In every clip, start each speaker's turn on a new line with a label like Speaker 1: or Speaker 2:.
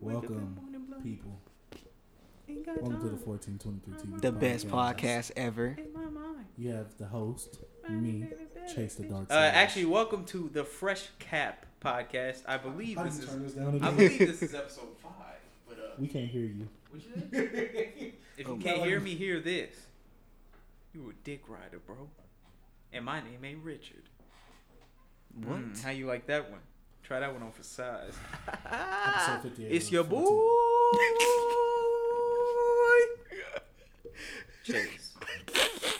Speaker 1: Welcome, people. Welcome to the 1423 TV.
Speaker 2: Oh,
Speaker 3: The best podcast ever.
Speaker 1: You have the host, me, Chase the Dark
Speaker 2: Uh, actually, welcome to the Fresh Cap podcast. I believe
Speaker 1: I
Speaker 2: this
Speaker 1: can
Speaker 2: is.
Speaker 1: turn this down
Speaker 2: I
Speaker 1: again.
Speaker 2: believe this is episode five. But uh,
Speaker 1: we can't hear you.
Speaker 2: what you say? If you
Speaker 3: Oh,
Speaker 2: can't
Speaker 1: my.
Speaker 2: hear me, hear this. You a dick rider, bro. And my name ain't Richard.
Speaker 3: What?
Speaker 2: Mm, how you like that one? Try that one on for size.
Speaker 1: Episode 58
Speaker 2: Ah, it's
Speaker 1: of
Speaker 2: your
Speaker 1: 14.
Speaker 2: boy. Chase.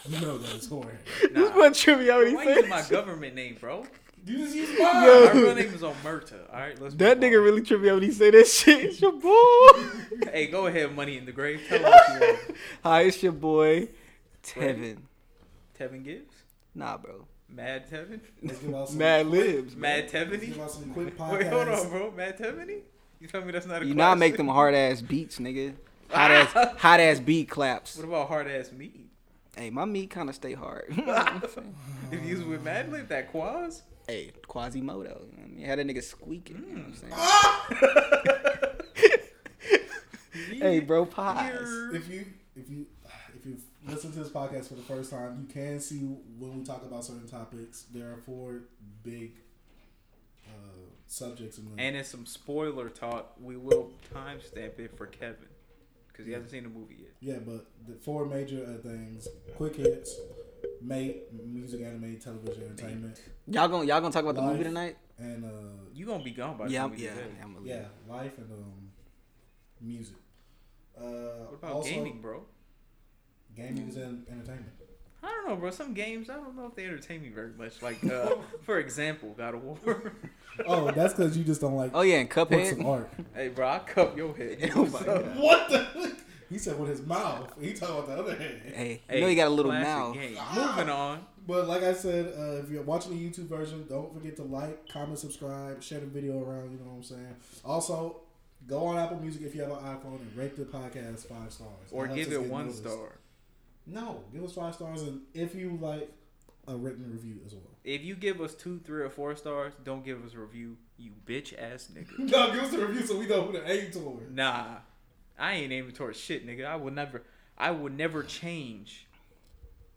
Speaker 1: You know that it's horn.
Speaker 2: Nah.
Speaker 3: This one trippy out
Speaker 2: Why you use my government name, bro?
Speaker 1: You just use mine.
Speaker 2: My
Speaker 3: Yo.
Speaker 2: real name is Omerta. All right, let's.
Speaker 3: That
Speaker 2: move
Speaker 3: nigga
Speaker 2: on.
Speaker 3: really trippy out when he say that shit. It's your boy.
Speaker 2: Hey, go ahead, money in the grave. Tell me what you want.
Speaker 3: Hi, it's your boy, Tevin.
Speaker 2: Tevin Gibbs?
Speaker 3: Nah, bro.
Speaker 2: Mad Tevin?
Speaker 1: Let's give out some,
Speaker 3: Mad Libs. bro.
Speaker 2: Mad
Speaker 1: let's give
Speaker 2: Tevin?
Speaker 1: out some quick podcast.
Speaker 2: Wait, hold on, bro. Mad Tevin? You tell me that's not a
Speaker 3: You not make
Speaker 2: classic?
Speaker 3: them hard ass beats, nigga. Hot ass, hot ass beat claps.
Speaker 2: What about hard ass meat?
Speaker 3: Hey, my meat kind of stay hard.
Speaker 2: If you was with Mad Lib, that Quaz?
Speaker 3: hey, Quasimodo. You know what I mean, had a nigga squeaking. You know what I'm saying? Hey, bro, pause.
Speaker 1: If you if you if you listen to this podcast for the first time, you can see when we talk about certain topics. There are four big uh, subjects in the
Speaker 2: And in some spoiler talk, we will timestamp it for Kevin. Because he hasn't seen the movie yet.
Speaker 1: Yeah, but the four major uh, things: quick hits, mate, music, anime, television, entertainment,
Speaker 3: Y'all gonna y'all gonna talk about the
Speaker 1: Life.
Speaker 3: movie tonight?
Speaker 1: and uh,
Speaker 2: You gonna be gone by the
Speaker 3: Yeah,
Speaker 2: time
Speaker 3: I'm,
Speaker 2: we do
Speaker 3: yeah,
Speaker 2: that.
Speaker 3: I'm gonna
Speaker 1: yeah,
Speaker 3: leave.
Speaker 1: life and um, music. Uh,
Speaker 2: What about
Speaker 1: also,
Speaker 2: gaming, bro?
Speaker 1: Gaming is in entertainment.
Speaker 2: I don't know, bro. Some games, I don't know if they entertain me very much. Like, uh, for example, God of War.
Speaker 1: Oh, that's because you just don't like
Speaker 3: Oh yeah, and
Speaker 1: works of
Speaker 3: Cuphead.
Speaker 1: art.
Speaker 2: hey, bro, I cup your head.
Speaker 3: Oh my
Speaker 2: So-
Speaker 3: God.
Speaker 1: What the? heck? He said with his mouth. He talking about the other hand.
Speaker 3: Hey, you
Speaker 2: Hey,
Speaker 3: know you got a little
Speaker 2: classic
Speaker 3: mouth.
Speaker 2: game. Moving on.
Speaker 1: But like I said, uh, if you're watching the YouTube version, don't forget to like, comment, subscribe, share the video around. You know what I'm saying. Also, go on Apple Music if you have an iPhone and rate the podcast five stars.
Speaker 2: Or
Speaker 1: That helps
Speaker 2: give
Speaker 1: us
Speaker 2: it
Speaker 1: get
Speaker 2: one
Speaker 1: noticed.
Speaker 2: star.
Speaker 1: No, give us five stars, and if you like a written review as well.
Speaker 2: If you give us two, three, or four stars, don't give us a review, you bitch ass nigga.
Speaker 1: No, give us a review so we know who to aim toward.
Speaker 2: nah. I ain't aiming towards shit, nigga. I will never I will never change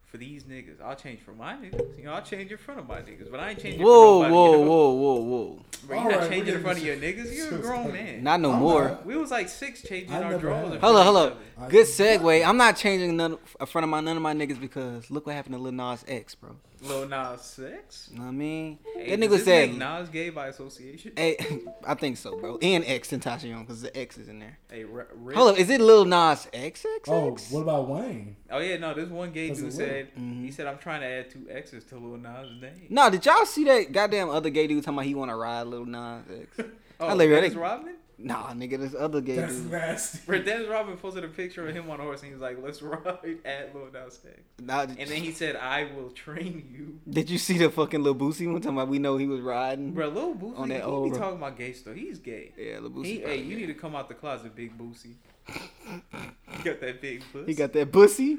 Speaker 2: for these niggas. I'll change for my niggas. You know, I'll change in front of my niggas, but I ain't changing
Speaker 3: Whoa,
Speaker 2: for nobody.
Speaker 3: whoa,
Speaker 2: you know?
Speaker 3: whoa, whoa, whoa!
Speaker 2: Bro, you're
Speaker 1: All
Speaker 2: not
Speaker 1: right,
Speaker 2: changing
Speaker 1: we're
Speaker 2: in front of your
Speaker 1: getting
Speaker 2: niggas. You're a grown man.
Speaker 3: Not no
Speaker 1: I'm
Speaker 3: more.
Speaker 1: not.
Speaker 2: we was like six changing
Speaker 1: I
Speaker 2: our
Speaker 1: never
Speaker 2: drawers.
Speaker 1: have.
Speaker 2: in front
Speaker 3: Hold
Speaker 2: of
Speaker 3: up, hold
Speaker 2: each
Speaker 3: up.
Speaker 2: other.
Speaker 1: I-
Speaker 3: Good segue. I'm not changing none in front of my none of my niggas because look what happened to Lil Nas X, bro.
Speaker 2: Lil Nas Six.
Speaker 3: You know what I mean?
Speaker 2: Hey,
Speaker 3: that
Speaker 2: does
Speaker 3: nigga
Speaker 2: this
Speaker 3: said,
Speaker 2: make Nas gay by association. Hey,
Speaker 3: hey, I think so, bro. And X Tentacion because the X is in there.
Speaker 2: re- re-
Speaker 3: Hold up, is it Lil Nas X? X,
Speaker 1: Oh,
Speaker 3: X?
Speaker 1: what about Wayne?
Speaker 2: Oh yeah, no, this one gay
Speaker 1: That's
Speaker 2: dude
Speaker 1: a word.
Speaker 2: said he
Speaker 3: Mhm.
Speaker 2: said I'm trying to add two X's to Lil Nas' name.
Speaker 3: No, did y'all see that goddamn other gay dude talking about he want to ride Lil Nas X?
Speaker 2: Oh,
Speaker 3: I like that.
Speaker 2: Dennis Rodman?
Speaker 3: Nah, nigga, this other gay
Speaker 1: That's
Speaker 3: dude.
Speaker 1: nasty.
Speaker 2: Bro, Dennis Rodman posted a picture of him on a horse and he was like, let's ride at Lil Nas X.
Speaker 3: Nah,
Speaker 2: And then he said, I will train you.
Speaker 3: did you see the fucking Lil Boosie one talking about we know he was riding?
Speaker 2: Bro, Lil Boosie,
Speaker 3: On that
Speaker 2: he
Speaker 3: old-
Speaker 2: be talking about gay stuff. He's gay.
Speaker 3: Yeah, Lil Boosie.
Speaker 2: He, hey,
Speaker 3: probably
Speaker 2: you
Speaker 3: gay.
Speaker 2: need to come out the closet, big Boosie. you got that big pussy.
Speaker 3: He got that pussy,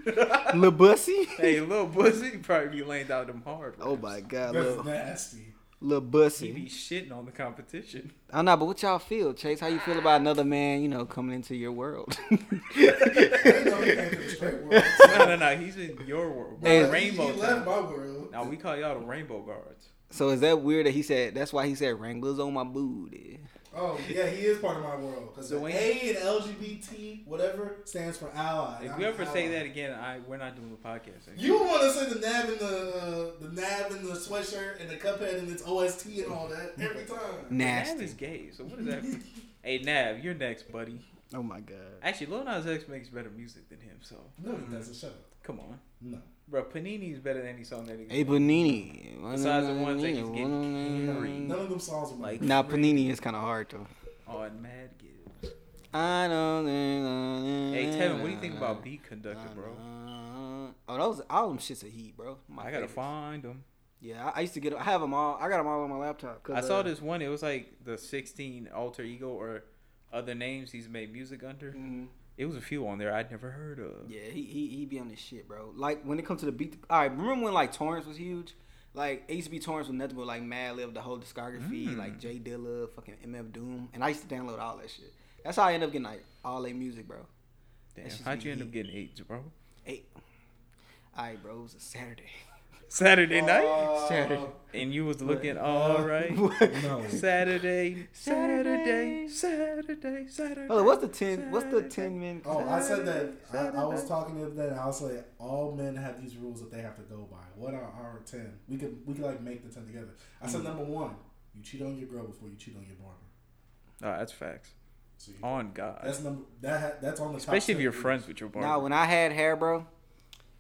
Speaker 3: Lil Bussy.
Speaker 2: Hey, Lil Boosie probably be laying down them hard.
Speaker 3: Oh
Speaker 2: raps.
Speaker 3: my god,
Speaker 1: That's
Speaker 3: Lil,
Speaker 1: nasty.
Speaker 3: Lil
Speaker 2: He be
Speaker 3: Bussy.
Speaker 2: shitting on the competition.
Speaker 3: I don't know, but what y'all feel, Chase? How you feel about another man, you know, coming into your world?
Speaker 1: Ain't no man in the straight world.
Speaker 2: no, no, no. He's in your world. Bro.
Speaker 3: Hey,
Speaker 1: He-
Speaker 2: rainbow.
Speaker 1: He left
Speaker 2: Town.
Speaker 1: my world.
Speaker 2: Now, we call y'all the Rainbow Guards.
Speaker 3: so is that weird that he said? That's why he said Wranglers on my booty.
Speaker 1: Oh yeah, he is part of my world. Cause
Speaker 2: So
Speaker 1: the
Speaker 2: when-
Speaker 1: A and LGBT whatever stands for ally.
Speaker 2: If
Speaker 1: I'm
Speaker 2: we
Speaker 1: an
Speaker 2: ever say
Speaker 1: ally.
Speaker 2: that again, I we're not doing the podcast. anymore.
Speaker 1: You want to say the nab in the uh, the nab in the sweatshirt and the cuphead and its OST and all that every time.
Speaker 2: Nav is
Speaker 3: Nasty.
Speaker 2: gay, so what does that mean? hey, Nav, you're next, buddy.
Speaker 3: Oh my god.
Speaker 2: Actually, Lil Nas X makes better music than him, so
Speaker 1: No, he doesn't. Shut up.
Speaker 2: come on.
Speaker 1: No.
Speaker 2: Bro, Panini's better than any song that he
Speaker 3: Hey Panini.
Speaker 2: Besides the ones that he's getting carried.
Speaker 1: None of them songs were like.
Speaker 2: Like-
Speaker 3: Now Panini is kind of hard though.
Speaker 2: on Oh, Mad Gibbs.
Speaker 3: I don't.
Speaker 2: Hey,
Speaker 3: Hey
Speaker 2: Tevin, what do you think about Beat Conductor, bro?
Speaker 3: Oh, those all them shits a heat, bro. My
Speaker 2: I gotta
Speaker 3: favorites.
Speaker 2: find them.
Speaker 3: Yeah, I, I used to get. 'em- I have them all. I got them all on my laptop. 'cause,
Speaker 2: I saw
Speaker 3: uh,
Speaker 2: this one. It was like the 16 alter ego or other names he's made music under.
Speaker 3: mhm.
Speaker 2: It was a few on there I'd never heard of.
Speaker 3: Yeah, he, he he be on this shit, bro. Like when it comes to the beat, all right. Remember when like Torrance was huge? Like it used to be Torrance with nothing but like Mad Lib, the whole discography,
Speaker 2: Mm.
Speaker 3: like Jay Dilla, fucking MF Doom, and I used to download all that shit. That's how I end up getting like all A music, bro.
Speaker 2: Damn,
Speaker 3: That shit's
Speaker 2: how'd
Speaker 3: been
Speaker 2: you end up
Speaker 3: heat.
Speaker 2: getting eight, bro?
Speaker 3: Eight. All right, bro. It was a Saturday.
Speaker 2: Saturday
Speaker 3: Oh.
Speaker 2: night,
Speaker 1: Uh,
Speaker 3: Saturday.
Speaker 2: and you was looking
Speaker 3: Uh,
Speaker 2: all right.
Speaker 1: No.
Speaker 2: Saturday, Saturday,
Speaker 3: Saturday.
Speaker 2: Saturday, Saturday.
Speaker 3: Hold on, what's the ten? What's the
Speaker 2: Saturday.
Speaker 3: ten men?
Speaker 1: Oh, I said that. I, I was
Speaker 2: Saturday.
Speaker 1: talking to them that I was like, all men have these rules that they have to go by. What are our ten? We could we could like make the ten together. I
Speaker 2: Hmm.
Speaker 1: said number one, you cheat on your girl before you cheat on your barber.
Speaker 2: No, that's facts.
Speaker 1: So you,
Speaker 2: On God,
Speaker 1: that's number that ha- that's on the top
Speaker 2: especially if
Speaker 1: 10
Speaker 2: you're
Speaker 1: rules.
Speaker 2: friends with your
Speaker 3: Nah,
Speaker 2: barber.
Speaker 3: when I had hair, bro,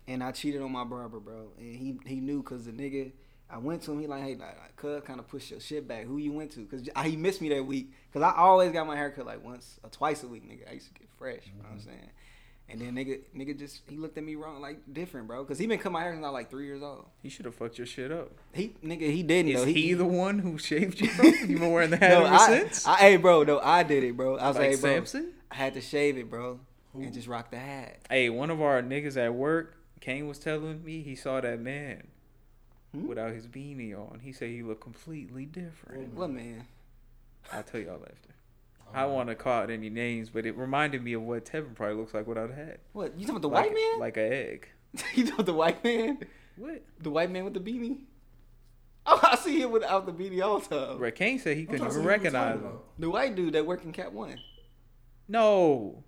Speaker 3: and I cheated on my barber, bro, and he he knew because the nigga I went to him, he like, hey, like, like cuz kind of push your shit back. Who you went to? Cause I- he missed me that week. Cause I always got my haircut like once or twice a week, nigga. I used to get fresh. You know what I'm
Speaker 2: Mm-hmm.
Speaker 3: saying? And then nigga, nigga just he looked at me wrong, like different, bro. Cause he been cut my hair since I was like three years old.
Speaker 2: He should have fucked your shit up.
Speaker 3: He nigga, he didn't
Speaker 2: Is
Speaker 3: though.
Speaker 2: he the one who shaved you? Bro? You've been wearing the hat
Speaker 3: no,
Speaker 2: ever
Speaker 3: I,
Speaker 2: since.
Speaker 3: I, hey, bro, no, I did it, bro. I was like,
Speaker 2: like
Speaker 3: hey, bro,
Speaker 2: Samson.
Speaker 3: I had to shave it, bro,
Speaker 1: Who?
Speaker 3: and just rock the hat.
Speaker 2: Hey, one of our niggas at work, Kane was telling me he saw that man
Speaker 3: Hmm?
Speaker 2: without his beanie on. He said he looked completely different.
Speaker 3: What man?
Speaker 2: I'll tell y'all after.
Speaker 3: oh
Speaker 2: I don't want to call out any names, but it reminded me of what Tevin probably looks like without a hat.
Speaker 3: What you talking about the
Speaker 2: like,
Speaker 3: white man?
Speaker 2: Like an egg.
Speaker 3: you know the white man,
Speaker 2: What?
Speaker 3: the white man with the beanie. Oh, I see him without the beanie all the time.
Speaker 2: Bro, Kane said he
Speaker 1: I'm trying
Speaker 2: couldn't
Speaker 1: to see
Speaker 2: even
Speaker 1: who you're talking
Speaker 2: recognize him.
Speaker 1: about.
Speaker 3: The white dude that worked in Cat One.
Speaker 2: No.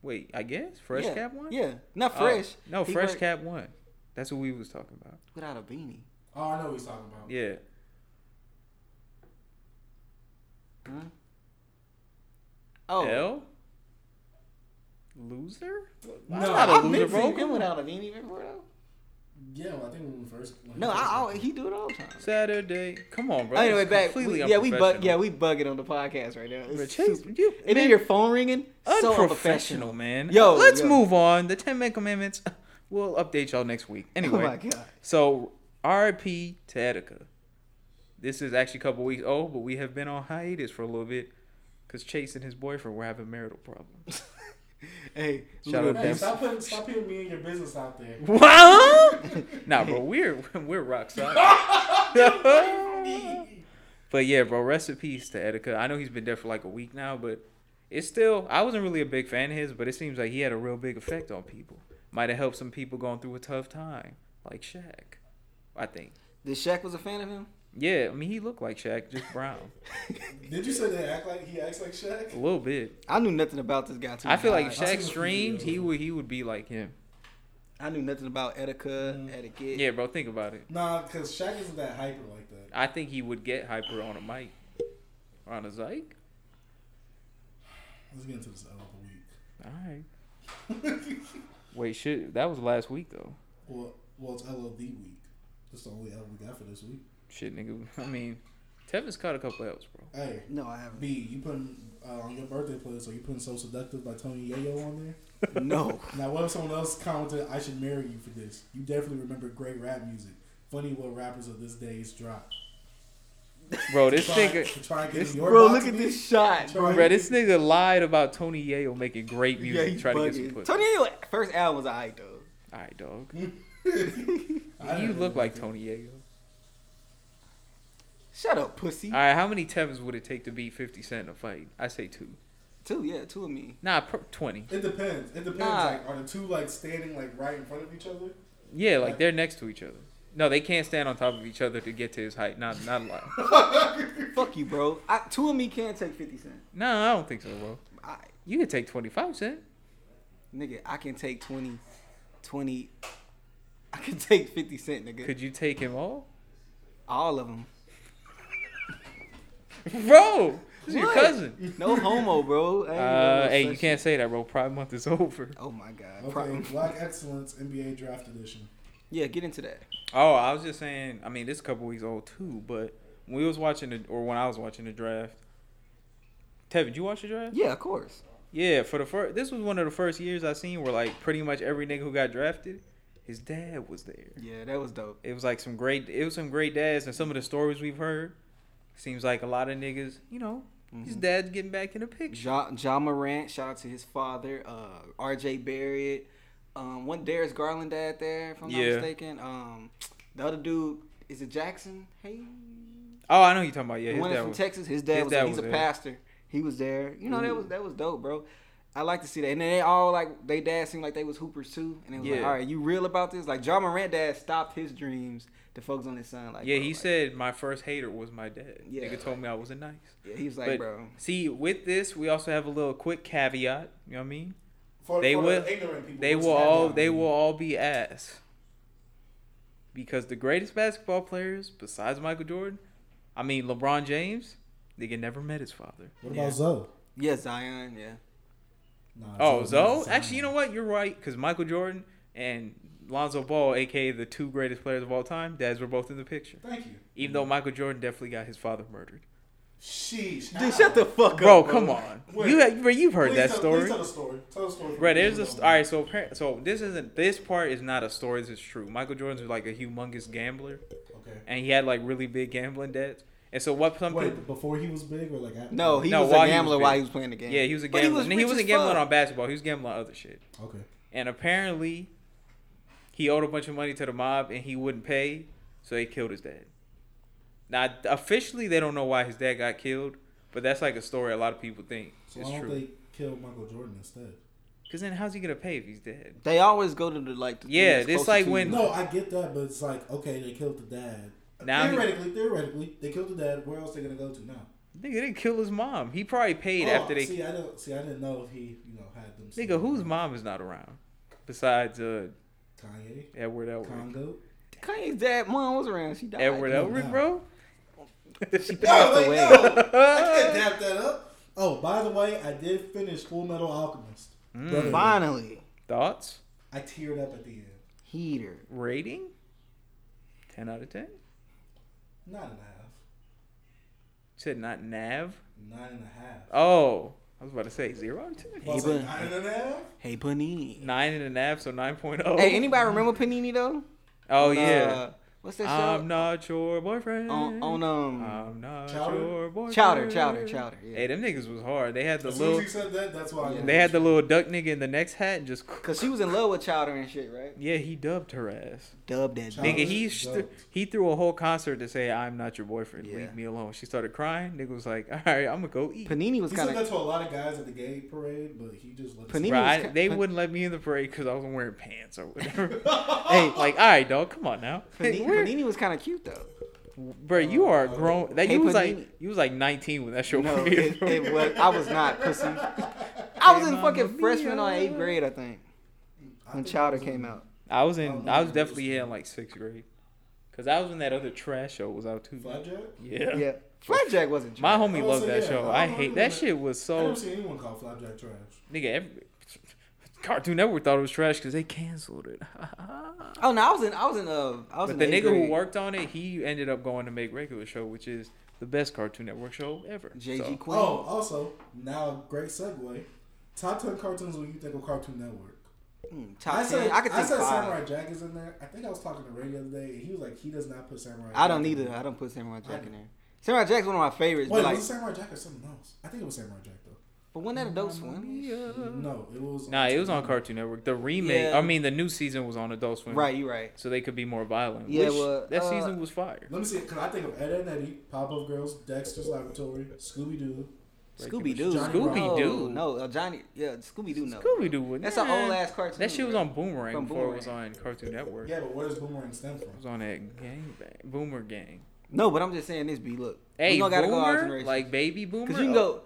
Speaker 2: Wait, I guess? Fresh
Speaker 3: yeah.
Speaker 2: Cap 1?
Speaker 3: Yeah, not
Speaker 2: Oh,
Speaker 3: fresh.
Speaker 2: no,
Speaker 3: He
Speaker 2: Fresh
Speaker 3: worked
Speaker 2: Cap 1. That's what we was talking about.
Speaker 3: without a beanie.
Speaker 1: Oh, I know what he's talking about.
Speaker 2: Yeah.
Speaker 3: Huh? Oh,
Speaker 2: L? Loser?
Speaker 1: No,
Speaker 2: That's
Speaker 3: I,
Speaker 2: not a
Speaker 3: I
Speaker 2: loser,
Speaker 3: been
Speaker 2: bro.
Speaker 3: seeing him without a beanie before though.
Speaker 1: yeah. Well, I think when we first. When
Speaker 3: No,
Speaker 1: he
Speaker 3: I
Speaker 1: first-
Speaker 3: always he do it all the time.
Speaker 2: Saturday. Come on, bro.
Speaker 3: anyway,
Speaker 2: That's
Speaker 3: back.
Speaker 2: completely
Speaker 3: We, yeah, we bug.
Speaker 2: unprofessional.
Speaker 3: Yeah, we bugging on the podcast right now. It's
Speaker 2: Bro, Chase,
Speaker 3: super-
Speaker 2: you,
Speaker 3: and then
Speaker 2: man,
Speaker 3: your phone ringing. So
Speaker 2: unprofessional, man.
Speaker 3: Yo,
Speaker 2: let's
Speaker 3: yo.
Speaker 2: move on. The Ten Men Commandments. We'll update y'all next week. Anyway,
Speaker 3: Oh my god.
Speaker 2: so R.I.P. to Etika. This is actually a couple weeks old, but we have been on hiatus for a little bit because Chase and his boyfriend were having marital problems.
Speaker 3: Hey,
Speaker 2: Shout
Speaker 3: little
Speaker 2: out
Speaker 1: Hey,
Speaker 2: Def-
Speaker 3: Def-
Speaker 1: stop putting stop putting me in your business out there.
Speaker 2: Wow. nah, bro, we're we're rock solid. but yeah, bro, rest in peace to Etika. I know he's been dead for like a week now, but it's still I wasn't really a big fan of his, but it seems like he had a real big effect on people. Might have helped some people going through a tough time, like Shaq. I think.
Speaker 3: The Shaq was a fan of him.
Speaker 2: Yeah, I mean he looked like Shaq, just brown.
Speaker 1: Did you say they act like he acts like Shaq?
Speaker 2: a little bit.
Speaker 3: I knew nothing about this guy. Too
Speaker 2: I feel like if
Speaker 1: seen
Speaker 3: I-
Speaker 2: Shaq
Speaker 1: a few
Speaker 2: streamed, he
Speaker 1: videos.
Speaker 2: would he would be like him.
Speaker 3: I knew nothing about etica,
Speaker 1: Mm-hmm.
Speaker 3: etiquette.
Speaker 2: Yeah, bro, think about it.
Speaker 1: Nah, because Shaq isn't that hyper like that.
Speaker 2: I think he would get hyper on a mic. Or on a zyke?
Speaker 1: Let's get into this L of the week.
Speaker 2: Alright. Wait, shit. That was last week though.
Speaker 1: Well, well, it's LOD week. That's the only L we got for this week.
Speaker 2: Shit, nigga. I mean, Tevin's caught a couple L's, bro.
Speaker 1: Hey,
Speaker 3: No, I haven't.
Speaker 1: B, you putting uh, on your birthday playlist? Are you putting "So Seductive" by Tony Yayo on there?
Speaker 3: no.
Speaker 1: Now, what if someone else commented, "I should marry you for this"? You definitely remember great rap music. Funny what rappers of this days drop.
Speaker 2: Bro, this
Speaker 1: Try-
Speaker 2: nigga,
Speaker 1: try and get
Speaker 2: this-
Speaker 1: in your
Speaker 3: Bro,
Speaker 1: box
Speaker 3: look at
Speaker 1: beat.
Speaker 3: this shot.
Speaker 1: Try and get-
Speaker 2: bro, this nigga lied about Tony Yayo making great music,
Speaker 3: he
Speaker 2: trying to get some
Speaker 3: bugging.
Speaker 2: pussy.
Speaker 3: Tony Ayo first album was alright though.
Speaker 2: All right, dog.
Speaker 1: I
Speaker 2: You
Speaker 1: don't
Speaker 2: look
Speaker 1: know.
Speaker 2: like Tony Yayo.
Speaker 3: Shut up, pussy.
Speaker 2: All right, how many Tevins would it take to beat Fifty Cent in a fight? I say two.
Speaker 3: Two, yeah, two of me.
Speaker 2: Nah, per- twenty.
Speaker 1: It depends. It depends.
Speaker 3: Nah.
Speaker 1: Like, are the two like standing like right in front of each other?
Speaker 2: Yeah, like they're next to each other. No, they can't stand on top of each other to get to his height. Not, not a lot.
Speaker 3: Fuck you, bro. I, two of me can take fifty cent.
Speaker 2: No, I don't think so, bro.
Speaker 3: I,
Speaker 2: You could take twenty five cent.
Speaker 3: nigga, I can take 20, 20 I can take fifty cent, nigga.
Speaker 2: Could you take him all?
Speaker 3: All of them.
Speaker 2: Bro, this is your
Speaker 3: What?
Speaker 2: cousin.
Speaker 3: No homo, bro. I
Speaker 2: Uh,
Speaker 3: ain't no
Speaker 2: hey, you
Speaker 3: such-
Speaker 2: can't say that, bro. Pride Month is over.
Speaker 3: Oh my god.
Speaker 1: Okay,
Speaker 3: Pro-
Speaker 1: Black Excellence NBA Draft Edition.
Speaker 3: yeah, get into that.
Speaker 2: Oh, I was just saying. I mean, this is a couple weeks old too, but when we was watching the, or when I was watching the draft. Tevin, did you watch the draft?
Speaker 3: Yeah, of course.
Speaker 2: Yeah, for the first, this was one of the first years I seen where like pretty much every nigga who got drafted, his dad was there.
Speaker 3: Yeah, that was dope.
Speaker 2: It was like some great, it was some great dads, and some of the stories we've heard. Seems like a lot of niggas, you know, his
Speaker 3: Mm-hmm.
Speaker 2: dad's getting back in the picture.
Speaker 3: Ja, ja Morant, shout out to his father, uh, R.J. Barrett. Um, one Darius Garland dad there, if I'm
Speaker 2: Yeah.
Speaker 3: not mistaken. Um, the other dude is it Jackson? Hey,
Speaker 2: Oh, I know who you talking about. Yeah,
Speaker 3: the
Speaker 2: his
Speaker 3: one that's
Speaker 2: dad
Speaker 3: from
Speaker 2: was.
Speaker 3: Texas. His dad
Speaker 2: his
Speaker 3: was
Speaker 2: dad
Speaker 3: he's
Speaker 2: was Mm-hmm.
Speaker 3: a
Speaker 2: there.
Speaker 3: pastor. He was there. You know, that
Speaker 1: Ooh.
Speaker 3: was that was dope, bro. I like to see that. And then they all like they dad seemed like they was hoopers too. And it was like,
Speaker 2: Yeah.
Speaker 3: all right, you real about this? Like John Morant dad stopped his dreams to focus on his son. Like
Speaker 2: yeah,
Speaker 3: bro,
Speaker 2: he
Speaker 3: like-
Speaker 2: said my first hater was my dad.
Speaker 3: Yeah,
Speaker 2: Nigga told me I wasn't nice.
Speaker 3: yeah, he was like,
Speaker 2: but-
Speaker 3: bro.
Speaker 2: See, with this, we also have a little quick caveat. You know what I mean?
Speaker 1: For,
Speaker 2: They
Speaker 1: for
Speaker 2: will-
Speaker 1: The ignorant people,
Speaker 2: They
Speaker 1: what's
Speaker 2: will all
Speaker 1: happening?
Speaker 2: they will all be ass. Because the greatest basketball players besides Michael Jordan, I mean LeBron James, nigga never met his father.
Speaker 1: What
Speaker 3: Yeah.
Speaker 1: about Zoe?
Speaker 3: Yeah, Zion. Yeah,
Speaker 1: Nah,
Speaker 2: Oh, Zoe?
Speaker 1: Zion.
Speaker 2: Actually, you know what? You're right. Because Michael Jordan and Lonzo Ball, aka the two greatest players of all time, dads were both in the picture.
Speaker 1: Thank you.
Speaker 2: Even though Michael Jordan definitely got his father murdered.
Speaker 1: Sheesh.
Speaker 3: dude, shut the fuck
Speaker 2: Bro,
Speaker 3: up,
Speaker 2: come on.
Speaker 1: Wait.
Speaker 2: You have, bro, you've heard
Speaker 1: Please
Speaker 2: that
Speaker 1: tell,
Speaker 2: story.
Speaker 1: Please tell the story. Tell the story.
Speaker 2: Right, there's a all right. So appar- so this isn't this part is not a story. This is true. Michael Jordan's like a humongous gambler,
Speaker 1: Okay.
Speaker 2: and he had like really big gambling debts. And so what some people
Speaker 1: Wait, before he was big or like after?
Speaker 3: No, he
Speaker 2: No,
Speaker 3: was
Speaker 2: while
Speaker 3: a
Speaker 2: he was
Speaker 3: gambler
Speaker 2: big.
Speaker 3: while he was playing the game.
Speaker 2: yeah he was a
Speaker 3: But
Speaker 2: gambler.
Speaker 3: was
Speaker 2: and he
Speaker 3: rich
Speaker 2: wasn't
Speaker 3: as
Speaker 2: gambling
Speaker 3: fuck.
Speaker 2: on basketball. He was gambling on other shit.
Speaker 1: Okay.
Speaker 2: And apparently, he owed a bunch of money to the mob, and he wouldn't pay, so they killed his dad. Now officially they don't know why his dad got killed, but that's like a story a lot of people think
Speaker 1: So
Speaker 2: is
Speaker 1: why don't
Speaker 2: true.
Speaker 1: they kill Michael Jordan instead?
Speaker 2: Because then how's he gonna pay if he's dead?
Speaker 3: They always go to the like. The
Speaker 2: Yeah,
Speaker 3: things
Speaker 2: it's
Speaker 3: closer
Speaker 2: like
Speaker 3: to
Speaker 2: when-
Speaker 3: you.
Speaker 1: No, I get that, but it's like okay, they killed the dad.
Speaker 2: Now he-
Speaker 1: theoretically, theoretically, they killed the dad. Where else they gonna go to now?
Speaker 2: Nigga, they killed his mom. He probably paid
Speaker 1: Oh,
Speaker 2: after they
Speaker 1: see, I don't see. I didn't know if he, you know, had them.
Speaker 2: Nigga, whose mom is not around besides uh,
Speaker 1: Kanye?
Speaker 2: Edward Elric?
Speaker 1: Congo.
Speaker 3: Kanye's dad mom was around. She died.
Speaker 2: Edward
Speaker 1: no,
Speaker 2: Elric,
Speaker 1: no.
Speaker 2: bro.
Speaker 3: She
Speaker 1: No,
Speaker 3: passed
Speaker 1: wait,
Speaker 3: away.
Speaker 1: no. I can't dap that up. Oh, by the way, I did finish Full Metal Alchemist. Brother,
Speaker 3: Finally,
Speaker 2: Hmm, Thoughts?
Speaker 1: I teared up at the end.
Speaker 3: heater.
Speaker 2: Rating? Ten out of ten.
Speaker 1: Not and a
Speaker 2: Said not
Speaker 1: half.
Speaker 2: nav.
Speaker 1: Nine and a half.
Speaker 2: Oh, I was about to say zero out of ten.
Speaker 1: Well, I was
Speaker 3: Hey,
Speaker 1: like,
Speaker 3: but-
Speaker 1: nine and a half?
Speaker 3: Hey Panini.
Speaker 2: Nine and a nav, so nine
Speaker 3: Hey, anybody remember Panini though?
Speaker 2: Oh
Speaker 3: On,
Speaker 2: yeah. Um,
Speaker 3: uh, what's that show?
Speaker 2: I'm not your boyfriend.
Speaker 3: on, on um
Speaker 2: I'm not
Speaker 1: Chowder?
Speaker 2: your boyfriend.
Speaker 3: Chowder, Chowder, Chowder. Yeah.
Speaker 2: Hey, them niggas was hard. They had the
Speaker 1: As soon as
Speaker 2: little,
Speaker 1: he said that, that's why I
Speaker 3: Yeah.
Speaker 1: knew.
Speaker 2: they had the little duck nigga in the next hat and just.
Speaker 3: Cause she was in love with Chowder and shit, right?
Speaker 2: Yeah, he dubbed her ass.
Speaker 3: Dubbed that
Speaker 1: Chowder?
Speaker 3: bitch.
Speaker 2: Nigga, he
Speaker 1: Dope.
Speaker 2: st- he threw a whole concert to say, "I'm not your boyfriend.
Speaker 3: Yeah.
Speaker 2: Leave me alone." She started crying. Nigga was like, "All right, I'm gonna go eat."
Speaker 3: Panini was
Speaker 1: He said
Speaker 3: kind
Speaker 1: that
Speaker 3: of
Speaker 1: to a lot of guys at the gay parade, but he just let
Speaker 3: Panini-
Speaker 1: it
Speaker 2: Bro, I,
Speaker 3: was ki-
Speaker 2: they
Speaker 3: Pan-
Speaker 2: wouldn't let me in the parade because I wasn't wearing pants or whatever.
Speaker 3: hey
Speaker 2: like, all right, dog, come on now,
Speaker 3: Panini,
Speaker 2: We're-
Speaker 3: Panini was kind of cute though.
Speaker 2: bro. You are grown. That
Speaker 3: Hey,
Speaker 2: you was
Speaker 3: Panini.
Speaker 2: like you was like 19 when that show
Speaker 3: No,
Speaker 2: premiered.
Speaker 3: it, it was. I was not pussy. I was in
Speaker 2: Hey,
Speaker 3: fucking
Speaker 2: Mamma
Speaker 3: freshman or
Speaker 2: Mia.
Speaker 3: eighth grade, I think,
Speaker 1: I
Speaker 3: when
Speaker 1: think
Speaker 3: Chowder
Speaker 1: that was
Speaker 3: came
Speaker 1: a-
Speaker 3: out.
Speaker 2: I was
Speaker 1: Oh,
Speaker 2: in.
Speaker 1: no,
Speaker 2: I
Speaker 1: it
Speaker 2: was
Speaker 1: was
Speaker 2: definitely
Speaker 1: cool.
Speaker 2: in like sixth grade because I was when that other trash show was out too.
Speaker 1: Flapjack?
Speaker 2: Yeah.
Speaker 3: Yeah, Flapjack wasn't.
Speaker 2: My
Speaker 3: trash.
Speaker 2: homie
Speaker 1: Oh,
Speaker 2: loved
Speaker 1: so
Speaker 2: that
Speaker 1: yeah,
Speaker 2: show.
Speaker 1: I
Speaker 2: I
Speaker 1: don't
Speaker 2: hate
Speaker 1: remember
Speaker 2: that
Speaker 1: that.
Speaker 2: shit. Was
Speaker 1: I
Speaker 2: so
Speaker 1: never seen anyone call Flapjack trash.
Speaker 2: Nigga, every, Cartoon Network thought it was trash because they canceled it.
Speaker 3: Oh no, I was in. I was in. Uh, I
Speaker 2: but
Speaker 3: was in
Speaker 2: the nigga
Speaker 3: eighth
Speaker 2: who
Speaker 3: grade.
Speaker 2: worked on it, he ended up going to make regular show, which is the best Cartoon Network show ever.
Speaker 3: JG
Speaker 2: So,
Speaker 3: Quinn.
Speaker 1: Oh, also, now great segue. Top ten cartoons when you think of Cartoon Network.
Speaker 3: Mm, top
Speaker 1: I
Speaker 3: ten.
Speaker 1: said
Speaker 3: I could
Speaker 1: I
Speaker 3: think
Speaker 1: said
Speaker 3: five.
Speaker 1: Samurai Jack is in there. I think I was talking to Ray the other day, and he was like, he does not put Samurai.
Speaker 3: I don't
Speaker 1: Jack in
Speaker 3: either.
Speaker 1: there.
Speaker 3: I don't put Samurai Jack in there. Samurai Jack's one of my favorites.
Speaker 1: Wait,
Speaker 3: but like,
Speaker 1: was it Samurai Jack or something else? I think it was Samurai Jack though.
Speaker 3: but wasn't that Adult Swim?
Speaker 1: No, it was.
Speaker 2: Mm-hmm. Nah, it was on Cartoon Network. The remake,
Speaker 3: Yeah.
Speaker 2: I mean, the new season was on Adult Swim,
Speaker 3: Right, you're right.
Speaker 2: So they could be more violent.
Speaker 3: Yeah,
Speaker 2: Yeah, which,
Speaker 3: well,
Speaker 2: that
Speaker 3: uh,
Speaker 2: season was fire.
Speaker 1: Let me see, cause I think of Ed, Ed and Eddie, Pop Up Girls, Dexter's Laboratory, Scooby Doo.
Speaker 3: Scooby Doo.
Speaker 1: Johnny Bravo.
Speaker 3: Scooby Doo.
Speaker 2: Scooby-Doo.
Speaker 3: No, uh, Johnny. Yeah, Scooby Doo. No.
Speaker 2: Scooby Doo.
Speaker 3: That's an old ass cartoon.
Speaker 2: That shit was
Speaker 3: bro.
Speaker 2: on Boomerang
Speaker 3: From
Speaker 2: before it was on Cartoon Network.
Speaker 1: Yeah, but where does Boomerang stem
Speaker 2: It
Speaker 1: from?
Speaker 2: was on that gang bang, Boomer gang.
Speaker 3: No, but I'm just saying this. B, look.
Speaker 2: Hey,
Speaker 3: we gonna gotta go our
Speaker 2: Boomer,
Speaker 3: generation.
Speaker 2: like baby Boomer.
Speaker 3: Cause you can go.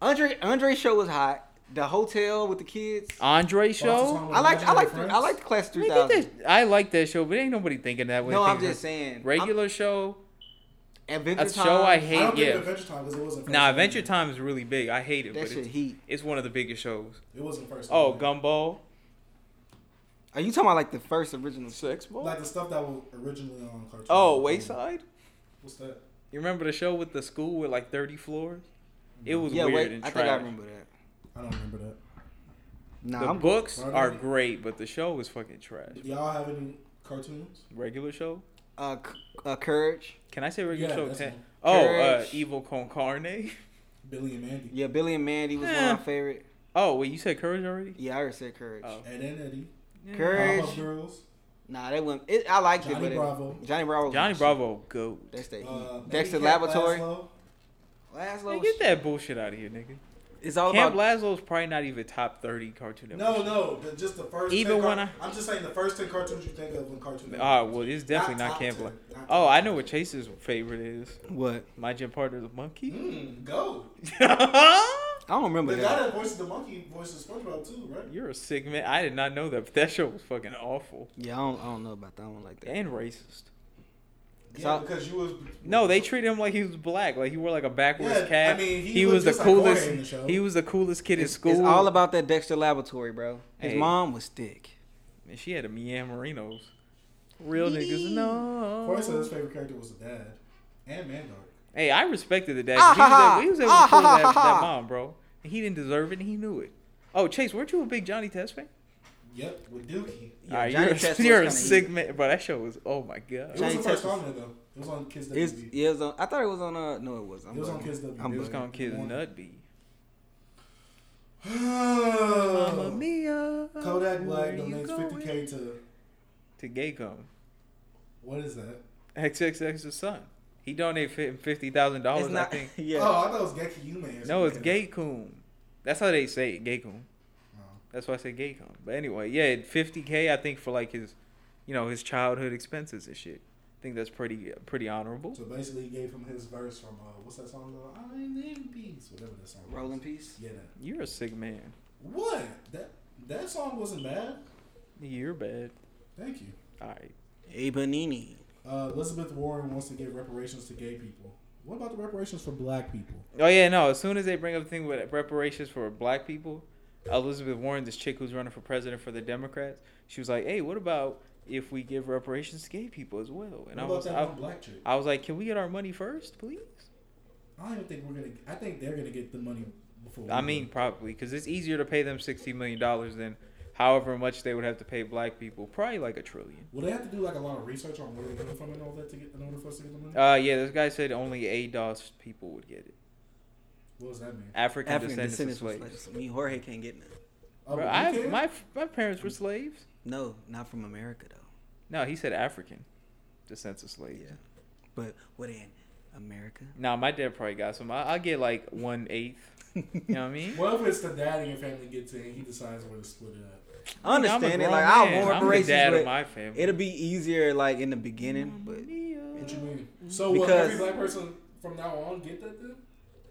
Speaker 3: Andre Andre's show was hot. The hotel with the kids.
Speaker 2: Andre show.
Speaker 1: Oh,
Speaker 3: I liked. I liked. the- I liked the class
Speaker 2: Nigga, that-
Speaker 3: 3000.
Speaker 2: I like that show, but ain't nobody thinking that way.
Speaker 3: No, I'm just saying.
Speaker 2: regular show.
Speaker 3: I'm, Adventure
Speaker 2: A
Speaker 3: Time.
Speaker 2: show I
Speaker 1: I don't
Speaker 2: hate.
Speaker 1: think
Speaker 2: Yeah.
Speaker 1: Adventure Time because it wasn't.
Speaker 2: Nah,
Speaker 1: first
Speaker 2: Adventure
Speaker 1: thing.
Speaker 2: Time is really big. I hate it,
Speaker 3: That
Speaker 2: but
Speaker 3: shit
Speaker 2: it's,
Speaker 3: heat.
Speaker 2: it's one of the biggest shows.
Speaker 1: It wasn't first. thing.
Speaker 2: Oh, Gumball,
Speaker 3: Are you talking about like the first original? show?
Speaker 2: Sex Ball.
Speaker 1: Like the stuff that was originally on Cartoon.
Speaker 2: oh,
Speaker 1: Network.
Speaker 2: Wayside.
Speaker 1: What's that?
Speaker 2: You remember the show with the school with like 30 floors? It was
Speaker 3: Yeah,
Speaker 2: weird
Speaker 3: wait.
Speaker 2: and
Speaker 3: I
Speaker 2: trash.
Speaker 3: think I remember that.
Speaker 1: I don't remember that.
Speaker 3: Nah,
Speaker 2: the
Speaker 3: I'm good.
Speaker 2: books
Speaker 1: Right.
Speaker 2: are great, but the show is fucking trash.
Speaker 1: Do y'all have any cartoons?
Speaker 2: Regular show?
Speaker 3: Uh, C- uh, Courage.
Speaker 2: Can I say regular
Speaker 1: Yeah,
Speaker 2: show?
Speaker 1: that's
Speaker 2: Ten?
Speaker 1: one.
Speaker 2: Oh, uh,
Speaker 3: Courage.
Speaker 2: Evil Con Carne.
Speaker 1: Billy and Mandy.
Speaker 3: Yeah, Billy and Mandy was one
Speaker 2: Eh.
Speaker 3: of my favorite.
Speaker 2: Oh, wait, you said Courage already?
Speaker 3: Yeah, I already said Courage.
Speaker 2: Oh.
Speaker 1: Ed and Eddie.
Speaker 2: Yeah.
Speaker 3: Courage.
Speaker 1: Pop Up Girls.
Speaker 3: Nah, they went. It, I liked it,
Speaker 1: Johnny
Speaker 3: but it-
Speaker 1: Bravo.
Speaker 3: Johnny Bravo. was
Speaker 2: Johnny
Speaker 3: my
Speaker 2: Bravo, goat.
Speaker 3: shit. That's the heat.
Speaker 1: Uh,
Speaker 3: Dexter
Speaker 1: Cat
Speaker 3: Laboratory.
Speaker 1: Laszlo.
Speaker 3: Laszlo.
Speaker 2: Man,
Speaker 3: was-
Speaker 2: get that bullshit out of here, nigga.
Speaker 3: It's all
Speaker 2: Camp
Speaker 3: about.
Speaker 2: Lazlo's probably not even top thirty cartoon.
Speaker 1: No,
Speaker 2: network.
Speaker 1: no, the, just the first.
Speaker 2: Even
Speaker 1: 10
Speaker 2: when
Speaker 1: car-
Speaker 2: I-
Speaker 1: I'm just saying the first ten cartoons you think of when cartoon.
Speaker 2: Ah, well, it's definitely not,
Speaker 1: top
Speaker 2: Camp
Speaker 1: ten,
Speaker 2: Lazlo.
Speaker 1: not top
Speaker 2: Oh, I
Speaker 1: ten.
Speaker 2: know what Chase's favorite is.
Speaker 3: What?
Speaker 2: My gym partner is a monkey.
Speaker 1: Mm, go. Hmm?
Speaker 3: I don't remember
Speaker 1: The guy
Speaker 3: that.
Speaker 1: that voices the monkey voices SpongeBob too, right?
Speaker 2: You're a sick man. I did not know that, but that show was fucking awful
Speaker 3: Yeah, I don't, I don't know about that one like that.
Speaker 2: and racist.
Speaker 1: Yeah,
Speaker 3: So-
Speaker 1: because you was.
Speaker 2: No, they treated him like he was black, like he wore like a backwards
Speaker 1: Yeah, I
Speaker 2: cap.
Speaker 1: mean, he
Speaker 2: he,
Speaker 1: looked
Speaker 2: was the
Speaker 1: just like Jorge
Speaker 2: coolest.
Speaker 1: in the show.
Speaker 2: he was the coolest kid
Speaker 3: It's,
Speaker 2: in school.
Speaker 3: it's all about that Dexter Laboratory, bro. His
Speaker 2: Hey.
Speaker 3: mom was thick.
Speaker 2: And she had a Mia Marinos. Real niggas, no.
Speaker 1: Corey said his favorite character was the dad and Mandark.
Speaker 2: Hey, I respected the dad.
Speaker 3: Ah,
Speaker 2: 'cause he, was
Speaker 3: ha, ha.
Speaker 2: able, he was able
Speaker 3: Ah,
Speaker 2: to pull
Speaker 3: ha,
Speaker 2: that,
Speaker 3: ha, ha.
Speaker 2: that mom, bro. And he didn't deserve it, and he knew it. Oh, Chase, weren't you a big Johnny Test fan?
Speaker 1: Yep, with Dookie.
Speaker 3: Yeah,
Speaker 2: Alright,
Speaker 3: Johnny
Speaker 2: you're, a-
Speaker 3: Test was
Speaker 2: you're a
Speaker 3: kinda
Speaker 2: sick
Speaker 3: evil.
Speaker 2: man, bro. That show was oh my
Speaker 1: It
Speaker 2: god.
Speaker 3: Johnny
Speaker 1: was the first
Speaker 3: Texas.
Speaker 1: comment though. It was on Kids
Speaker 3: It's,
Speaker 1: WB.
Speaker 3: yeah, it was on, I thought it was on uh no it wasn't. I'm
Speaker 1: It was on
Speaker 3: bugging.
Speaker 1: Kids WB.
Speaker 3: I'm
Speaker 1: It
Speaker 2: It was
Speaker 3: bugging.
Speaker 2: gonna kids
Speaker 1: Morning.
Speaker 2: nut be.
Speaker 3: Oh.
Speaker 2: Mamma
Speaker 1: Kodak
Speaker 2: mia. where
Speaker 1: Black
Speaker 2: you
Speaker 1: donates
Speaker 2: going?
Speaker 1: 50k to
Speaker 2: to gay gum.
Speaker 1: what is that?
Speaker 2: XXX's son. He donated fifty thousand
Speaker 3: It's
Speaker 2: dollars. I
Speaker 3: not-
Speaker 2: think.
Speaker 3: yeah.
Speaker 1: Oh, I thought it was Geki Yume. or
Speaker 2: No, it's
Speaker 1: something.
Speaker 2: gay coon. That's how they say it, gay coon.
Speaker 1: Oh.
Speaker 2: That's why I say gay coon. But anyway, yeah, fifty k I think for like his, you know, his childhood expenses and shit. I think that's pretty pretty honorable.
Speaker 1: So basically, he gave him his verse from uh, what's that song? called? I ain't in peace, whatever that song. was.
Speaker 3: Rolling Peace.
Speaker 1: Yeah. That.
Speaker 2: You're a sick man.
Speaker 1: What? That that song wasn't bad.
Speaker 2: You're bad.
Speaker 1: Thank you.
Speaker 2: All right.
Speaker 3: Ebonini.
Speaker 1: Uh, Elizabeth Warren wants to give reparations to gay people. What about the reparations for black people?
Speaker 2: Oh yeah, no. As soon as they bring up the thing with reparations for black people, Elizabeth Warren, this chick who's running for president for the Democrats, she was like, "Hey, what about if we give reparations to gay people as well?"
Speaker 1: what
Speaker 2: And I
Speaker 1: about
Speaker 2: was,
Speaker 1: that
Speaker 2: I,
Speaker 1: one black chick?
Speaker 2: I was like, "Can we get our money first, please?"
Speaker 1: I don't even think we're gonna. I think they're gonna get the money before.
Speaker 2: I
Speaker 1: we
Speaker 2: mean,
Speaker 1: do.
Speaker 2: probably because it's easier to pay them sixty million dollars than however much they would have to pay black people, probably like a trillion.
Speaker 1: will they have to do like a lot of research on where they're coming from and all that to get in order for us to get the money?
Speaker 2: Uh, yeah, this guy said only ADOS people would get it.
Speaker 1: What does that mean?
Speaker 2: African,
Speaker 3: African
Speaker 2: descendants,
Speaker 3: descendants
Speaker 2: of
Speaker 3: was
Speaker 2: slaves.
Speaker 3: slaves. Me, Jorge can't get none.
Speaker 1: Oh,
Speaker 2: Bro,
Speaker 1: but
Speaker 2: I,
Speaker 1: you can?
Speaker 2: my my parents were slaves.
Speaker 3: No, not from America though.
Speaker 2: No, he said African descendants of slaves.
Speaker 3: Yeah. But what in America?
Speaker 2: Nah, my dad probably got some. I, I'll get like one eighth. You know what I mean?
Speaker 1: What if it's the dad in your family gets it and he decides where to split it up?
Speaker 2: Nigga,
Speaker 3: I
Speaker 2: I'm a
Speaker 3: understand it.
Speaker 2: grown
Speaker 3: Like I
Speaker 2: man.
Speaker 3: want
Speaker 2: I'm the dad of
Speaker 3: reparations,
Speaker 2: my
Speaker 3: but
Speaker 2: family.
Speaker 3: it'll be easier like in the beginning. But
Speaker 1: What
Speaker 2: But
Speaker 1: you mean? So will
Speaker 3: Because-
Speaker 1: every black person from now on get that then?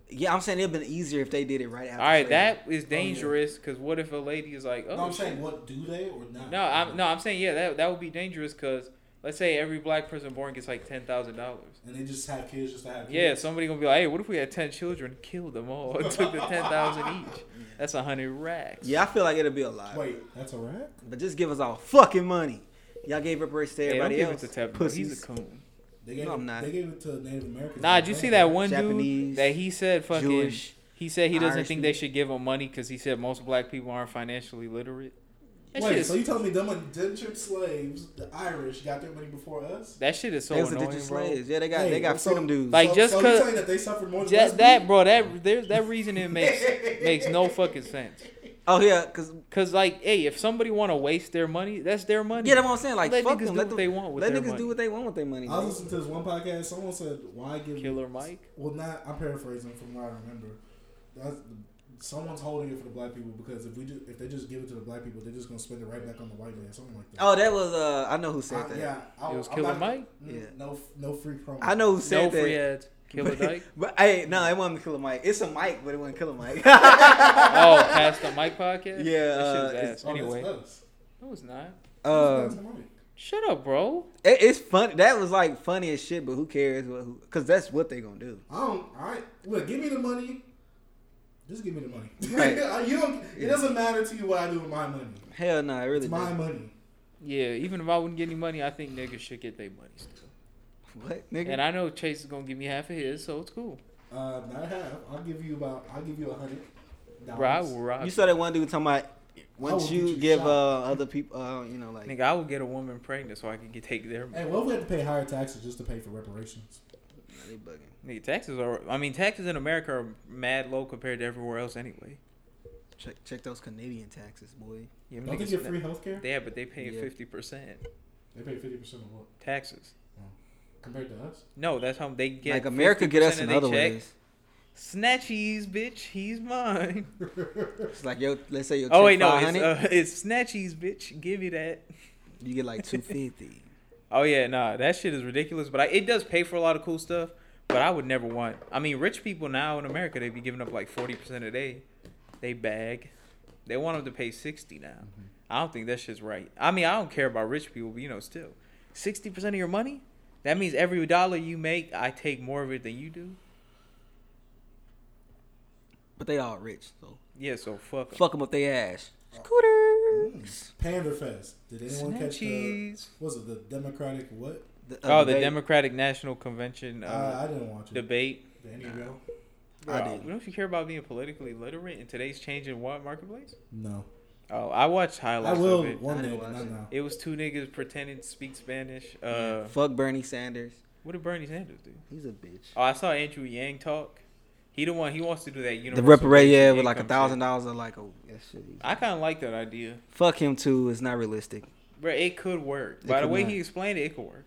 Speaker 3: yeah, I'm saying it'd been easier if they did it right after.
Speaker 2: all right,
Speaker 3: slavery. Oh,
Speaker 2: that is dangerous because what if a lady is like, oh,
Speaker 1: no, I'm
Speaker 2: shit.
Speaker 1: saying what do they or not?
Speaker 2: no, I'm no, I'm saying yeah, that that would be dangerous because let's say every black person born gets like ten thousand dollars.
Speaker 1: And they just have kids just to have kids.
Speaker 2: Yeah, somebody gonna be like, hey, what if we had ten children, killed them all, and took the ten thousand each? That's a hundred racks.
Speaker 3: Yeah, I feel like it'll be a lot.
Speaker 1: Wait, that's a rat?
Speaker 3: But just give us all fucking money. Y'all gave reparations to
Speaker 2: Hey, don't
Speaker 3: everybody
Speaker 2: give it
Speaker 3: else.
Speaker 2: to Tevin. bro.
Speaker 3: Pussies.
Speaker 2: He's a coon.
Speaker 1: They gave
Speaker 3: No,
Speaker 1: it,
Speaker 3: I'm not.
Speaker 1: They gave it to Native Americans.
Speaker 2: Nah, did you see that one
Speaker 3: Japanese,
Speaker 2: dude that he said fucking?
Speaker 3: Jewish.
Speaker 2: He said he doesn't
Speaker 3: Irish
Speaker 2: think they
Speaker 3: people.
Speaker 2: should give him money because he said most black people aren't financially literate. That, shit
Speaker 1: Wait,
Speaker 2: is,
Speaker 1: so you telling me them indentured slaves, the Irish, got their money before us?
Speaker 2: that shit is so
Speaker 3: they was
Speaker 2: annoying, bro.
Speaker 3: indentured slaves. Yeah, they got they
Speaker 1: Hey,
Speaker 3: got
Speaker 1: so-
Speaker 3: freedom dudes.
Speaker 2: Like,
Speaker 1: so,
Speaker 2: just
Speaker 1: so you
Speaker 2: cause-
Speaker 1: saying that they suffered more than us?
Speaker 2: That, that bro, that there's that reasoning makes makes no fucking sense.
Speaker 3: oh yeah, cause
Speaker 2: Cause like, hey, if somebody want to waste their money, that's their money.
Speaker 3: yeah, that's what I'm saying. Like
Speaker 2: Let
Speaker 3: fuck
Speaker 2: niggas do
Speaker 3: them. Let
Speaker 2: what
Speaker 3: them-
Speaker 2: they want with
Speaker 3: Let
Speaker 2: their
Speaker 3: niggas
Speaker 2: money.
Speaker 3: do what they want with their money.
Speaker 1: I was
Speaker 3: man.
Speaker 1: listening to this one podcast. Someone said, "Why give
Speaker 2: Killer Mike.
Speaker 1: Well, not. I'm paraphrasing from what I remember. That's, someone's holding it for the black people because if we do, if they just give it to the black people, they're just gonna spend it right back on the white man, something like that.
Speaker 3: Oh, that was uh, I know who said
Speaker 1: I-
Speaker 3: that.
Speaker 1: yeah, I,
Speaker 2: It was
Speaker 1: I'm
Speaker 2: Killer
Speaker 1: not-
Speaker 2: Mike?
Speaker 1: mm,
Speaker 3: Yeah.
Speaker 1: No, no free promo. Oh,
Speaker 3: I know who
Speaker 2: No
Speaker 3: said
Speaker 2: free
Speaker 3: that.
Speaker 2: ads. Killer Dyke.
Speaker 3: but hey, no, it wasn't Killer Mike. It's a Mike, but it wasn't Killer Mike.
Speaker 2: oh, past the Mike podcast.
Speaker 3: Yeah,
Speaker 2: That shit
Speaker 3: uh,
Speaker 2: is
Speaker 3: it's-
Speaker 2: ass.
Speaker 1: Oh,
Speaker 2: Anyway,
Speaker 1: that's us.
Speaker 2: no, it's not.
Speaker 3: uh,
Speaker 1: That's Mike.
Speaker 2: Shut up, bro.
Speaker 3: it, it's fun. That was like funny as shit, but who cares? What, who, Cause that's what they gonna do.
Speaker 1: I don't. I look. Give me the money. Just give me the money.
Speaker 3: Right.
Speaker 1: you don't. It
Speaker 3: Yeah.
Speaker 1: doesn't matter to you what I do with my money.
Speaker 3: Hell no, it really
Speaker 1: It's my
Speaker 3: doesn't.
Speaker 1: money.
Speaker 2: Yeah, even if I wouldn't get any money, I think niggas should get their money still.
Speaker 3: What nigga?
Speaker 2: And I know Chase is gonna give me half of his, so it's cool.
Speaker 1: Uh, not half. I'll give you about. I'll give you a hundred.
Speaker 2: Bro, I
Speaker 1: dollars.
Speaker 2: will rock.
Speaker 3: you
Speaker 2: You
Speaker 3: saw that one dude talking about once
Speaker 1: will get
Speaker 3: you,
Speaker 1: you
Speaker 3: give
Speaker 1: shot.
Speaker 3: uh, other people, uh, you know, like
Speaker 2: Nigga, I will get a woman pregnant so I can get take their money.
Speaker 1: Hey, what if we had to pay higher taxes just to pay for reparations?
Speaker 3: nah, they bugging.
Speaker 2: Nigga, taxes are. I mean, taxes in America are mad low compared to everywhere else anyway.
Speaker 3: Check check those Canadian taxes, boy.
Speaker 2: Yeah,
Speaker 1: Don't they
Speaker 2: niggas-
Speaker 1: get free healthcare?
Speaker 2: Yeah, but they pay
Speaker 3: Yeah.
Speaker 2: fifty percent
Speaker 1: They pay fifty percent of what
Speaker 2: taxes.
Speaker 1: compared to us.
Speaker 2: No, that's how they get.
Speaker 3: like America get us
Speaker 2: 50% of
Speaker 3: in
Speaker 2: they
Speaker 3: other
Speaker 2: check.
Speaker 3: ways.
Speaker 2: Snatchies, bitch, he's mine.
Speaker 3: It's like yo, let's say your
Speaker 2: Oh wait, no, it's,
Speaker 3: 500,
Speaker 2: uh, it's snatchies, bitch. Give me that.
Speaker 3: you get like 250.
Speaker 2: Oh yeah, nah, that shit is ridiculous. But I, it does pay for a lot of cool stuff. But I would never want. I mean, rich people now in America, they be giving up like forty percent a day. They bag. They want them to pay sixty now.
Speaker 3: Mm-hmm.
Speaker 2: I don't think that shit's right. I mean, I don't care about rich people, but you know, still, sixty percent of your money. That means every dollar you make, I take more of it than you do.
Speaker 3: but they all rich, so
Speaker 2: Yeah, so fuck 'em.
Speaker 3: fuck them up they ass. Scooters.
Speaker 1: Panda Fest. Did anyone catch the?
Speaker 2: Snatchies.
Speaker 1: Was it the Democratic what?
Speaker 2: Oh, the
Speaker 3: debate-
Speaker 2: Democratic National Convention
Speaker 1: I, I
Speaker 2: uh,
Speaker 1: didn't watch it. E
Speaker 2: debate.
Speaker 1: Did any of y'all?
Speaker 3: I
Speaker 2: Bro,
Speaker 3: didn't.
Speaker 2: Don't you care about being politically literate in today's changing what marketplace?
Speaker 1: No.
Speaker 2: Oh, I watched
Speaker 1: I
Speaker 2: highlights
Speaker 1: will
Speaker 2: of it.
Speaker 3: I
Speaker 1: one day,
Speaker 3: didn't
Speaker 1: but
Speaker 3: watch
Speaker 1: not
Speaker 3: it.
Speaker 1: now.
Speaker 2: It was two niggas pretending to speak Spanish. Uh,
Speaker 3: Fuck Bernie Sanders.
Speaker 2: What did Bernie Sanders do?
Speaker 3: He's a bitch.
Speaker 2: Oh, I saw Andrew Yang talk. He the one. He wants to do that.
Speaker 3: The
Speaker 2: Universal
Speaker 3: reparate, yeah,
Speaker 2: basic
Speaker 3: with like a
Speaker 2: income
Speaker 3: thousand
Speaker 2: shit.
Speaker 3: dollars or like a that shit.
Speaker 2: I kind of like that idea,
Speaker 3: Fuck him too. It's not realistic.
Speaker 2: bro. It could work.
Speaker 3: It
Speaker 2: By the
Speaker 3: could
Speaker 2: way
Speaker 3: not.
Speaker 2: he explained it, it could work.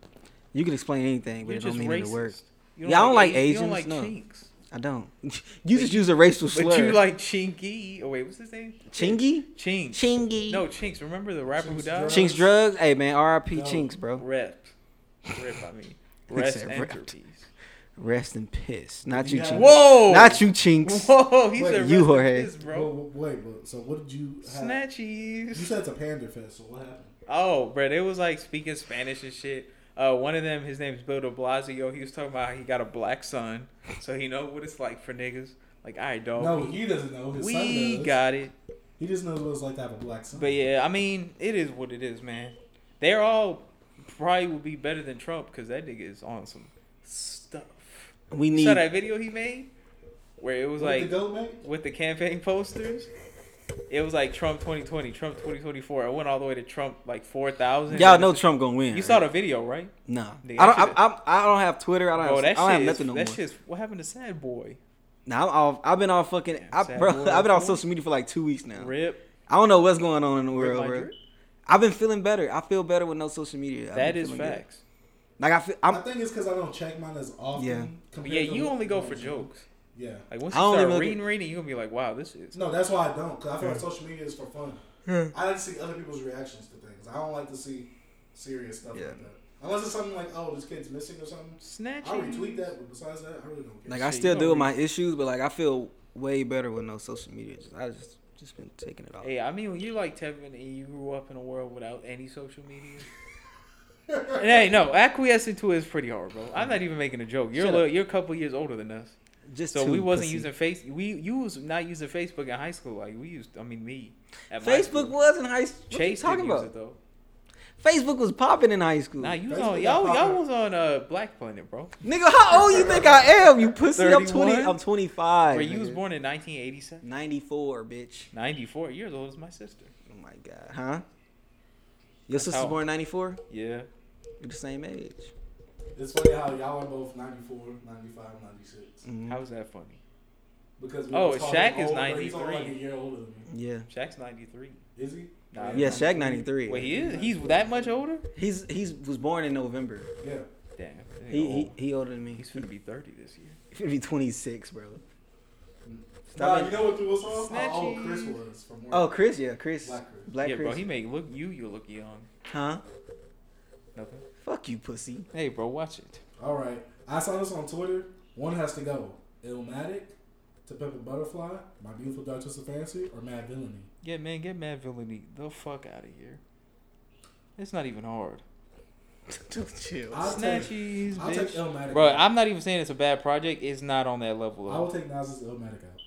Speaker 3: You can explain anything, but
Speaker 2: You're
Speaker 3: it don't
Speaker 2: just
Speaker 3: mean
Speaker 2: racist.
Speaker 3: it work.
Speaker 2: You
Speaker 3: Yeah, I don't like
Speaker 2: Asians, You don't
Speaker 3: Asians,
Speaker 2: like
Speaker 3: no.
Speaker 2: chinks.
Speaker 3: I don't. You just use a racial slur.
Speaker 2: But you like chinky. Oh wait, what's his name?
Speaker 3: Chingy?
Speaker 2: Chinks.
Speaker 3: Chingy.
Speaker 2: No, Chinks. Remember the rapper who
Speaker 1: Chinks
Speaker 2: died?
Speaker 1: Drug.
Speaker 3: Chinks drugs. Hey man, R.I.P.
Speaker 1: No.
Speaker 3: Chinks, bro.
Speaker 2: Rep. Rip. I mean, rest
Speaker 3: said
Speaker 2: and
Speaker 3: rep.
Speaker 2: peace.
Speaker 3: Rest in piss. Not you,
Speaker 1: Yeah.
Speaker 3: Chinks.
Speaker 2: Whoa!
Speaker 3: Not you, Chinks.
Speaker 2: Whoa! He
Speaker 1: Wait,
Speaker 2: said
Speaker 3: you,
Speaker 2: rest in
Speaker 3: Jorge.
Speaker 2: peace,
Speaker 1: Bro.
Speaker 2: bro.
Speaker 1: Well, wait, but so what did you have? uh, You
Speaker 2: Snatchies.
Speaker 1: said it's a Panda Fest. So what happened?
Speaker 2: Oh, bro, they was like speaking Spanish and shit. Uh, one of them, his name's Bill De Blasio. He was talking about how he got a black son, so he know what it's like for niggas. Like, all right, dog.
Speaker 1: No, he doesn't know. His
Speaker 2: Oh, we
Speaker 1: son does.
Speaker 2: got it.
Speaker 1: He just knows what it's like to have a black son.
Speaker 2: But yeah, I mean, it is what it is, man. They're all probably would be better than Trump because that nigga is on some stuff.
Speaker 3: We
Speaker 2: Saw
Speaker 3: need
Speaker 2: that video he made where it was
Speaker 1: What
Speaker 2: like
Speaker 1: did the goat make?
Speaker 2: with the campaign posters. It was like Trump 2020, Trump 2024. It went all the way to Trump like 4,000.
Speaker 3: y'all
Speaker 2: And
Speaker 3: know
Speaker 2: it's-
Speaker 3: Trump gonna win.
Speaker 2: You saw the video, right?
Speaker 3: No,
Speaker 2: Nigga,
Speaker 3: I
Speaker 2: that
Speaker 3: don't.
Speaker 2: shit is-
Speaker 3: I, I, I don't have Twitter. I don't.
Speaker 2: Bro,
Speaker 3: have,
Speaker 2: that
Speaker 3: I don't have
Speaker 2: shit
Speaker 3: nothing
Speaker 2: is,
Speaker 3: no
Speaker 2: that
Speaker 3: more.
Speaker 2: shit's what happened to Sad Boy?
Speaker 3: Now I'm off. I've been off fucking.
Speaker 2: Damn,
Speaker 3: I,
Speaker 2: sad
Speaker 3: bro,
Speaker 2: world,
Speaker 3: I've been off
Speaker 2: boy.
Speaker 3: social media for like two weeks now.
Speaker 2: Rip.
Speaker 3: I don't know what's going on in the
Speaker 2: Rip
Speaker 3: world,
Speaker 2: my
Speaker 3: bro.
Speaker 2: drip.
Speaker 3: I've been feeling better. I feel better with no social media. I've
Speaker 2: That
Speaker 3: been
Speaker 2: is
Speaker 3: feeling good.
Speaker 2: facts.
Speaker 3: Like I feel.
Speaker 1: i
Speaker 3: I'm,
Speaker 1: think it's because I don't check mine as often.
Speaker 3: Yeah.
Speaker 2: But
Speaker 1: compared
Speaker 2: yeah,
Speaker 1: to-
Speaker 2: you only go for jokes.
Speaker 1: Yeah.
Speaker 2: Like once
Speaker 3: I
Speaker 2: you
Speaker 3: only
Speaker 2: start
Speaker 3: look at-
Speaker 2: reading, reading, you're gonna be like, wow, this is.
Speaker 1: No, that's why I don't. Because I feel like
Speaker 2: Yeah.
Speaker 1: social media is for fun.
Speaker 3: Yeah.
Speaker 1: I like to see other people's reactions to things. I don't like to see serious stuff
Speaker 3: Yeah.
Speaker 1: like that. Unless it's something like, oh, this kid's missing or something.
Speaker 2: Snatch.
Speaker 1: I retweet that, but besides that, I really don't care.
Speaker 3: like I
Speaker 2: shit,
Speaker 3: still
Speaker 2: you
Speaker 3: deal with
Speaker 2: don't
Speaker 3: my issues, but like I feel way better with no social media. Just, I just just been taking it off.
Speaker 2: Hey, I mean, when you like Tevin and you grew up in a world without any social media. and hey, no, acquiescing to it is pretty hard, bro. I'm not even making a joke. You're a
Speaker 3: Shut
Speaker 2: little, you're a couple years older than us,
Speaker 3: Just
Speaker 2: so
Speaker 3: too
Speaker 2: we wasn't
Speaker 3: pussy.
Speaker 2: using face. We you was not using Facebook in high school. Like we used. I mean, me. at my
Speaker 3: Facebook
Speaker 2: school.
Speaker 3: was in high school. What
Speaker 2: Chase
Speaker 3: you talking
Speaker 2: didn't use
Speaker 3: about?
Speaker 2: it though.
Speaker 3: Facebook was popping in high school.
Speaker 2: Nah, you was
Speaker 1: Facebook got
Speaker 2: on y'all. Y'all
Speaker 1: popular.
Speaker 2: was on uh Black Planet, bro.
Speaker 3: Nigga, how old you think I am? You pussy. I'm twenty.
Speaker 2: 31?
Speaker 3: I'm twenty five.
Speaker 2: Where you was born in 1987,
Speaker 3: ninety four, bitch.
Speaker 2: 94 years old as my sister.
Speaker 3: Oh my god, huh? Your sister's
Speaker 2: how-
Speaker 3: born in 94?
Speaker 2: Yeah.
Speaker 3: You're the same age.
Speaker 1: It's funny how y'all are both 94, 95, 96.
Speaker 3: Mhm.
Speaker 2: How's that funny?
Speaker 1: Because we
Speaker 2: Oh,
Speaker 1: was talking
Speaker 2: Shaq is
Speaker 1: old, but He's only like
Speaker 2: 93.
Speaker 1: a year older than me.
Speaker 3: Yeah.
Speaker 2: Shaq's 93.
Speaker 1: Is he?
Speaker 2: Nah,
Speaker 3: Yeah, Shaq 93.
Speaker 2: Wait, he is. He's that much older?
Speaker 3: He's he's was born in November.
Speaker 1: Yeah.
Speaker 2: Damn. that nigga oh.
Speaker 3: He he,
Speaker 2: old.
Speaker 3: he older than me.
Speaker 2: he's gonna be 30 this year.
Speaker 3: He's gonna be 26, bro.
Speaker 1: Nah,
Speaker 3: Stop it.
Speaker 1: you know what threw us off? How old
Speaker 2: Snatchies.
Speaker 1: Chris was from work.
Speaker 3: Oh, Chris, yeah, Chris.
Speaker 1: Black Chris.
Speaker 3: Black
Speaker 2: yeah,
Speaker 3: Chris.
Speaker 2: bro. He make look you. You look young.
Speaker 3: huh?
Speaker 2: Nothing.
Speaker 3: Fuck you, pussy.
Speaker 2: Hey, bro. Watch it.
Speaker 1: All right. I saw this on Twitter. One has to go. Illmatic, To Pimp a Butterfly, My Beautiful Dark Twisted Fancy, or Mad Villainy.
Speaker 2: Yeah, man. Get Mad Villainy the fuck out of here. It's not even hard.
Speaker 3: Just chill.
Speaker 1: I'll take,
Speaker 2: Snatchies,
Speaker 1: I'll take
Speaker 2: bitch.
Speaker 1: Illmatic.
Speaker 2: Bro,
Speaker 1: out.
Speaker 2: I'm not even saying it's a bad project. It's not on that level.
Speaker 1: I
Speaker 2: At all.
Speaker 1: will take Nas's Illmatic out.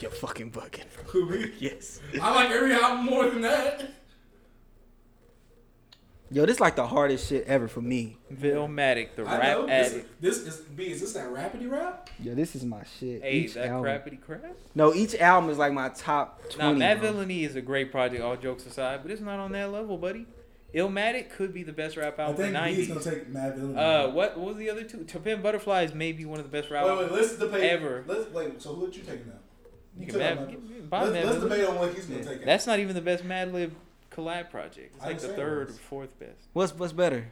Speaker 3: You're fucking bugging, bro. Yes.
Speaker 1: I like every album more than that.
Speaker 3: Yo, this like the hardest shit ever for me.
Speaker 2: Villmatic, the
Speaker 1: I know.
Speaker 2: rap
Speaker 1: This,
Speaker 2: addict.
Speaker 1: this is B. Is this that rapidy rap?
Speaker 3: Yo, this is my shit.
Speaker 2: Hey, that crappity crap.
Speaker 3: No, each album is like my top
Speaker 2: Now,
Speaker 3: 20.
Speaker 2: Mad
Speaker 3: bro.
Speaker 2: Villainy is a great project, all jokes aside, but it's not on that level, buddy. Illmatic could be the best rap
Speaker 1: I
Speaker 2: album in
Speaker 1: think
Speaker 2: the
Speaker 1: B is gonna
Speaker 2: 90s.
Speaker 1: take Mad Villainy.
Speaker 2: Uh, what, what was the other two? To Pimp Butterfly is maybe one of the best rap
Speaker 1: wait, wait.
Speaker 2: albums.
Speaker 1: Let's debate.
Speaker 2: ever.
Speaker 1: Let's wait. So who would you take now?
Speaker 2: You
Speaker 1: You
Speaker 2: can
Speaker 1: took out
Speaker 2: Mad-
Speaker 1: Mad-
Speaker 2: get- buy
Speaker 1: Let's,
Speaker 2: Mad
Speaker 1: let's
Speaker 2: Villainy.
Speaker 1: debate on what he's gonna
Speaker 3: Yeah.
Speaker 1: take. out.
Speaker 2: That's not even the best Mad Lib collab project. It's
Speaker 1: I
Speaker 2: like
Speaker 1: didn't say
Speaker 2: the
Speaker 1: it
Speaker 2: third or
Speaker 1: was.
Speaker 2: fourth best.
Speaker 3: What's what's better?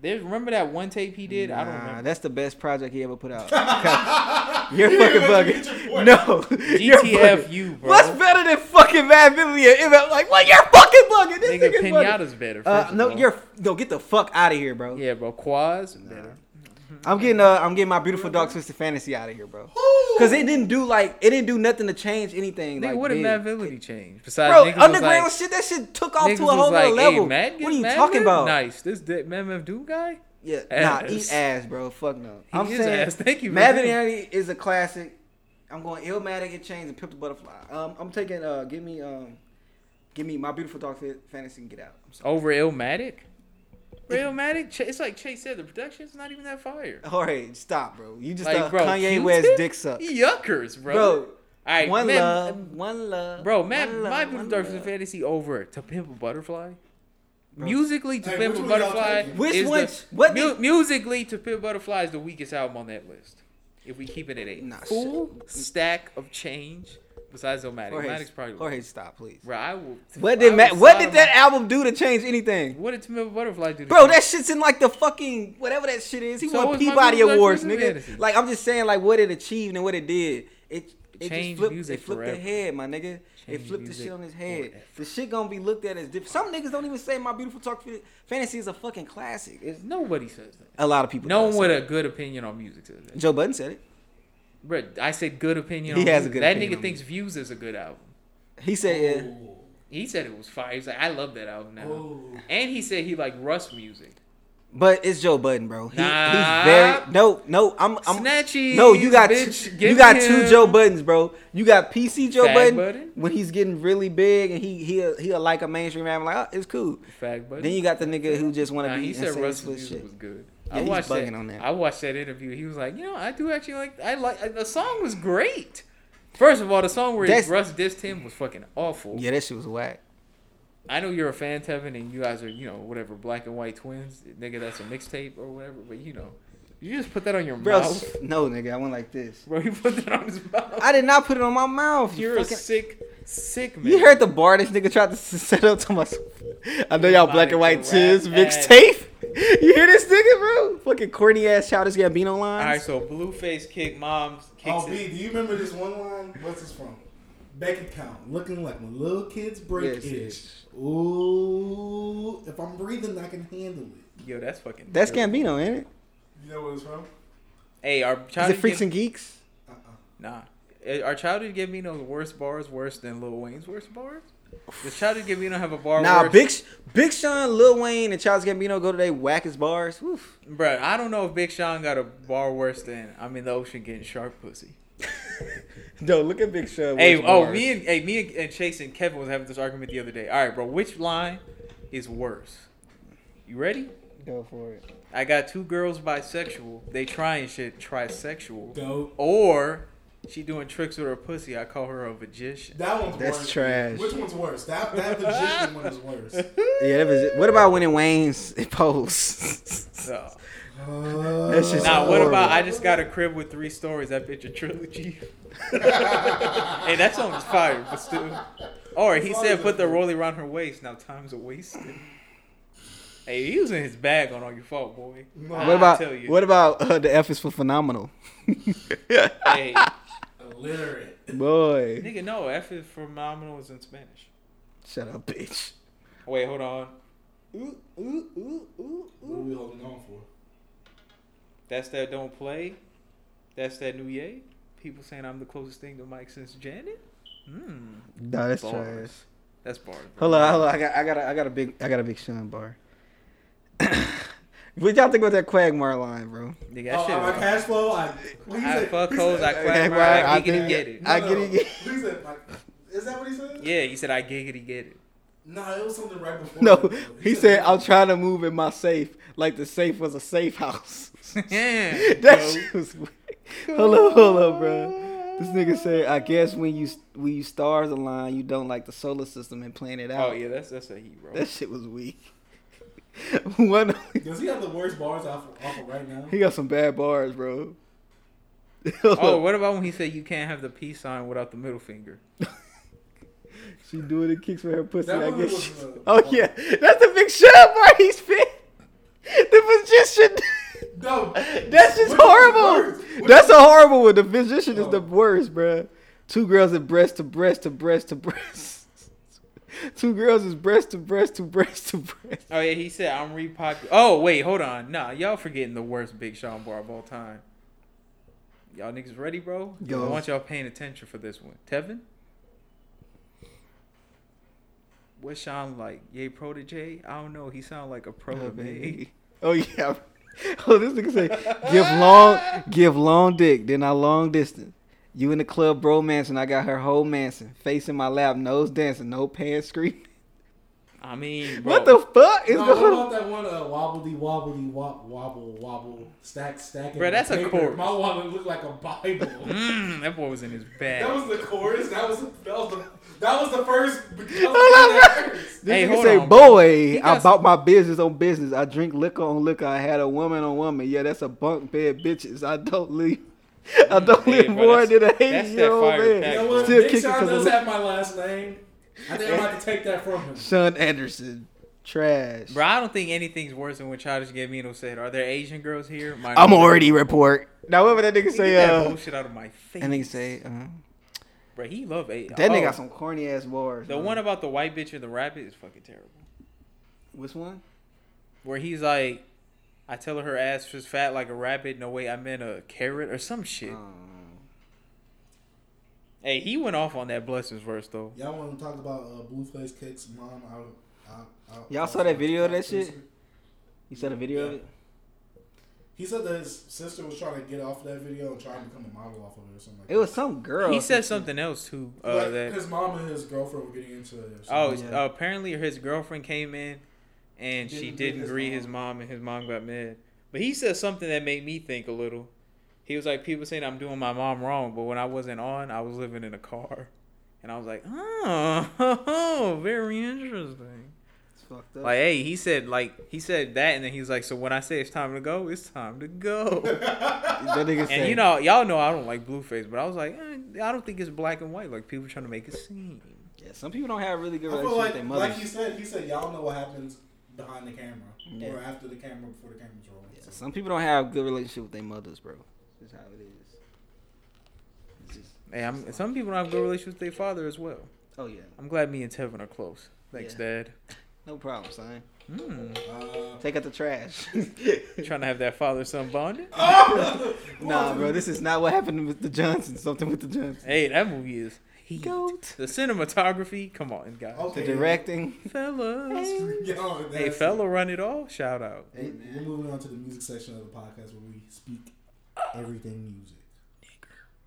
Speaker 2: There's remember that one tape he did. I don't
Speaker 3: Nah,
Speaker 2: remember.
Speaker 3: That's the best project he ever put out. 'Cause you're fucking bugging. No, you're bugging.
Speaker 2: GTFU, bro.
Speaker 3: What's better than fucking Mad Billy and MF? Like, well, you're fucking bugging. This
Speaker 2: Nigga,
Speaker 3: nigga's bugging.
Speaker 2: pinata's better.
Speaker 3: Uh,
Speaker 2: first of
Speaker 3: no,
Speaker 2: all.
Speaker 3: you're no. Get the fuck out of here, bro.
Speaker 2: Yeah, bro. Quaz better.
Speaker 3: I'm getting uh, I'm getting my beautiful dark twisted fantasy out of here, bro. Cause it didn't do like it didn't do nothing to change anything.
Speaker 2: Nigga,
Speaker 3: like,
Speaker 2: what did
Speaker 3: big.
Speaker 2: Mad Villainy change? Besides,
Speaker 3: Bro,
Speaker 2: niggas was
Speaker 3: underground
Speaker 2: like,
Speaker 3: shit. That shit took off
Speaker 2: niggas
Speaker 3: to a
Speaker 2: was
Speaker 3: whole
Speaker 2: like,
Speaker 3: nother level.
Speaker 2: Hey, Mad
Speaker 3: what are you
Speaker 2: Mad
Speaker 3: talking
Speaker 2: Villainy?
Speaker 3: about?
Speaker 2: Nice. This dead Mad Meth Doom guy?
Speaker 3: Yeah, nah, eat
Speaker 2: Ass.
Speaker 3: ass, bro. Fuck no. I'm
Speaker 2: is
Speaker 3: saying
Speaker 2: ass. Thank you,
Speaker 3: Mad
Speaker 2: man.
Speaker 3: Villainy is a classic. I'm going Illmatic and Chains and Pimp the Butterfly. Um, I'm taking uh, give me um, give me my beautiful dark Fa- fantasy and get out. I'm sorry.
Speaker 2: Over Illmatic? Illmatic? Ch- It's like Chase said, the production's not even that fire.
Speaker 3: All right, stop, bro. You just uh,
Speaker 2: Like, bro,
Speaker 3: Kanye
Speaker 2: Q-tip?
Speaker 3: West dick suck,
Speaker 2: Yuckers, bro.
Speaker 3: bro.
Speaker 2: All right,
Speaker 3: one
Speaker 2: man,
Speaker 3: love, one love,
Speaker 2: Bro, Mad,
Speaker 3: one love,
Speaker 2: My Beautiful
Speaker 3: one
Speaker 2: Dark
Speaker 3: love.
Speaker 2: Fantasy over to Pimp a Butterfly?
Speaker 3: Bro.
Speaker 2: Musically, to
Speaker 1: Hey,
Speaker 2: Pimp
Speaker 1: which
Speaker 2: a
Speaker 1: one y'all
Speaker 2: Butterfly.
Speaker 1: taking?
Speaker 3: Which
Speaker 2: is
Speaker 3: one-
Speaker 2: the-
Speaker 3: what
Speaker 2: mu-
Speaker 3: did-
Speaker 2: musically, to Pimp a Butterfly is the weakest album on that list. If we keep it at eight,
Speaker 3: Nah, shit.
Speaker 2: full stack of change besides Illmatic.
Speaker 3: Jorge,
Speaker 2: Illmatic's probably.
Speaker 3: Jorge, stop, please.
Speaker 2: Bro, I will.
Speaker 3: What did
Speaker 2: I
Speaker 3: Ma-
Speaker 2: will
Speaker 3: What
Speaker 2: slide
Speaker 3: did
Speaker 2: on
Speaker 3: that
Speaker 2: my-
Speaker 3: album do to change anything?
Speaker 2: What did Pimp a Butterfly do? to
Speaker 3: Bro,
Speaker 2: you?
Speaker 3: that shit's in like the fucking whatever that shit is. He
Speaker 2: So
Speaker 3: won
Speaker 2: is my
Speaker 3: Peabody
Speaker 2: Music Life
Speaker 3: Awards,
Speaker 2: Music
Speaker 3: nigga.
Speaker 2: Fantasy.
Speaker 3: Like I'm just saying, like what it achieved and what it did. It it
Speaker 2: Changed
Speaker 3: just flipped,
Speaker 2: music
Speaker 3: it flipped the
Speaker 2: forever.
Speaker 3: head, my nigga. it
Speaker 2: Changed
Speaker 3: flipped the
Speaker 2: music
Speaker 3: shit on his head.
Speaker 2: forever.
Speaker 3: The shit gonna be looked at as different. Some niggas don't even say my beautiful talk Fa- fantasy is a fucking classic. It's,
Speaker 2: Nobody says that.
Speaker 3: a lot of people.
Speaker 2: No one
Speaker 3: don't say
Speaker 2: with
Speaker 3: it.
Speaker 2: a good opinion on music says that.
Speaker 3: Joe Budden said it.
Speaker 2: Bro, I said good opinion.
Speaker 3: He
Speaker 2: on
Speaker 3: has a
Speaker 2: music.
Speaker 3: good
Speaker 2: That
Speaker 3: opinion
Speaker 2: nigga
Speaker 3: on
Speaker 2: thinks Views is a good album.
Speaker 3: He
Speaker 2: Oh.
Speaker 3: said, yeah.
Speaker 1: Oh,
Speaker 2: He said it was fire. He's like, I love that album now.
Speaker 1: Ooh.
Speaker 2: And he said he liked Russ music.
Speaker 3: but it's Joe Budden, bro. He,
Speaker 2: Nah.
Speaker 3: He's very no, no. I'm, I'm
Speaker 2: Snatchy.
Speaker 3: No, you got
Speaker 2: bitch,
Speaker 3: two,
Speaker 2: give
Speaker 3: you got
Speaker 2: me
Speaker 3: two
Speaker 2: him.
Speaker 3: Joe Buttons, bro. You got PC Joe
Speaker 2: Fag
Speaker 3: Button,
Speaker 2: Budden?
Speaker 3: when he's getting really big and he he he'll like a mainstream man. I'm like, oh, it's cool.
Speaker 2: Fact, buddy.
Speaker 3: Then you got the nigga who just want to
Speaker 2: Nah,
Speaker 3: be
Speaker 2: he said
Speaker 3: insane
Speaker 2: Russ
Speaker 3: with
Speaker 2: music
Speaker 3: shit.
Speaker 2: was good.
Speaker 3: Yeah,
Speaker 2: I
Speaker 3: he's
Speaker 2: watched
Speaker 3: bugging
Speaker 2: that.
Speaker 3: on that.
Speaker 2: I watched that interview. He was like, you know, I do actually like. I like the song was great. First of all, the song where
Speaker 3: That's-
Speaker 2: Russ dissed him was fucking awful.
Speaker 3: Yeah, that shit was whack.
Speaker 2: I know you're a fan, Tevin, and you guys are, you know, whatever, black and white twins. Nigga, that's a mixtape or whatever, but you know. You just put that on your
Speaker 3: Bro,
Speaker 2: mouth.
Speaker 3: no nigga, I went like this.
Speaker 2: Bro, you put that on his mouth.
Speaker 3: I did not put it on my mouth. You
Speaker 2: you're a
Speaker 3: fucking.
Speaker 2: sick, sick man.
Speaker 3: You heard the bar this nigga tried to s- set up to my. I know y'all black and white
Speaker 2: Monica rap
Speaker 3: chiz
Speaker 2: ass.
Speaker 3: mixtape. You hear this nigga, bro? Fucking corny ass childish Gambino
Speaker 2: All right,
Speaker 3: lines.
Speaker 2: so Blueface kick moms kicks
Speaker 1: Oh, B,
Speaker 2: his-
Speaker 1: do you remember this one line? What's this from? Bank account looking like my little kid's break
Speaker 3: Yes,
Speaker 1: itch.
Speaker 3: yes.
Speaker 1: Ooh, if I'm breathing, I can handle it.
Speaker 2: Yo, that's fucking.
Speaker 3: That's
Speaker 2: terrible.
Speaker 3: Gambino, ain't it?
Speaker 1: You know what it's from?
Speaker 2: Hey, our
Speaker 3: Is
Speaker 2: child
Speaker 3: it Freaks and Geeks?
Speaker 1: Uh-uh.
Speaker 2: Nah. Uh, Are Childish Gambino's worst bars worse than Lil Wayne's worst bars? Does Childish Gambino have a bar
Speaker 3: Nah,
Speaker 2: worse?
Speaker 3: Big Sh- Big Sean, Lil Wayne, and Charles Gambino go to their wackest bars. Oof.
Speaker 2: Bruh, I don't know if Big Sean got a bar worse than I'm in the ocean getting shark pussy.
Speaker 3: Yo, look at Big Sean.
Speaker 2: Hey,
Speaker 3: with
Speaker 2: oh,
Speaker 3: bars.
Speaker 2: me and hey, me and, and Chase and Kevin was having this argument the other day. All right, bro, which line is worse? You ready?
Speaker 3: Go for it.
Speaker 2: I got two girls bisexual. They trying shit trisexual,
Speaker 1: Dope.
Speaker 2: or she doing tricks with her pussy. I call her a magician.
Speaker 1: That one's
Speaker 3: That's
Speaker 1: worse.
Speaker 3: trash.
Speaker 1: Which one's worse? That that legitimate one is worse.
Speaker 3: Yeah, that was it. What about when it Wayne's pose?
Speaker 2: So,
Speaker 1: Uh,
Speaker 3: That's just-
Speaker 2: nah, what
Speaker 3: horrible.
Speaker 2: about I just got a crib with three stories? That bitch a trilogy. hey, that song is fire, but still. Or he said, put the rollie around her waist. Now time's a wasted. Hey, he was in his bag on all your fault, boy. I
Speaker 3: what about
Speaker 2: tell you.
Speaker 3: what about uh, the F is for phenomenal?
Speaker 2: Hey,
Speaker 1: illiterate.
Speaker 3: Boy,
Speaker 2: nigga, no, F is phenomenal is in Spanish.
Speaker 3: shut up, bitch.
Speaker 2: Wait, hold on.
Speaker 3: Ooh, ooh, ooh, ooh,
Speaker 1: What are we holding on for?
Speaker 2: That's that don't play. That's that new yay. People saying I'm the closest thing to Mike since Janet. Mm,
Speaker 3: No, that's
Speaker 2: Bars.
Speaker 3: trash.
Speaker 2: that's bars. bro.
Speaker 3: Hold on, hold on. I got, I got, a, I got a big, I got a big Sean bar. what y'all think about that Quagmire line, bro?
Speaker 2: Nigga, that
Speaker 1: Oh,
Speaker 2: shit.
Speaker 1: my
Speaker 2: was-
Speaker 1: cash flow. I, what you
Speaker 2: I
Speaker 1: say?
Speaker 2: fuck
Speaker 1: He
Speaker 2: hoes, I
Speaker 1: said-
Speaker 2: quack my,
Speaker 3: Quagmire, I
Speaker 2: I giggity
Speaker 3: think-
Speaker 2: get it.
Speaker 3: I get it, get it.
Speaker 1: He said, like, is that what he said?
Speaker 2: Yeah, he said I giggity get it.
Speaker 1: No, it was something right before.
Speaker 3: No,
Speaker 1: that.
Speaker 3: he said I'm trying to move in my safe, like the safe was a safe house.
Speaker 2: Yeah,
Speaker 3: that
Speaker 2: bro.
Speaker 3: shit was weird. Hold up, hold up, bro. This nigga said, I guess when you when you stars align, you don't like the solar system and plan it out.
Speaker 2: Oh yeah, that's that's a heat, bro.
Speaker 3: That shit was weak. One,
Speaker 1: Does he have the worst bars off of, off of right now?
Speaker 3: he got some bad bars, bro.
Speaker 2: oh, what about when he said you can't have the peace sign without the middle finger?
Speaker 3: She doing the kicks with her pussy.
Speaker 1: That
Speaker 3: I
Speaker 1: one
Speaker 3: guess. Oh,
Speaker 1: was,
Speaker 3: she-
Speaker 1: uh,
Speaker 3: oh yeah, that's a big shot, bro. He's fit. The physician.
Speaker 1: No.
Speaker 3: That's just
Speaker 1: Which is
Speaker 3: horrible.
Speaker 1: worse? Which
Speaker 3: That's a horrible one. The physician is the
Speaker 1: Oh.
Speaker 3: worst, bruh. Two girls at breast to breast to breast to breast. Two girls is breast to breast to breast to breast.
Speaker 2: Oh yeah, he said I'm repopulating. Oh wait, hold on. Nah, y'all forgetting the worst Big Sean bar of all time. Y'all niggas ready, bro?
Speaker 3: Yo.
Speaker 2: I want y'all paying attention for this one. Tevin, what's Sean like? Yay protege? I don't know. He sound like a pro to me.
Speaker 3: Oh yeah. Oh, this nigga say, give long, give long dick, then I long distance. You in the club bromancing, I got her whole mansion. Face in my lap, nose dancing, no pants screaming.
Speaker 2: I mean, bro,
Speaker 3: What the fuck is
Speaker 1: No, what
Speaker 3: going on?
Speaker 1: about that one uh, wobbledy wobbledy wop wobble wobble stack stack?
Speaker 2: Bruh, that's a chorus.
Speaker 1: My wallet looked like a Bible.
Speaker 2: Mm, that boy was in his
Speaker 1: that
Speaker 2: bag.
Speaker 1: was the chorus. That was that was the that was the first. That was the first.
Speaker 3: This
Speaker 2: Hey,
Speaker 3: nigga
Speaker 2: hold
Speaker 3: say,
Speaker 2: on, bro. He
Speaker 3: boy, I
Speaker 2: got
Speaker 3: bought my business on business. I drink liquor on liquor. I had a woman on woman. Yeah, that's a bunk bed, bitches. I don't leave. I don't
Speaker 2: hey,
Speaker 3: live
Speaker 2: bro,
Speaker 3: more
Speaker 2: that's-
Speaker 3: than a
Speaker 2: that's that
Speaker 3: 80 year old
Speaker 2: fire
Speaker 3: man.
Speaker 2: back,
Speaker 1: You know what?
Speaker 3: Still
Speaker 1: Big
Speaker 3: kicking
Speaker 1: Sean
Speaker 3: 'cause
Speaker 1: does
Speaker 3: of-
Speaker 1: have my last name. I think I'm about to take that from him.
Speaker 3: Sean Anderson, trash.
Speaker 2: Bro, I don't think anything's worse than when Childish Gambino said, "Are there Asian girls here?" My
Speaker 3: I'm already report. Now, whatever that nigga
Speaker 2: Get
Speaker 3: say,
Speaker 2: that
Speaker 3: uh,
Speaker 2: bullshit out of my face.
Speaker 3: that nigga say, uh,
Speaker 2: bro, he love Asian.
Speaker 3: that nigga got some corny ass bars.
Speaker 2: Oh. The
Speaker 3: bro.
Speaker 2: one about the white bitch and the rabbit is fucking terrible.
Speaker 3: which one?
Speaker 2: Where he's like, I tell her her ass is fat like a rabbit. No way, I meant a carrot or some shit.
Speaker 3: Um,
Speaker 2: Hey, he went off on that blessings verse though.
Speaker 1: Y'all want to talk about uh, Blueface kicks mom out? out, out
Speaker 3: Y'all saw that video of that shit? you saw the video of
Speaker 1: Yeah.
Speaker 3: it?
Speaker 1: He said that his sister was trying to get off that video and trying to become a model off of it or something. Like
Speaker 3: It was some girl.
Speaker 2: He said something else too.
Speaker 1: that.
Speaker 2: Uh,
Speaker 1: Like,
Speaker 2: that
Speaker 1: his mom and his girlfriend were getting into it. Or something.
Speaker 2: oh,
Speaker 3: Yeah.
Speaker 2: uh, apparently his girlfriend came in and she
Speaker 1: Didn't greet
Speaker 2: didn't
Speaker 1: his
Speaker 2: greet
Speaker 1: mom.
Speaker 2: his mom, and his mom got mad. But he said something that made me think a little. He was like, people saying I'm doing my mom wrong, but when I wasn't on, I was living in a car, and I was like, oh, very interesting.
Speaker 3: It's fucked up.
Speaker 2: Like, hey, he said, like, he said that, and then he was like, so when I say it's time to go, it's time to go.
Speaker 3: that nigga said,
Speaker 2: and you know, y'all know I don't like Blueface, but I was like, eh, I don't think it's black and white. Like, people trying to make a scene.
Speaker 3: yeah, some people don't have really good
Speaker 1: I feel
Speaker 3: relationships with
Speaker 1: like,
Speaker 3: their
Speaker 1: like
Speaker 3: mothers.
Speaker 1: he said, he said y'all know what happens behind the camera
Speaker 3: Yeah.
Speaker 1: or after the camera before the camera's rolling.
Speaker 3: Yeah, some people don't have good relationship with their mothers, bro. That's how it is. It's just,
Speaker 2: Hey, I'm, some people don't have good relationships with their father as well.
Speaker 3: oh yeah,
Speaker 2: I'm glad me and Tevin are close. Thanks, Dad.
Speaker 3: no problem, son.
Speaker 2: Mm.
Speaker 1: Uh,
Speaker 3: Take out the trash.
Speaker 2: Trying to have that father-son bonding.
Speaker 1: uh,
Speaker 3: nah, bro, this is not what happened with the Johnson. Something with the Johnson.
Speaker 2: Hey, that movie is heat.
Speaker 3: Goat.
Speaker 2: The cinematography, come on, guys.
Speaker 3: The
Speaker 1: Okay.
Speaker 3: directing.
Speaker 2: Fellas.
Speaker 1: Yo,
Speaker 2: Oh. Hey,
Speaker 1: that's-
Speaker 2: fella, run it all. Shout out.
Speaker 1: We're we're moving on to the music section of the podcast where we speak everything music.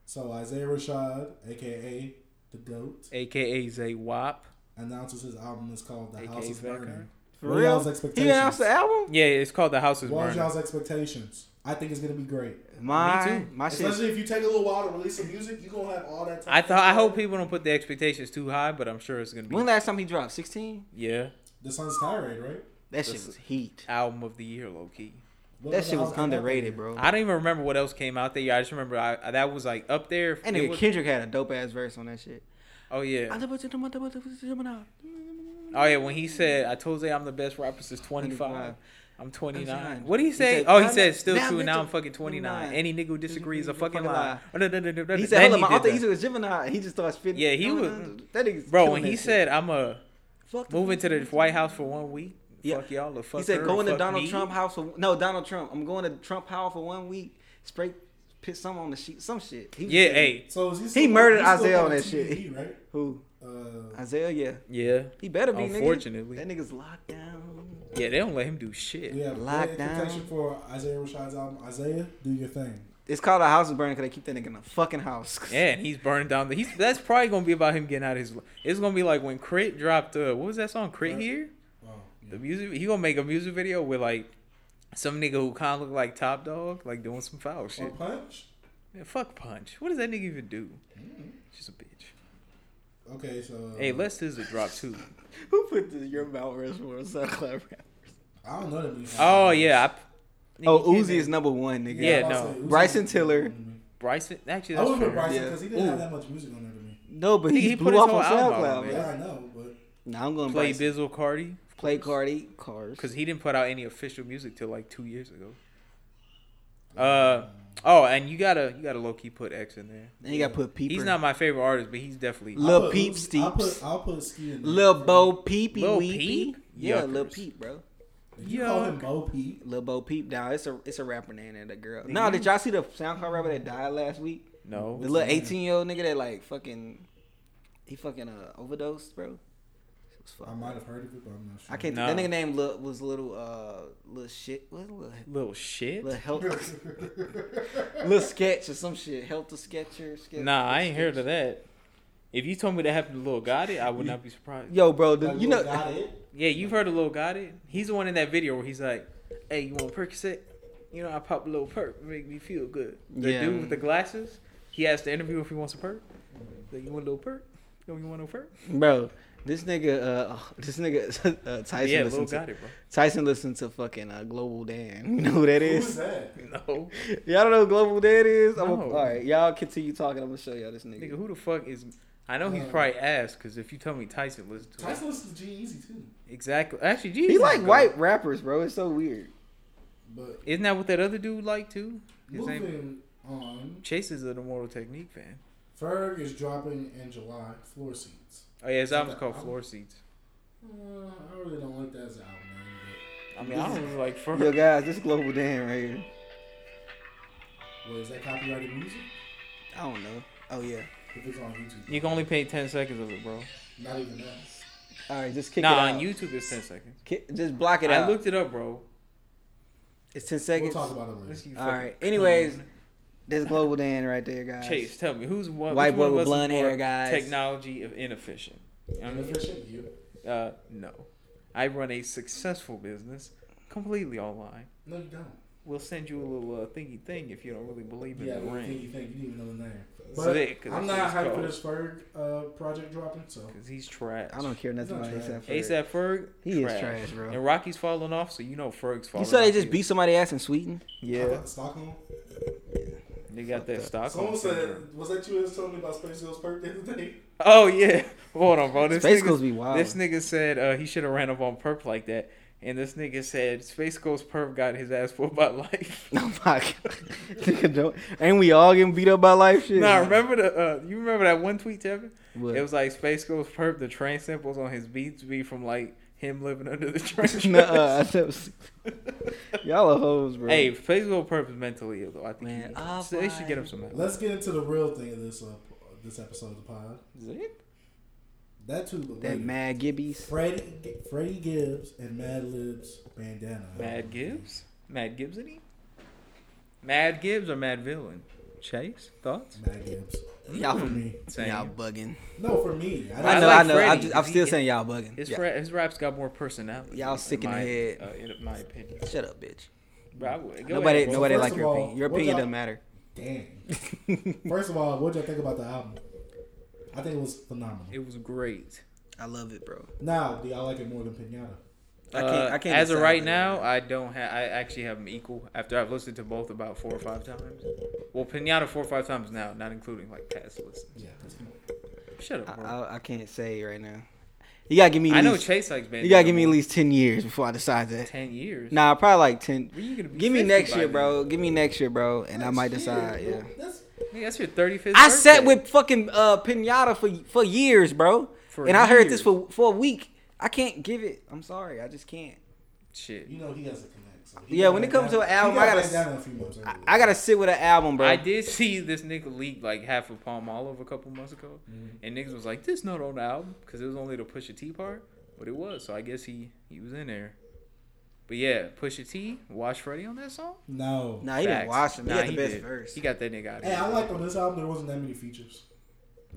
Speaker 1: So Isaiah Rashad, aka the Goat,
Speaker 2: AKA Zay Wop.
Speaker 1: announces his album is called The
Speaker 2: AKA
Speaker 1: House is
Speaker 2: Fat
Speaker 1: Burning.
Speaker 2: Guy.
Speaker 3: For
Speaker 1: What are
Speaker 3: real?
Speaker 1: y'all's
Speaker 3: He announced the album.
Speaker 2: Yeah, it's called The House is
Speaker 1: What are
Speaker 2: Burning.
Speaker 1: y'all's expectations? I think it's gonna be great.
Speaker 3: My
Speaker 2: Me too.
Speaker 3: my shit.
Speaker 1: Especially if you take a little while to release some music, you are gonna have all that time.
Speaker 2: I thought I hope people don't put their expectations too high, but I'm sure it's gonna be
Speaker 3: When last time he dropped? Sixteen.
Speaker 2: yeah
Speaker 1: the Sun's Tirade, right?
Speaker 3: That shit
Speaker 2: This-
Speaker 3: was heat.
Speaker 2: album of the year, low key.
Speaker 1: What
Speaker 3: That shit was
Speaker 1: album came out
Speaker 3: underrated,
Speaker 1: that
Speaker 3: bro.
Speaker 2: I don't even remember what else came out that year. I just remember I, that was like up there.
Speaker 3: And
Speaker 2: It
Speaker 3: nigga
Speaker 2: was-
Speaker 3: Kendrick had a dope ass verse on that shit.
Speaker 2: oh yeah,
Speaker 3: Twenty
Speaker 2: oh yeah. When he said, "I told Zay I'm the best rapper since 25."
Speaker 3: 25.
Speaker 2: I'm 29.
Speaker 3: I'm
Speaker 2: What did he
Speaker 3: He
Speaker 2: say?
Speaker 3: said,
Speaker 2: oh, he
Speaker 3: "I'm
Speaker 2: said
Speaker 3: not-
Speaker 2: still
Speaker 3: now
Speaker 2: true.
Speaker 3: I'm
Speaker 2: and Now I'm
Speaker 3: into
Speaker 2: fucking 29.
Speaker 3: 29.
Speaker 2: Any nigga who disagrees is a fucking liar.
Speaker 3: He
Speaker 2: Then
Speaker 3: said, "Hold on, my
Speaker 2: did
Speaker 3: alter
Speaker 2: that.
Speaker 3: ego is Gemini." He just starts spitting.
Speaker 2: Yeah, he was-
Speaker 3: That nigga's
Speaker 2: Bro,
Speaker 3: killing
Speaker 2: when
Speaker 3: that
Speaker 2: he
Speaker 3: shit.
Speaker 2: said I'm a
Speaker 3: Fuck the
Speaker 2: moving to the
Speaker 3: president.
Speaker 2: White House for one week,
Speaker 3: Yeah.
Speaker 2: fuck y'all or fuck
Speaker 3: he said,
Speaker 2: her or
Speaker 3: "Going to
Speaker 2: fuck
Speaker 3: Donald
Speaker 2: me."
Speaker 3: Trump house for no Donald Trump. I'm going to Trump house for one week. Spray, put some on the sheet, some shit." He was
Speaker 2: Yeah,
Speaker 3: saying-
Speaker 2: hey,
Speaker 1: year. So is he, still-
Speaker 3: murdered
Speaker 1: he's still
Speaker 3: Isaiah on
Speaker 1: on
Speaker 3: that
Speaker 1: TDE, Right?
Speaker 3: who
Speaker 1: Uh,
Speaker 3: Isaiah? Yeah,
Speaker 2: yeah,
Speaker 3: he better be. nigga.
Speaker 2: Unfortunately.
Speaker 3: that nigga's locked down.
Speaker 2: yeah. They don't let him do shit.
Speaker 1: we have
Speaker 3: Lockdown.
Speaker 1: great expectation for Isaiah Rashad's album. Isaiah, do your thing.
Speaker 3: It's called a house is burning because they keep that nigga in a fucking house.
Speaker 2: Yeah, and he's burning down the. He's that's probably gonna be about him getting out of his. It's gonna be like when Crit dropped. Uh, what was that song? Crit
Speaker 1: Right.
Speaker 2: here.
Speaker 1: Wow.
Speaker 2: The music. He gonna make a music video with like some nigga who kind of look like Top Dog, like doing some foul
Speaker 1: Or
Speaker 2: shit.
Speaker 1: punch. Mm.
Speaker 2: Man, fuck Punch. What does that nigga even do? She's a bitch.
Speaker 1: Okay, so
Speaker 2: Hey, let's this a drop too.
Speaker 3: Who put this your mouth rushmore on SoundCloud? rap?
Speaker 1: I don't know that. music.
Speaker 2: Oh yeah. I,
Speaker 3: Oh,
Speaker 2: Nigga, you
Speaker 3: Uzi
Speaker 2: can't-
Speaker 3: is number one, nigga.
Speaker 2: Yeah,
Speaker 1: I was
Speaker 2: no.
Speaker 1: gonna say, Uzi
Speaker 3: Bryson
Speaker 1: was-
Speaker 3: Tiller.
Speaker 2: Bryson. Actually,
Speaker 1: I
Speaker 2: that's
Speaker 1: would put
Speaker 2: fair.
Speaker 1: Bryson
Speaker 3: Yeah.
Speaker 1: because he didn't
Speaker 3: Ooh.
Speaker 1: have that much music on there to me.
Speaker 3: No, but
Speaker 2: Nigga,
Speaker 3: he,
Speaker 2: he put
Speaker 3: blew
Speaker 2: his
Speaker 3: up
Speaker 2: whole
Speaker 3: on
Speaker 2: album out,
Speaker 3: SoundCloud.
Speaker 2: man.
Speaker 3: bro.
Speaker 1: Yeah, I know, but
Speaker 3: Nah, I'm going
Speaker 2: Play
Speaker 3: Bryson.
Speaker 2: Bizzle Cardi.
Speaker 3: Play card, eat cars.
Speaker 2: because he didn't put out any official music till like two years ago. Uh
Speaker 1: Mm-hmm.
Speaker 2: oh, and you gotta you gotta low key put X in there.
Speaker 3: Then you gotta put Peeper.
Speaker 2: He's not my favorite artist, but he's definitely
Speaker 3: Lil
Speaker 1: I'll put
Speaker 3: Peep
Speaker 1: Uzi-
Speaker 3: Steeps.
Speaker 1: I'll put, I'll put Ski in there.
Speaker 3: Lil Bo Peepy
Speaker 2: Lil
Speaker 3: Wee
Speaker 2: Peep?
Speaker 3: Peep. Yeah, Lil
Speaker 2: Yuckers.
Speaker 3: Peep, bro.
Speaker 1: If You call him
Speaker 2: Yuck.
Speaker 1: Bo Peep.
Speaker 3: Lil Bo Peep. Now it's a it's a rapper name and a girl. No, did y'all see the SoundCloud rapper that died last week?
Speaker 2: no.
Speaker 3: The little eighteen year old nigga that like fucking, he fucking uh, overdosed, bro. It was fucked
Speaker 1: I
Speaker 3: up.
Speaker 1: might have heard of it, but I'm not sure.
Speaker 3: I can't.
Speaker 2: No.
Speaker 3: That nigga name li- was little uh little shit. What little
Speaker 2: Little shit.
Speaker 3: little health little sketch or some shit. Health sketcher. Sketch,
Speaker 2: Nah, I ain't heard of that. If you told me that happened to Lil Gotti, I would not be surprised.
Speaker 3: Yo, bro, the,
Speaker 1: Like,
Speaker 3: you
Speaker 1: Lil
Speaker 3: know.
Speaker 1: got it.
Speaker 2: Yeah, you've heard of Lil Gotti. He's the one in that video where he's like, "Hey, you want Percocet? You know, I pop a little perk, make me feel good." The
Speaker 3: Yeah.
Speaker 2: dude with the glasses, he asked the interview if he wants a perk. Like, you want a little perk? No, you want no perk?
Speaker 3: Bro, this nigga, uh, this nigga uh, Tyson
Speaker 2: yeah, Lil
Speaker 3: listened to
Speaker 2: Gotti,
Speaker 3: Tyson listened to fucking uh, Global Dan. You know who that
Speaker 1: Who's
Speaker 3: is?
Speaker 1: that?
Speaker 2: bro. No,
Speaker 3: y'all don't know who Global Dan is? I'm
Speaker 2: No.
Speaker 3: gonna, all right, y'all continue talking. I'm gonna show y'all this
Speaker 2: nigga,
Speaker 3: nigga.
Speaker 2: who the fuck is? I know he's
Speaker 1: Uh,
Speaker 2: probably asked because if you tell me Tyson, listen to it.
Speaker 1: Tyson listens to G Easy too,
Speaker 2: Exactly. Actually, Jesus,
Speaker 3: He like
Speaker 2: go.
Speaker 3: white rappers, bro. It's so weird.
Speaker 1: but
Speaker 2: Isn't that what that other dude like too? His name
Speaker 1: moving on.
Speaker 2: Chase is an Immortal Technique fan.
Speaker 1: Ferg is dropping in July. Floor seats.
Speaker 2: Oh yeah, his
Speaker 1: Is
Speaker 2: album's
Speaker 1: that
Speaker 2: called
Speaker 1: album?
Speaker 2: Floor Seats.
Speaker 1: Uh, I really don't like that as an album name.
Speaker 2: I mean, I don't really like Ferg.
Speaker 3: Yo, guys, this Global Dan right here.
Speaker 1: But, well, is that copyrighted music?
Speaker 3: I don't know. Oh yeah.
Speaker 1: If it's on YouTube,
Speaker 2: You can only pay ten seconds of it, bro.
Speaker 1: not even that.
Speaker 3: All right, just kick
Speaker 2: nah,
Speaker 3: it out.
Speaker 2: on YouTube it's ten seconds.
Speaker 3: Ki- just block it
Speaker 2: I
Speaker 3: out.
Speaker 2: looked it up, bro.
Speaker 3: it's ten
Speaker 1: We'll
Speaker 3: seconds.
Speaker 1: talk about it
Speaker 2: This
Speaker 1: later.
Speaker 2: you
Speaker 3: All
Speaker 2: fucking
Speaker 3: right. Anyways,
Speaker 2: coon.
Speaker 3: this Global Dan right there, guys.
Speaker 2: Chase, tell me who's what?
Speaker 3: White
Speaker 2: which
Speaker 3: boy
Speaker 2: one of
Speaker 3: with
Speaker 2: us is
Speaker 3: blonde hair,
Speaker 2: more
Speaker 3: guys.
Speaker 2: Technology of inefficient. I mean,
Speaker 1: Inefficient you.
Speaker 2: uh, no, I run a successful business completely online.
Speaker 1: No, you don't.
Speaker 2: We'll send you a little uh, thingy thing if you don't really believe in
Speaker 1: Yeah,
Speaker 2: the
Speaker 1: what do you think
Speaker 2: ring.
Speaker 1: you think? You didn't even know the name.
Speaker 2: It's
Speaker 1: But
Speaker 2: sick, 'cause
Speaker 1: I'm
Speaker 2: that's
Speaker 1: not
Speaker 2: what
Speaker 1: hyped
Speaker 2: it's
Speaker 1: for this Ferg uh, project dropping, so
Speaker 2: Cause he's trash.
Speaker 3: I don't care nothing
Speaker 1: He's not
Speaker 3: about ASAP.
Speaker 2: ASAP Ferg.
Speaker 3: He is trash, bro.
Speaker 2: And Rocky's falling off, so you know Ferg's falling.
Speaker 3: You saw they
Speaker 2: off
Speaker 3: just
Speaker 2: too.
Speaker 3: beat somebody ass in Sweden?
Speaker 2: Yeah,
Speaker 1: Stockholm.
Speaker 2: they got that stock.
Speaker 1: Someone said, was that you that told me about Space Girls Perk the other day?
Speaker 2: "Oh yeah, hold on, bro." This
Speaker 3: Space
Speaker 2: nigga-
Speaker 3: Ghost be wild.
Speaker 2: This nigga said uh, he should have ran up on Perp like that. And this nigga said Space Ghost Perp got his ass full by life.
Speaker 3: oh my god. nigga, don't, ain't we all getting beat up by life shit?
Speaker 2: nah, remember the uh, you remember that one tweet, Tevin?
Speaker 3: What?
Speaker 2: It was like Space Ghost Perp, the train samples on his beats be from like him living under the train.
Speaker 3: Nuh-uh,
Speaker 2: tracks.
Speaker 3: I never see- Y'all are hoes, bro.
Speaker 2: hey, Space Ghost Perp is mentally ill though. I think
Speaker 3: Man,
Speaker 2: he-
Speaker 3: I
Speaker 2: so they should get him
Speaker 3: find-
Speaker 2: some help.
Speaker 1: Let's get into the real thing of this uh, this episode of the pod.
Speaker 2: Is it?
Speaker 1: That too, but
Speaker 3: that
Speaker 1: later.
Speaker 3: mad Gibbies.
Speaker 1: Freddie, Freddie Gibbs and Mad Lib's bandana.
Speaker 2: Mad Gibbs? Mad Gibsony? Mad Gibbs or Mad Villain? Chase? Thoughts?
Speaker 1: Mad Gibbs.
Speaker 3: Y'all
Speaker 1: For me.
Speaker 2: Same.
Speaker 3: Y'all bugging.
Speaker 1: No, for me. I,
Speaker 3: I,
Speaker 2: I
Speaker 3: know,
Speaker 2: like
Speaker 3: I know. I
Speaker 2: Freddie.
Speaker 3: just, I'm
Speaker 2: He-
Speaker 3: still saying y'all bugging.
Speaker 2: His,
Speaker 3: Yeah.
Speaker 2: ra- his rap's got more personality.
Speaker 3: Y'all sick in the
Speaker 2: my-
Speaker 3: head.
Speaker 2: Uh, in my opinion.
Speaker 3: Shut up, bitch.
Speaker 2: Bro, I would- go
Speaker 3: Nobody,
Speaker 2: ahead, bro.
Speaker 3: nobody
Speaker 1: First
Speaker 3: like
Speaker 1: of
Speaker 3: your
Speaker 1: all,
Speaker 3: opinion. Your
Speaker 1: what
Speaker 3: opinion
Speaker 1: y'all-
Speaker 3: doesn't matter.
Speaker 1: Damn. First of all, what y'all think about the album? I think it was phenomenal.
Speaker 2: It was great.
Speaker 3: I love it, bro.
Speaker 1: Now, do y'all like it more than Pinata?
Speaker 3: I can't. I can't
Speaker 2: Uh, as of
Speaker 3: decide
Speaker 2: right
Speaker 3: whether-
Speaker 2: now, I don't have. I actually have them equal after I've listened to both about four or five times. Well, Pinata four or five times now, not including like past listens.
Speaker 1: Yeah, that's cool.
Speaker 2: Shut
Speaker 3: I,
Speaker 2: up, bro. I,
Speaker 3: I, I can't say right now. You gotta give me. At least,
Speaker 2: know Chase likes band.
Speaker 3: You gotta give me at least ten years before I decide that.
Speaker 2: ten years.
Speaker 3: Nah, probably like ten.
Speaker 2: When you gonna be
Speaker 3: Give me
Speaker 2: 50
Speaker 3: next
Speaker 2: by
Speaker 3: year,
Speaker 2: then?
Speaker 3: bro. Give me next year, bro, and I might
Speaker 1: Shit,
Speaker 3: decide.
Speaker 1: bro.
Speaker 3: Yeah.
Speaker 1: That's,
Speaker 2: Nigga, that's your thirty fifth.
Speaker 3: I sat with fucking uh, Pinata for for years, bro,
Speaker 2: For
Speaker 3: and I heard
Speaker 2: years.
Speaker 3: this for for a week. I can't give it. I'm sorry, I just can't.
Speaker 2: shit.
Speaker 1: you know he has a connect. So he
Speaker 3: Yeah,
Speaker 1: got
Speaker 3: when it
Speaker 1: that
Speaker 3: comes to
Speaker 1: down-
Speaker 3: an album,
Speaker 1: he got
Speaker 3: I gotta
Speaker 1: that
Speaker 3: s-
Speaker 1: down in a few months.
Speaker 3: I, I gotta sit with an album, bro.
Speaker 2: I did see this nigga leak like half of Palm Olive a couple months ago,
Speaker 3: Mm-hmm.
Speaker 2: and niggas was like, "This not on the album" because it was only the Pusha T part, but it was. So I guess he he was in there. But yeah, Pusha T, Watch Freddy on that song.
Speaker 1: No.
Speaker 3: Nah, he didn't
Speaker 2: Facts.
Speaker 3: watch him. He
Speaker 2: Nah,
Speaker 3: had the best
Speaker 2: did.
Speaker 3: verse.
Speaker 2: He got that nigga out of
Speaker 1: Hey, I
Speaker 2: here.
Speaker 1: like on this album there wasn't that many features.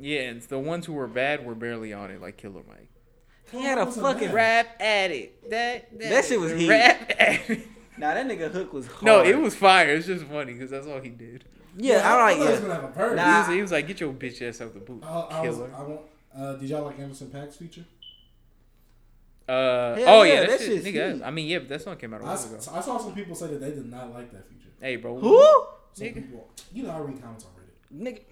Speaker 2: Yeah, and the ones who were bad were barely on it, like Killer Mike.
Speaker 3: He had a
Speaker 1: Wasn't
Speaker 3: fucking
Speaker 1: bad.
Speaker 2: Rap at it. That that,
Speaker 3: That shit was heat.
Speaker 2: rap at it.
Speaker 3: Nah, that nigga hook was hard.
Speaker 2: No, it was fire. It's just funny because that's all he did.
Speaker 3: Yeah,
Speaker 1: I
Speaker 3: I
Speaker 1: thought
Speaker 3: like
Speaker 1: he was
Speaker 3: yeah.
Speaker 1: gonna have a verse.
Speaker 3: Nah,
Speaker 2: He was, he was like, "Get your bitch ass out the boot,
Speaker 1: Oh, I, I was,
Speaker 2: killer."
Speaker 1: I want, uh, did y'all like Anderson Pack's feature?
Speaker 2: Uh,
Speaker 3: Hell
Speaker 2: oh
Speaker 3: yeah,
Speaker 2: yeah,
Speaker 3: that
Speaker 2: that shit,
Speaker 3: shit's
Speaker 2: nigga.
Speaker 3: heat.
Speaker 2: I mean, yeah, but that song came out a
Speaker 3: Oh,
Speaker 1: I,
Speaker 2: while
Speaker 1: s-
Speaker 2: ago.
Speaker 1: I saw some people say that they did not like that feature.
Speaker 2: Hey, bro.
Speaker 3: Who?
Speaker 1: Some
Speaker 2: Nigga.
Speaker 1: people, you know, I read comments on Reddit.
Speaker 3: Nigga.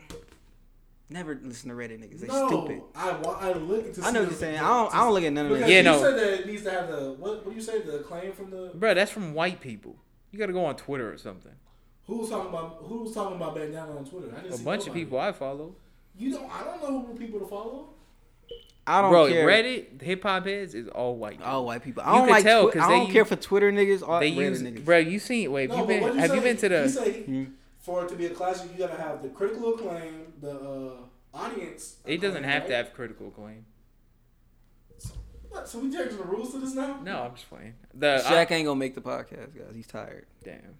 Speaker 3: Never listen to Reddit niggas. They
Speaker 1: no,
Speaker 3: stupid.
Speaker 1: I wa- I look to.
Speaker 3: I
Speaker 1: see
Speaker 3: know what
Speaker 1: the-
Speaker 3: you're saying. I don't. I don't look at none of
Speaker 1: Because
Speaker 3: that.
Speaker 2: Yeah,
Speaker 1: you
Speaker 2: no.
Speaker 1: said that it needs to have the what? What do you say? The claim from the
Speaker 2: Bro, that's from white people. You got to go on Twitter or something.
Speaker 1: who was talking about who was talking about bandana on Twitter? I didn't
Speaker 2: A
Speaker 1: see
Speaker 2: bunch of
Speaker 1: nobody.
Speaker 2: people I follow.
Speaker 1: You don't. I don't know who people to follow.
Speaker 3: I don't
Speaker 2: Bro,
Speaker 3: care.
Speaker 2: Reddit, hip hop heads is all white. people.
Speaker 3: All white people. I
Speaker 2: You
Speaker 3: don't
Speaker 2: could
Speaker 3: like.
Speaker 2: tell,
Speaker 3: Twi-
Speaker 2: 'cause
Speaker 3: I
Speaker 2: they
Speaker 3: don't care
Speaker 2: use-
Speaker 3: for Twitter niggas or
Speaker 2: they
Speaker 3: Reddit
Speaker 2: use,
Speaker 3: niggas.
Speaker 2: bro. You seen? Wait, you been?
Speaker 1: what'd
Speaker 2: have you
Speaker 1: say?
Speaker 2: been to
Speaker 1: You
Speaker 2: the?
Speaker 1: say
Speaker 3: Hmm.
Speaker 1: for it to be a classic, you gotta have the critical acclaim, the uh, audience.
Speaker 2: It doesn't
Speaker 1: acclaim,
Speaker 2: have to
Speaker 1: right?
Speaker 2: have critical acclaim.
Speaker 1: So, what, so we changing the rules to this now?
Speaker 2: No, I'm just playing. The I-
Speaker 3: Shaq ain't gonna make the podcast, guys. He's tired.
Speaker 2: damn,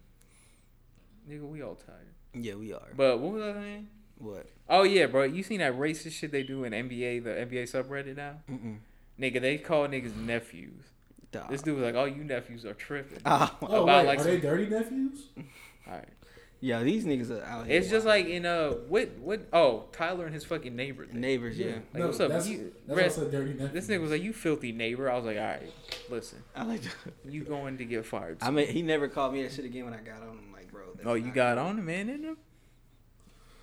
Speaker 2: nigga, we all tired.
Speaker 3: Yeah, we are.
Speaker 2: But what was I saying?
Speaker 3: What?
Speaker 2: Oh yeah, bro. You seen that racist shit they do in NBA, the NBA subreddit now?
Speaker 3: Mm-mm.
Speaker 2: Nigga, they call niggas nephews.
Speaker 3: Duh.
Speaker 2: This dude was like, "Oh, you nephews are tripping."
Speaker 3: Oh, wow.
Speaker 1: Oh,
Speaker 2: About
Speaker 1: wait,
Speaker 2: like
Speaker 1: are
Speaker 2: some-
Speaker 1: they dirty nephews?
Speaker 2: All right.
Speaker 3: yeah, these niggas are out here.
Speaker 2: It's just
Speaker 3: wild.
Speaker 2: like in uh, what what? Oh, Tyler and his fucking neighbor. Thing.
Speaker 3: neighbors. Yeah.
Speaker 2: Like, what's up?
Speaker 1: That's,
Speaker 2: You-
Speaker 1: that's
Speaker 2: Brett,
Speaker 1: also dirty nephews.
Speaker 2: This nigga was like, "You filthy neighbor." I was like, "All right, listen,
Speaker 3: I like. That.
Speaker 2: you going to get fired?"
Speaker 3: I mean, he never called me that shit again when I got on. I'm like, bro. that's
Speaker 2: Oh, you
Speaker 3: not-
Speaker 2: got on him, man, didn't you?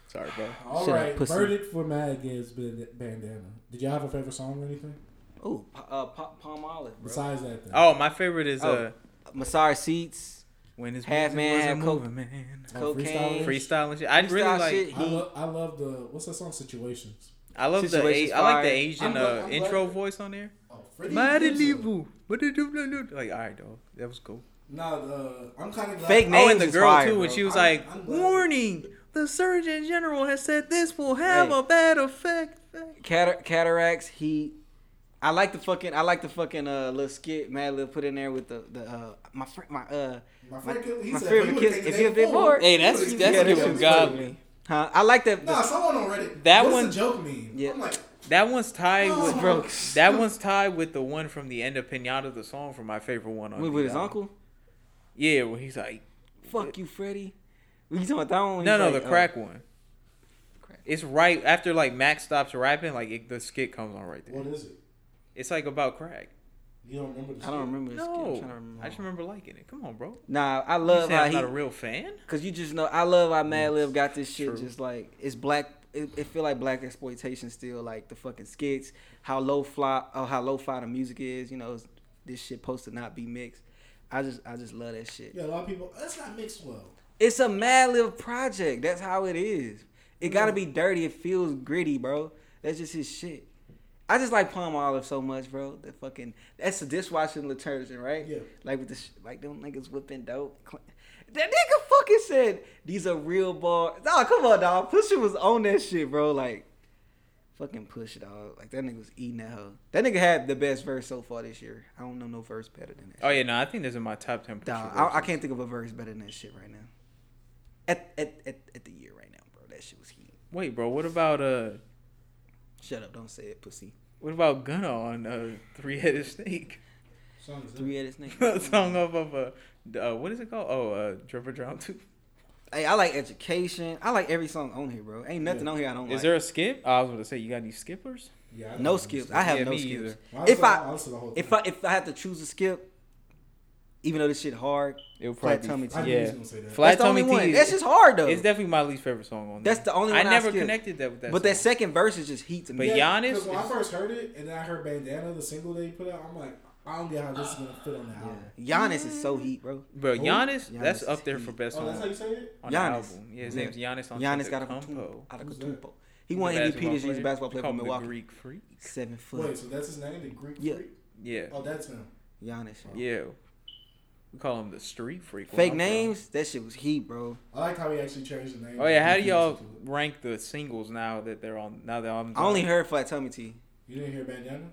Speaker 2: Sorry, bro.
Speaker 1: All
Speaker 3: Shut up,
Speaker 1: right,
Speaker 3: pussy.
Speaker 1: verdict for Mad Gibbs Ban- Bandana. Did y'all have a favorite song or anything
Speaker 3: Ooh, pa- uh, pa- palm olive, bro.
Speaker 1: besides that? Thing?
Speaker 2: Oh, my favorite is
Speaker 3: Oh.
Speaker 2: uh
Speaker 3: Massage seats,
Speaker 2: when his
Speaker 3: Half
Speaker 2: music
Speaker 3: man,
Speaker 2: wasn't
Speaker 3: half coke.
Speaker 2: moving, man.
Speaker 1: Oh, freestyle?
Speaker 3: cocaine,
Speaker 2: Freestyling shit. I really
Speaker 3: freestyle
Speaker 2: like.
Speaker 3: shit,
Speaker 1: I,
Speaker 3: heat.
Speaker 1: lo- I love the what's that song? Situations.
Speaker 2: I love the
Speaker 3: Situation's
Speaker 2: A- I like the
Speaker 3: fire.
Speaker 1: I'm
Speaker 2: Asian
Speaker 1: glad-
Speaker 2: uh,
Speaker 1: I'm
Speaker 2: intro
Speaker 1: glad-
Speaker 2: voice on there.
Speaker 1: Oh,
Speaker 2: Madelibu. Badadubladub. Like, all right, dog, that was cool.
Speaker 1: No, the uh, I'm kind of
Speaker 2: Oh,
Speaker 3: Fake
Speaker 2: and
Speaker 3: Names
Speaker 2: the
Speaker 3: is
Speaker 2: girl
Speaker 3: fire,
Speaker 2: too, when
Speaker 3: bro.
Speaker 2: she was
Speaker 1: I'm-
Speaker 2: like,
Speaker 1: I'm glad-
Speaker 2: "Warning: The Surgeon General has said this will have
Speaker 3: Hey.
Speaker 2: a bad effect."
Speaker 3: Cata- cataracts, heat. I like the fucking I like the fucking uh little skit Mad Lib put in there with the the uh my friend my uh
Speaker 1: My
Speaker 3: my,
Speaker 1: friend, Kill- he
Speaker 3: my
Speaker 1: said,
Speaker 3: favorite
Speaker 1: "He
Speaker 3: kiss
Speaker 1: would take
Speaker 3: if
Speaker 1: his
Speaker 3: you're
Speaker 1: name
Speaker 3: a bit
Speaker 1: forward."
Speaker 3: more
Speaker 1: Hey,
Speaker 4: that's-
Speaker 1: that's
Speaker 3: Yeah,
Speaker 1: getting
Speaker 3: that
Speaker 1: from
Speaker 3: shit's
Speaker 1: God,
Speaker 3: funny. huh I like that
Speaker 1: Nah, someone on Reddit.
Speaker 2: That
Speaker 1: what's
Speaker 2: one-
Speaker 1: the joke meme.
Speaker 3: Yeah.
Speaker 1: I'm like,
Speaker 2: That one's tied
Speaker 1: Oh.
Speaker 2: with
Speaker 3: bro
Speaker 2: that one's tied with the one from the end of Pinata, the song from my favorite one on
Speaker 3: with,
Speaker 2: the
Speaker 3: with his
Speaker 2: album.
Speaker 3: uncle
Speaker 2: Yeah, when he's like,
Speaker 3: fuck you Freddie you talking about that one
Speaker 2: no,
Speaker 3: He's
Speaker 2: no,
Speaker 3: like,
Speaker 2: the
Speaker 3: oh,
Speaker 2: crack one.
Speaker 3: Crack.
Speaker 2: It's right after like Max stops rapping, like it, the skit comes on right there.
Speaker 1: what is it?
Speaker 2: It's like about crack.
Speaker 1: You don't remember? The
Speaker 3: uh, I don't
Speaker 1: shit?
Speaker 3: remember this skit I'm
Speaker 2: No,
Speaker 3: trying to remember
Speaker 2: I just remember liking it. Come on, bro.
Speaker 3: nah I
Speaker 2: You
Speaker 3: love
Speaker 2: say
Speaker 3: how
Speaker 2: I'm
Speaker 3: he
Speaker 2: not a real fan.
Speaker 3: Cause you just know, I love how Mad Lib got this shit.
Speaker 2: True.
Speaker 3: Just like it's black, it, it feel like black exploitation still. Like the fucking skits, how low fly, oh how low fi the music is. You know, it's- this shit supposed to not be mixed. I just, I just love that shit.
Speaker 1: Yeah, a lot of people. That's not mixed well.
Speaker 3: It's a Mad Lib project. That's how it is. It gotta be dirty. It feels gritty, bro. That's just his shit. I just like Palm Olive so much, bro. The fucking that's the dishwashing detergent, right?
Speaker 1: Yeah.
Speaker 3: Like with the sh- like them niggas whipping dope. Cl- That nigga fucking said these are real bars. Nah, come on, dog. Pusha was on that shit, bro. Like fucking push, dog. Like that nigga was eating that hoe. That nigga had the best verse so far this year. I don't know no verse better than that.
Speaker 2: Oh yeah, no, I think this is my top ten.
Speaker 3: Dog,
Speaker 2: Pusha
Speaker 3: I, I
Speaker 2: verses.
Speaker 3: can't think of a verse better than that shit right now. At at at, at the year right now, bro. That shit was heat.
Speaker 2: Wait, bro. What about uh?
Speaker 3: Shut up, don't say it, pussy.
Speaker 2: What about Gunna on uh, Three Headed Snake?
Speaker 1: Song is
Speaker 3: Three headed snake.
Speaker 2: Song off of uh, uh, what is it called? Oh, uh, Dripper Drown Two.
Speaker 3: Hey, I like education. I like every song on here, bro. Ain't nothing
Speaker 1: Yeah.
Speaker 3: on here I don't
Speaker 2: Is
Speaker 3: like.
Speaker 2: there a skip? I was gonna say you got any skippers.
Speaker 1: Yeah, I don't
Speaker 3: no
Speaker 1: know.
Speaker 3: skips. I have
Speaker 2: Yeah,
Speaker 3: no
Speaker 2: me
Speaker 3: skips.
Speaker 2: either.
Speaker 1: Well,
Speaker 3: If
Speaker 1: listen-
Speaker 3: I-
Speaker 1: listen to the whole
Speaker 3: If I
Speaker 1: thing.
Speaker 3: if I had to choose a skip, even though this shit hard,
Speaker 2: It would
Speaker 3: Flat
Speaker 2: probably
Speaker 3: Tummy
Speaker 2: be-
Speaker 1: I knew you was
Speaker 2: yeah.
Speaker 1: gonna say that.
Speaker 2: Flat
Speaker 3: that's the only
Speaker 2: Tummy
Speaker 3: one.
Speaker 2: T.
Speaker 3: That's just hard though.
Speaker 2: It's definitely my least favorite song on there.
Speaker 3: That's the only one
Speaker 2: I
Speaker 3: I
Speaker 2: never
Speaker 3: skipped.
Speaker 2: connected that with that.
Speaker 3: but that
Speaker 2: song.
Speaker 3: second verse is just heat to me.
Speaker 2: But
Speaker 1: Yeah,
Speaker 2: Giannis
Speaker 1: 'cause when I
Speaker 2: is-
Speaker 1: first heard it, and then I heard Bandana, the single they put out, I'm like, I don't get how this is gonna fit on the album.
Speaker 3: Yeah. Giannis is so heat, bro.
Speaker 2: bro,
Speaker 1: Who?
Speaker 2: Giannis,
Speaker 3: oh, Giannis
Speaker 2: that's
Speaker 3: is
Speaker 2: up there
Speaker 3: heat.
Speaker 2: for best
Speaker 1: Oh,
Speaker 2: song
Speaker 1: that's how you say it.
Speaker 2: on the
Speaker 3: Giannis.
Speaker 2: album. Yeah, his
Speaker 3: Yeah.
Speaker 2: name's Giannis on
Speaker 3: Giannis got a
Speaker 2: compo.
Speaker 3: Kumpo. Out of
Speaker 1: Who's
Speaker 3: Kumpo. He won MVP this year. He's a basketball player from Milwaukee.
Speaker 2: Greek Freak.
Speaker 3: Seven foot.
Speaker 1: Wait, so that's his name, the Greek
Speaker 3: Yeah.
Speaker 1: freak?
Speaker 2: Yeah,
Speaker 1: Oh, that's him.
Speaker 3: Giannis.
Speaker 1: Oh.
Speaker 3: bro.
Speaker 2: yeah. We call him the Street Freak. where
Speaker 3: Fake
Speaker 2: I'm from.
Speaker 3: names? That shit was heat, bro.
Speaker 1: I like how he actually changed the name.
Speaker 2: Oh yeah, how do
Speaker 1: He
Speaker 2: y'all
Speaker 1: used to it.
Speaker 2: rank the singles now that they're on? Now that I'm
Speaker 3: I only heard Flat Tummy T.
Speaker 1: You didn't hear Bandana?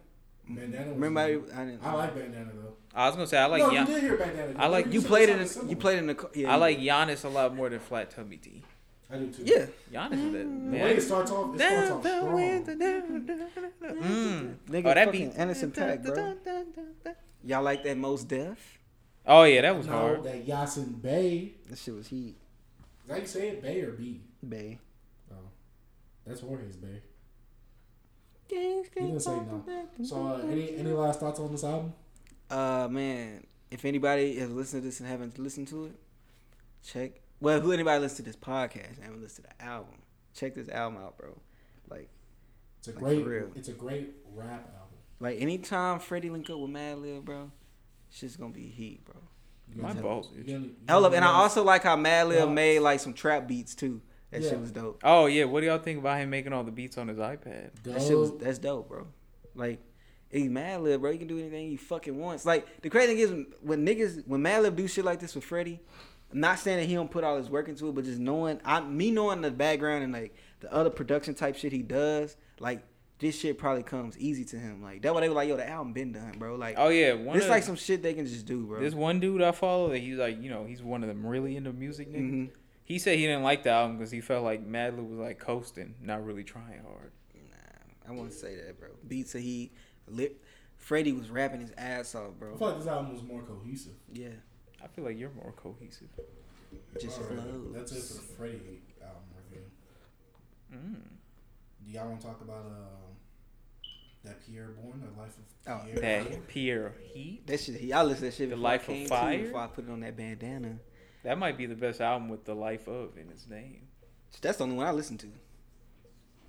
Speaker 1: Bandana. Was
Speaker 3: Remember, I,
Speaker 1: his name.
Speaker 3: I didn't.
Speaker 1: I like Bandana though.
Speaker 2: I was gonna say I like
Speaker 1: no,
Speaker 2: Gian-
Speaker 1: you did hear Bandana.
Speaker 2: I like-
Speaker 3: you
Speaker 1: said
Speaker 3: played
Speaker 1: something
Speaker 3: it. In, you
Speaker 1: similar.
Speaker 3: played it in the. co- Yeah,
Speaker 2: I
Speaker 3: you-
Speaker 2: like Giannis a lot more than Flat Tummy T.
Speaker 1: I do too.
Speaker 3: Yeah,
Speaker 2: Giannis is that
Speaker 3: Mm.
Speaker 1: The way it
Speaker 2: man.
Speaker 1: starts off, it starts
Speaker 2: Down
Speaker 1: off
Speaker 2: the
Speaker 1: strong.
Speaker 2: wind, down, down, down. Mm.
Speaker 3: Nigga
Speaker 2: Oh, that beat.
Speaker 3: fucking Anderson Paak, bro. y'all like that most deaf?
Speaker 2: Oh yeah, that was
Speaker 1: no,
Speaker 2: hard.
Speaker 1: that Yasin Bay.
Speaker 3: That shit was heat,
Speaker 1: Is that how you say it? Bay or B?
Speaker 3: bae.
Speaker 1: Oh, that's Jorge's Bay. He didn't say no. So, uh, any any last thoughts on this album?
Speaker 3: Uh, man, if anybody has listened to this and haven't listened to it, check. Well, who anybody listened to this podcast and haven't listened to the album, check this album out, bro. Like
Speaker 1: It's a
Speaker 3: Like,
Speaker 1: great.
Speaker 3: for real.
Speaker 1: It's a great rap album.
Speaker 3: like anytime Freddie link up with Madlib, bro, shit's gonna be heat, bro.
Speaker 1: You
Speaker 2: My
Speaker 1: gotta-
Speaker 2: balls
Speaker 1: you
Speaker 2: itch.
Speaker 1: gotta- you
Speaker 3: Hell up,
Speaker 1: gotta-
Speaker 3: and I also like how Madlib
Speaker 1: Yeah.
Speaker 3: made like some trap beats too. That
Speaker 1: Yeah.
Speaker 3: shit was dope.
Speaker 2: Oh yeah, what do y'all think about him making all the beats on his iPad?
Speaker 3: That shit was
Speaker 1: Dope.
Speaker 3: that's dope, bro. Like he Madlib, bro. You can do anything you fucking wants. Like the crazy thing is when niggas when Madlib do shit like this with Freddie, I'm not saying that he don't put all his work into it, but just knowing I me knowing the background and like the other production type shit he does, like this shit probably comes easy to him. Like that why they were like, yo, the album been done, bro. Like
Speaker 2: Oh yeah, one
Speaker 3: it's
Speaker 2: of,
Speaker 3: like some shit they can just do, bro.
Speaker 2: this one dude I follow that he's like you know he's one of them really into music niggas.
Speaker 3: Mhm.
Speaker 2: He said he didn't like the album because he felt like Madlib was like coasting, not really trying hard.
Speaker 3: I wouldn't say that, bro. Beats that he lit Freddie was rapping his ass off,
Speaker 1: I
Speaker 3: bro.
Speaker 1: feel like this album was more cohesive.
Speaker 3: Yeah.
Speaker 2: I feel like you're more cohesive.
Speaker 3: Just
Speaker 1: All right,
Speaker 3: flows.
Speaker 1: That's it for the Freddie album review.
Speaker 2: Mm.
Speaker 1: Do y'all want to talk about uh, that Pierre Bourne, the life of
Speaker 3: Oh,
Speaker 1: Pierre? Bourne?
Speaker 2: That Pierre Heat.
Speaker 3: That shit, he- I listened to that shit
Speaker 2: The
Speaker 3: before
Speaker 2: Life
Speaker 3: I
Speaker 2: of
Speaker 3: came to,
Speaker 2: Fire?
Speaker 3: before I put it on that bandana.
Speaker 2: That might be the best album with the life of in its name.
Speaker 3: That's the only one I listened to.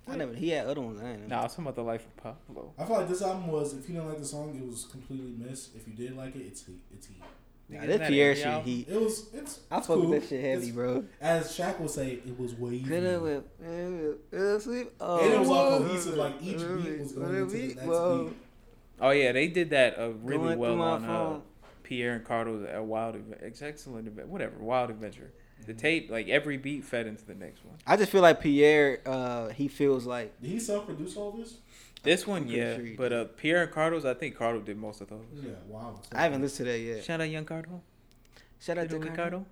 Speaker 3: I never. He had other ones. I ain't know.
Speaker 2: Nah, I was talking about the life of Pablo.
Speaker 1: I feel like this album was. If you didn't like the song, it was completely missed. If you did like it, it's heat. It's heat.
Speaker 3: Nah,
Speaker 2: Isn't
Speaker 3: that
Speaker 2: that
Speaker 3: Pierre
Speaker 2: every
Speaker 3: shit.
Speaker 2: album?
Speaker 3: He.
Speaker 1: It was. It's.
Speaker 3: I
Speaker 1: it's
Speaker 3: fuck
Speaker 1: cool.
Speaker 3: with that shit heavy,
Speaker 1: It's-
Speaker 3: bro.
Speaker 1: As Shaq would say, it was wavy.
Speaker 3: Coulda
Speaker 1: And
Speaker 3: went- uh, sleep- oh,
Speaker 1: it was all
Speaker 3: whoa.
Speaker 1: cohesive. Like each beat was going
Speaker 3: Coulda
Speaker 1: into the
Speaker 3: beat,
Speaker 1: next
Speaker 3: whoa.
Speaker 1: beat.
Speaker 2: Oh yeah, they did that uh, really
Speaker 3: Going through
Speaker 2: well
Speaker 3: my
Speaker 2: on uh,
Speaker 3: phone.
Speaker 2: Pierre and Cardo's uh, Wild Adve- Ex Excellent Adventure, whatever Wild Adventure. The
Speaker 3: Mm-hmm.
Speaker 2: tape, like every beat, fed into the next one.
Speaker 3: I just feel like Pierre. Uh, he feels like
Speaker 1: Did he self-produce all this?
Speaker 2: This one,
Speaker 3: pretty
Speaker 2: yeah,
Speaker 3: sure he
Speaker 2: but uh, Pierre and Cardo's, I think Cardo did most of those.
Speaker 1: Yeah. Wow.
Speaker 3: I haven't listened to that yet.
Speaker 2: Shout out, young Cardo.
Speaker 3: Shout out to
Speaker 2: Little
Speaker 3: Ricardo.
Speaker 2: Ricardo.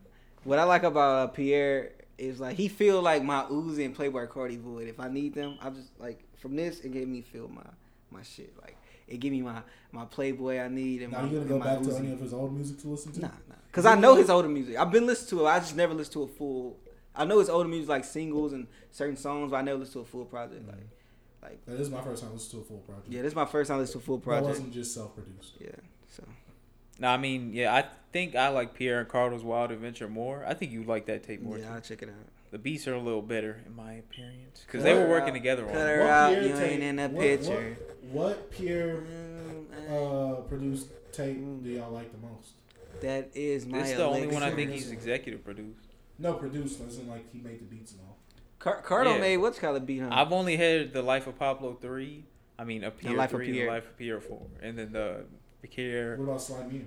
Speaker 3: What I like about uh, Pierre is like he feel like my Uzi and Playboy Cardi void. If I need them, I just like from this it gave me feel my my shit. Like it gave me my my Playboy I need and
Speaker 1: Now
Speaker 3: my,
Speaker 1: you gonna
Speaker 3: and
Speaker 1: go
Speaker 3: my
Speaker 1: back to
Speaker 3: Uzi.
Speaker 1: any of his old music to listen to?
Speaker 3: Nah, nah. Cause I know his older music. I've been listening to it. I just never listened to a full. I know his older music like singles and certain songs, but I never listened to a full
Speaker 1: Mm.
Speaker 3: project. Like,
Speaker 1: That is my first time listening to a full project.
Speaker 3: yeah, this is my first time listening to a full
Speaker 1: That
Speaker 3: project.
Speaker 1: wasn't just self-produced.
Speaker 3: Yeah, so
Speaker 2: No, I mean, yeah, I think I like Pierre and Cardo's Wild Adventure more. I think you like that tape more.
Speaker 3: yeah,
Speaker 2: Too.
Speaker 3: I'll check it out.
Speaker 2: The beats are a little better, in my opinion, because they were
Speaker 3: Cut her
Speaker 2: working
Speaker 3: out.
Speaker 2: together on.
Speaker 3: uh, Cut
Speaker 2: it.
Speaker 3: her
Speaker 1: What
Speaker 3: out.
Speaker 1: Pierre
Speaker 3: You
Speaker 1: tape-
Speaker 3: ain't in that
Speaker 1: what-
Speaker 3: picture.
Speaker 1: What Pierre
Speaker 3: Mm, I-
Speaker 1: uh, produced tape do y'all like the most?
Speaker 3: That is my.
Speaker 2: This is the only one I
Speaker 3: elixir.
Speaker 2: think he's executive produced.
Speaker 1: No, produced as in like he made the beats and all.
Speaker 3: Car- Cardo
Speaker 2: Yeah.
Speaker 3: made what's called a beat on.
Speaker 2: I've only heard the Life of Pablo three. I mean, a Pierre
Speaker 3: Life of
Speaker 2: three,
Speaker 3: Pierre.
Speaker 2: the Life of Pierre four, and then the Pierre.
Speaker 1: What about Slime Ear?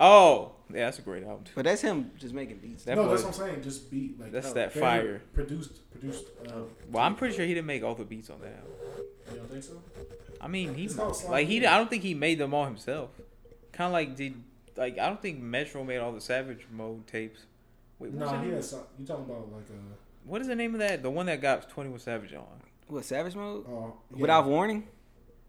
Speaker 2: Oh, yeah, that's a great album. Too.
Speaker 3: but that's him just making beats.
Speaker 2: That
Speaker 1: no,
Speaker 2: was,
Speaker 1: that's what I'm saying. Just beat like
Speaker 2: That's
Speaker 1: uh,
Speaker 2: that
Speaker 1: very
Speaker 2: fire.
Speaker 1: produced produced. Uh,
Speaker 2: well, I'm pretty sure he didn't make all the beats on that album.
Speaker 1: you don't think so?
Speaker 2: I mean, he
Speaker 1: It's called Slime
Speaker 2: like he.
Speaker 1: Ear.
Speaker 2: I don't think he made them all himself. Kind of like did like I don't think Metro made all the Savage Mode tapes. Wait, what's
Speaker 1: Nah,
Speaker 2: the
Speaker 1: he
Speaker 2: name?
Speaker 1: has. some- You talking about like uh, a?
Speaker 2: What is the name of that? The one that got Twenty One Savage on?
Speaker 3: What Savage Mode?
Speaker 1: Oh, yeah.
Speaker 3: Without warning?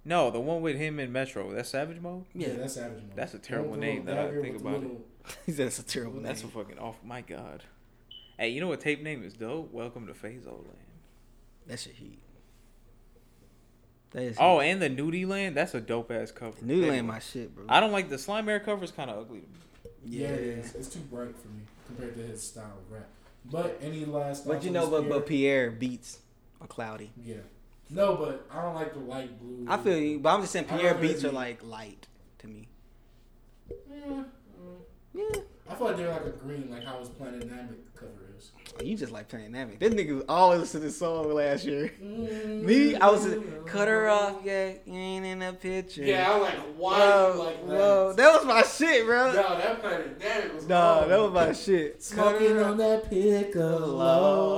Speaker 2: No, the one with him and Metro. That's Savage Mode.
Speaker 1: Yeah,
Speaker 3: Yeah,
Speaker 1: that's Savage Mode.
Speaker 2: That's a terrible
Speaker 1: With the
Speaker 2: name
Speaker 1: little
Speaker 2: now that I
Speaker 1: dagger
Speaker 2: think
Speaker 1: with the
Speaker 2: about it.
Speaker 1: little-
Speaker 3: he said it's a terrible
Speaker 1: Well,
Speaker 3: name.
Speaker 2: That's a fucking off. My God. Hey, you know what tape name is dope? Welcome to Phase Land.
Speaker 3: That shit heat. That is.
Speaker 2: Oh, and the Nudie Land. That's a dope ass cover.
Speaker 3: heat. New
Speaker 2: Anyway,
Speaker 3: Land, my shit, bro.
Speaker 2: I don't like the Slime Air cover. It's kind of ugly. To me.
Speaker 1: Yeah, it is. It's too bright for me compared to his style of rap. But any last.
Speaker 3: But
Speaker 1: thoughts
Speaker 3: you
Speaker 1: on
Speaker 3: know,
Speaker 1: this
Speaker 3: but but
Speaker 1: Pierre?
Speaker 3: Pierre beats are cloudy.
Speaker 1: yeah. No, but I don't like the light blue.
Speaker 3: I feel you, but I'm just saying
Speaker 1: I
Speaker 3: Pierre
Speaker 1: agree.
Speaker 3: beats are like light to me.
Speaker 1: Yeah. mm.
Speaker 3: Yeah,
Speaker 1: I feel like they're like a green, like how his Planet Namek cover is.
Speaker 3: Oh, you just like playing that. This nigga was always listening to this song last year. Me, I was
Speaker 1: Mm.
Speaker 3: uh, cut her off. Yeah, you ain't in the picture.
Speaker 1: Yeah, I like why
Speaker 3: Whoa,
Speaker 1: you like that.
Speaker 3: whoa. That was my shit, bro.
Speaker 1: No, that Planet Namek was.
Speaker 3: Nah,
Speaker 1: hard.
Speaker 3: that was my shit.
Speaker 1: Smoking on that oh.
Speaker 3: Hello.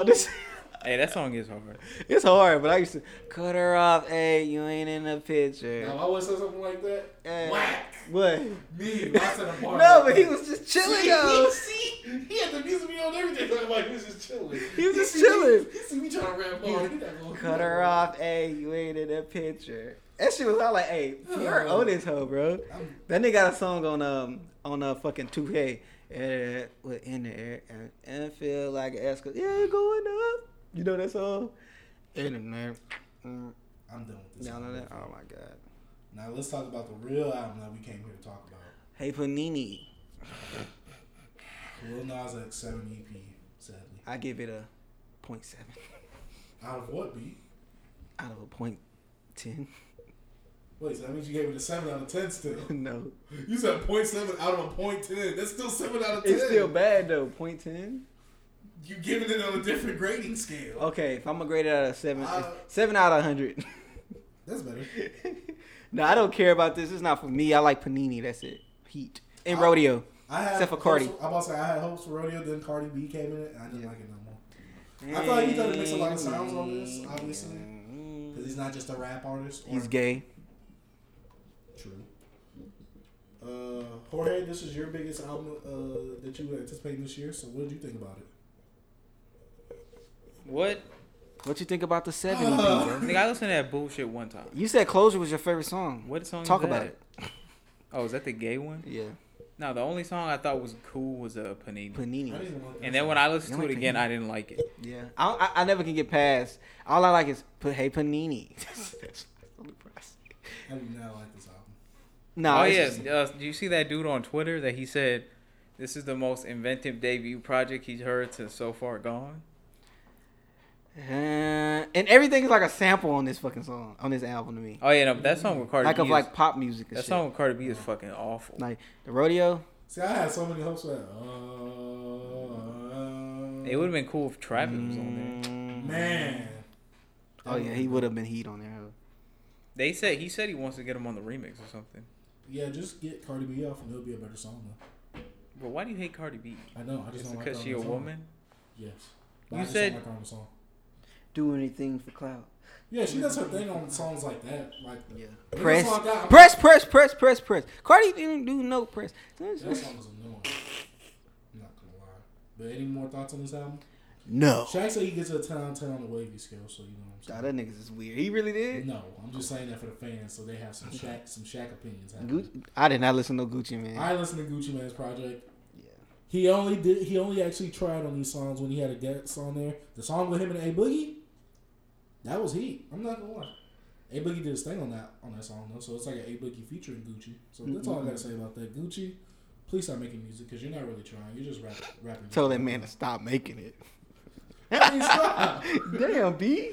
Speaker 1: piccolo.
Speaker 3: This,
Speaker 2: Hey, that song is hard.
Speaker 3: it's hard, but I used to cut her off. Hey, you ain't in the
Speaker 1: Now,
Speaker 3: picture.
Speaker 1: I would say something like that.
Speaker 3: Hey.
Speaker 1: Whack.
Speaker 3: What?
Speaker 1: Me, if I said a bar.
Speaker 3: No,
Speaker 1: like
Speaker 3: but he
Speaker 1: that.
Speaker 3: was just
Speaker 1: See,
Speaker 3: chilling,
Speaker 1: he-
Speaker 3: yo.
Speaker 1: See, he had the music video and everything. Talking about he was just chilling.
Speaker 3: He was just
Speaker 1: see me-
Speaker 3: chilling.
Speaker 1: He see me trying to rap hard. He not gonna-
Speaker 3: Cut her off. Hey, you ain't in the picture. That shit was all like, hey, you're on this hoe, bro.
Speaker 1: I'm-
Speaker 3: That nigga got a song on um on uh fucking 2K. Eh, what in the air and, and feel like an ass 'cause yeah going up. You know that song? In the air. Mm,
Speaker 1: I'm done with this.
Speaker 3: Y'all know that? Oh my god.
Speaker 1: Now let's talk about the real album that we came here to talk about.
Speaker 3: Hey Panini.
Speaker 1: Lil Nas X seven EP. Sadly,
Speaker 3: I give it a point seven.
Speaker 1: out of what beat?
Speaker 3: out of a point ten.
Speaker 1: Wait, so that means you gave it a seven out of ten still.
Speaker 3: no,
Speaker 1: You said 0.7 out of a 0.10. That's still seven out of ten.
Speaker 3: it's still bad though. Point ten.
Speaker 1: You giving it on a different grading scale.
Speaker 3: Okay, if I'm gonna grade it out of seven,
Speaker 1: Uh,
Speaker 3: seven out of hundred.
Speaker 1: That's better.
Speaker 3: no, I don't care about this. It's not for me. I like panini. That's it. Heat and
Speaker 1: I-
Speaker 3: rodeo.
Speaker 1: I had
Speaker 3: Except for
Speaker 1: hopes-
Speaker 3: Cardi.
Speaker 1: I'm about to say I had hopes for rodeo. Then Cardi B came in, and I didn't
Speaker 3: Yeah.
Speaker 1: like it no more. I thought he doesn't mix a lot of sounds on this, obviously. Because he's not just a rap artist. Or
Speaker 3: Mm. He's gay.
Speaker 1: True. Uh, Jorge, this is your biggest album uh, that you anticipate this year. So what did you think about it?
Speaker 2: What?
Speaker 3: What you think about the seven? EP,
Speaker 1: Uh.
Speaker 3: bro?
Speaker 2: Nigga, I listened to that bullshit one time.
Speaker 3: You said closure was your favorite song.
Speaker 2: What song?
Speaker 3: Talk
Speaker 2: is that?
Speaker 3: about it.
Speaker 2: Oh, is that the gay one?
Speaker 3: Yeah,
Speaker 2: No, the only song I thought was cool was a uh, Panini.
Speaker 1: I
Speaker 3: panini.
Speaker 1: didn't want
Speaker 2: And then when I listened
Speaker 3: You
Speaker 2: to
Speaker 3: like
Speaker 2: it again,
Speaker 3: Panini?
Speaker 2: I didn't like it.
Speaker 3: Yeah, I, I, I never can get past. All I like is put hey panini. That's- that's the only price.
Speaker 1: I do not like this album.
Speaker 3: No,
Speaker 2: oh
Speaker 3: it's
Speaker 2: yeah,
Speaker 3: just-
Speaker 2: uh, do you see that dude on Twitter that he said this is the most inventive debut project he's heard since so far gone?
Speaker 3: Uh, and everything is like a sample on this fucking song on this album to me.
Speaker 2: Oh yeah, no, but that song with Cardi
Speaker 3: like
Speaker 2: B.
Speaker 3: of
Speaker 2: Is,
Speaker 3: like pop music. And
Speaker 2: that
Speaker 3: shit.
Speaker 2: song with Cardi B is fucking awful.
Speaker 3: like the rodeo.
Speaker 1: See, I had so many hopes for that. Uh,
Speaker 2: It would have been cool if Travis was on there.
Speaker 3: Mm.
Speaker 1: Man.
Speaker 3: Oh yeah, he would have been heat on there. huh?
Speaker 2: They said he said he wants to get him on the remix or something.
Speaker 1: Yeah, just get Cardi B off and it'll be a better song. Though.
Speaker 2: But why do you hate Cardi B?
Speaker 1: I know. I just
Speaker 2: Is
Speaker 1: don't
Speaker 2: it
Speaker 1: like
Speaker 2: because
Speaker 1: her
Speaker 2: she
Speaker 1: on
Speaker 2: a
Speaker 1: the song.
Speaker 2: woman?
Speaker 1: Yes.
Speaker 2: You
Speaker 1: I just
Speaker 2: said-
Speaker 1: don't like her on the song.
Speaker 3: Do anything for clout.
Speaker 1: Yeah, she does her thing on songs like that. Like
Speaker 3: Yeah.
Speaker 1: That's
Speaker 3: Press,
Speaker 1: all I got.
Speaker 3: press, press, press, press, press. Cardi didn't do no press.
Speaker 1: That song was annoying. I'm not gonna lie. But any more thoughts on this album?
Speaker 3: No.
Speaker 1: Shaq said he gets a 10 out of 10 on the wavy scale, so you know what
Speaker 3: Nah,
Speaker 1: I'm
Speaker 3: that
Speaker 1: saying.
Speaker 3: niggas is weird. He really did.
Speaker 1: No, I'm just saying that for the fans, so they have some Shaq some Shaq opinions. happening.
Speaker 3: Gucci, I did not listen to Gucci man.
Speaker 1: I listened to Gucci Man's project.
Speaker 3: Yeah.
Speaker 1: He only did. He only actually tried on these songs when he had a guest on there. The song with him and A Boogie, that was he. I'm not gonna lie. A Boogie did his thing on that on that song though, so it's like an A Boogie featuring Gucci. So
Speaker 3: Mm-hmm.
Speaker 1: that's all I gotta say about that. Gucci, please stop making music because you're not really trying. You're just rap, rapping.
Speaker 3: Tell that man to stop making it.
Speaker 1: Please stop.
Speaker 3: Damn, B.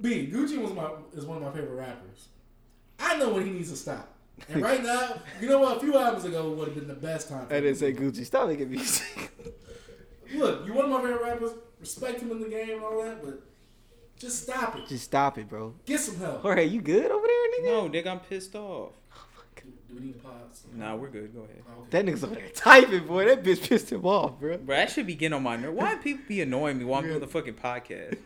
Speaker 1: B Gucci was my is one of my favorite rappers. I know when he needs to stop. And right now, you know what? A few albums ago would have been the best time. for
Speaker 3: I
Speaker 1: him.
Speaker 3: didn't say Gucci. Stop making music.
Speaker 1: Look, you one of my favorite rappers. Respect him in the game and all that, but just stop it.
Speaker 3: Just stop it, bro.
Speaker 1: Get some help.
Speaker 3: Jorge, you good over there, nigga?
Speaker 2: No, nigga, I'm pissed off.
Speaker 1: Do we need to pause? Oh,
Speaker 2: Nah, we're good. Go ahead.
Speaker 1: Okay.
Speaker 3: That nigga's over there typing, boy. That bitch pissed him off, bro.
Speaker 2: Bro, that should be getting on my nerve. Why people be annoying me while I'm doing the fucking podcast?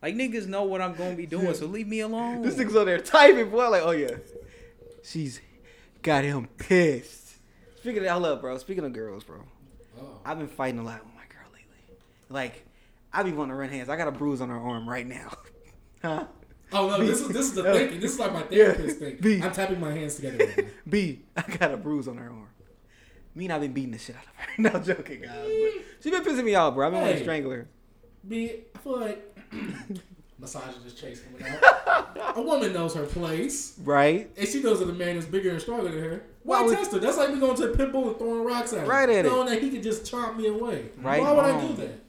Speaker 2: Like niggas know what I'm gonna be doing, so leave me alone.
Speaker 3: This nigga's over there typing, boy. Like, oh yeah, she's got him pissed. Speaking of, hold up, bro. Speaking of girls, bro.
Speaker 1: Uh-oh.
Speaker 3: I've been fighting a lot with my girl lately. Like, I be wanting to run hands. I got a bruise on her arm right now. huh?
Speaker 1: Oh no, this is this is the
Speaker 3: Yeah.
Speaker 1: thinking. This is like my therapist
Speaker 3: Yeah.
Speaker 1: thing.
Speaker 3: B.
Speaker 1: I'm tapping my hands together. Right now.
Speaker 3: B, I got a bruise on her arm. Me and I've been beating the shit out of her. no joking, guys. But she been pissing me off, bro. I've been wanting
Speaker 1: Hey.
Speaker 3: to strangle her.
Speaker 1: B, I feel like misogynist chase coming out. A woman knows her place,
Speaker 3: Right?
Speaker 1: and she knows that a man is bigger and stronger than her. Why,
Speaker 3: Why would-
Speaker 1: test her? That's like me going to a pit bull and throwing rocks at him,
Speaker 3: Right at it.
Speaker 1: knowing that he could just chop me away.
Speaker 3: Right
Speaker 1: Why would I
Speaker 3: on.
Speaker 1: do that?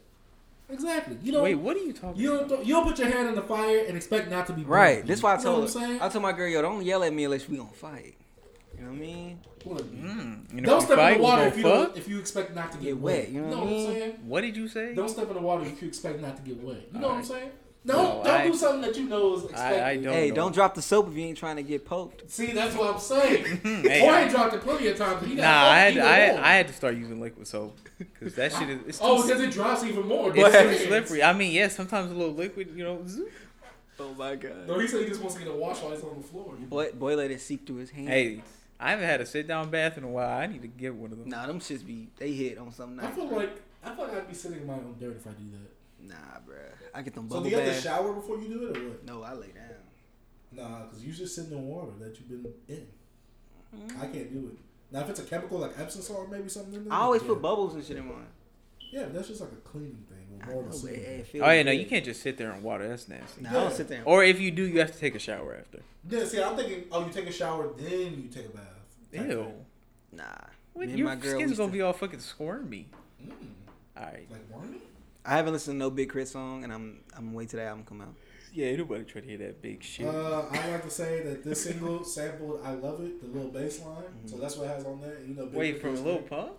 Speaker 1: Exactly. You don't.
Speaker 2: Wait, what are you talking?
Speaker 1: You don't, throw, you don't put your hand in the fire and expect not to be burned.
Speaker 3: Right. That's why I
Speaker 1: You know
Speaker 3: told
Speaker 1: what I'm
Speaker 3: her.
Speaker 1: saying?
Speaker 3: I told my girl, yo, don't yell at me unless we gonna fight. You know what I mean?
Speaker 1: Look,
Speaker 2: Mm, you know,
Speaker 1: Don't
Speaker 2: we
Speaker 1: step
Speaker 2: fight,
Speaker 1: in
Speaker 2: we
Speaker 1: the water
Speaker 2: gonna
Speaker 1: if you
Speaker 2: fuck?
Speaker 1: don't, if you expect not to get,
Speaker 3: Get
Speaker 1: wet.
Speaker 3: wet, you know what I
Speaker 1: what I'm
Speaker 3: mean?
Speaker 1: saying?
Speaker 2: What did you say?
Speaker 1: Don't step in the water if you expect not to get wet. You know what I'm
Speaker 2: Alright.
Speaker 1: saying? Don't
Speaker 2: No,
Speaker 1: don't
Speaker 2: I-
Speaker 1: do something that you know is expected.
Speaker 2: I don't
Speaker 3: hey,
Speaker 2: know.
Speaker 3: don't drop the soap if you ain't trying to get poked.
Speaker 1: See, that's what I'm saying.
Speaker 2: Hey,
Speaker 1: Boy,
Speaker 2: I-
Speaker 1: I dropped it plenty of times. But you
Speaker 2: Nah,
Speaker 1: got
Speaker 2: I had I had, I had to start using liquid soap because that shit is it's too,
Speaker 1: Oh, because it drops even more.
Speaker 2: it's
Speaker 1: That's
Speaker 2: too
Speaker 1: what it is.
Speaker 2: slippery. I mean, yeah, sometimes a little liquid, you know. zoop.
Speaker 3: Oh my
Speaker 1: No,
Speaker 3: god.
Speaker 1: he said he just wants to get a wash while he's on the floor.
Speaker 3: Boy, boy let it seep through his hand.
Speaker 2: Hey, I haven't had a sit down bath in a while. I need to get one of them. Oh,
Speaker 3: Nah, them shits be they hit on something.
Speaker 1: I
Speaker 3: Nice.
Speaker 1: feel like I feel like I'd be sitting in my own dirt if I do that.
Speaker 3: Nah, bruh. I get them
Speaker 1: So
Speaker 3: bubble
Speaker 1: do you have to
Speaker 3: baths.
Speaker 1: shower before you do it or what?
Speaker 3: No, I lay down.
Speaker 1: Nah, because you just sitting in water that you've been in. I can't do it. Now, if it's a chemical like Epsom salt, maybe something in there.
Speaker 3: Mm-hmm. I always
Speaker 1: yeah.
Speaker 3: put bubbles and shit in mine.
Speaker 1: Yeah, that's just like a cleaning thing.
Speaker 3: I
Speaker 1: Or more of a
Speaker 3: know, but, hey,
Speaker 1: soothing.
Speaker 3: it feels
Speaker 2: Oh yeah, no,
Speaker 3: good.
Speaker 2: you can't just sit there in water. That's nasty.
Speaker 3: Nah, I don't
Speaker 1: Yeah.
Speaker 3: sit there. and-
Speaker 2: Or if you do, you have to take a shower after.
Speaker 1: Yeah, see, I'm thinking, oh, you take a shower, then you take a bath. Type
Speaker 2: Ew.
Speaker 1: thing.
Speaker 3: Nah.
Speaker 2: What,
Speaker 3: Me and
Speaker 2: your
Speaker 3: my girl
Speaker 2: skin's
Speaker 3: used
Speaker 2: gonna
Speaker 3: to-
Speaker 2: be all fucking squirmy.
Speaker 1: Mm,
Speaker 2: All right.
Speaker 1: like wormy?
Speaker 3: I haven't listened to no Big Crit song, and I'm I'm wait till that album come out.
Speaker 2: Yeah, ain't nobody trying to hear that big shit.
Speaker 1: Uh, I like to say that this single sampled "I Love It," the little bass line.
Speaker 3: Mm-hmm.
Speaker 1: So that's what it has on there. You know, Big
Speaker 2: Wait, from
Speaker 1: Pooh-
Speaker 2: Lil Pump?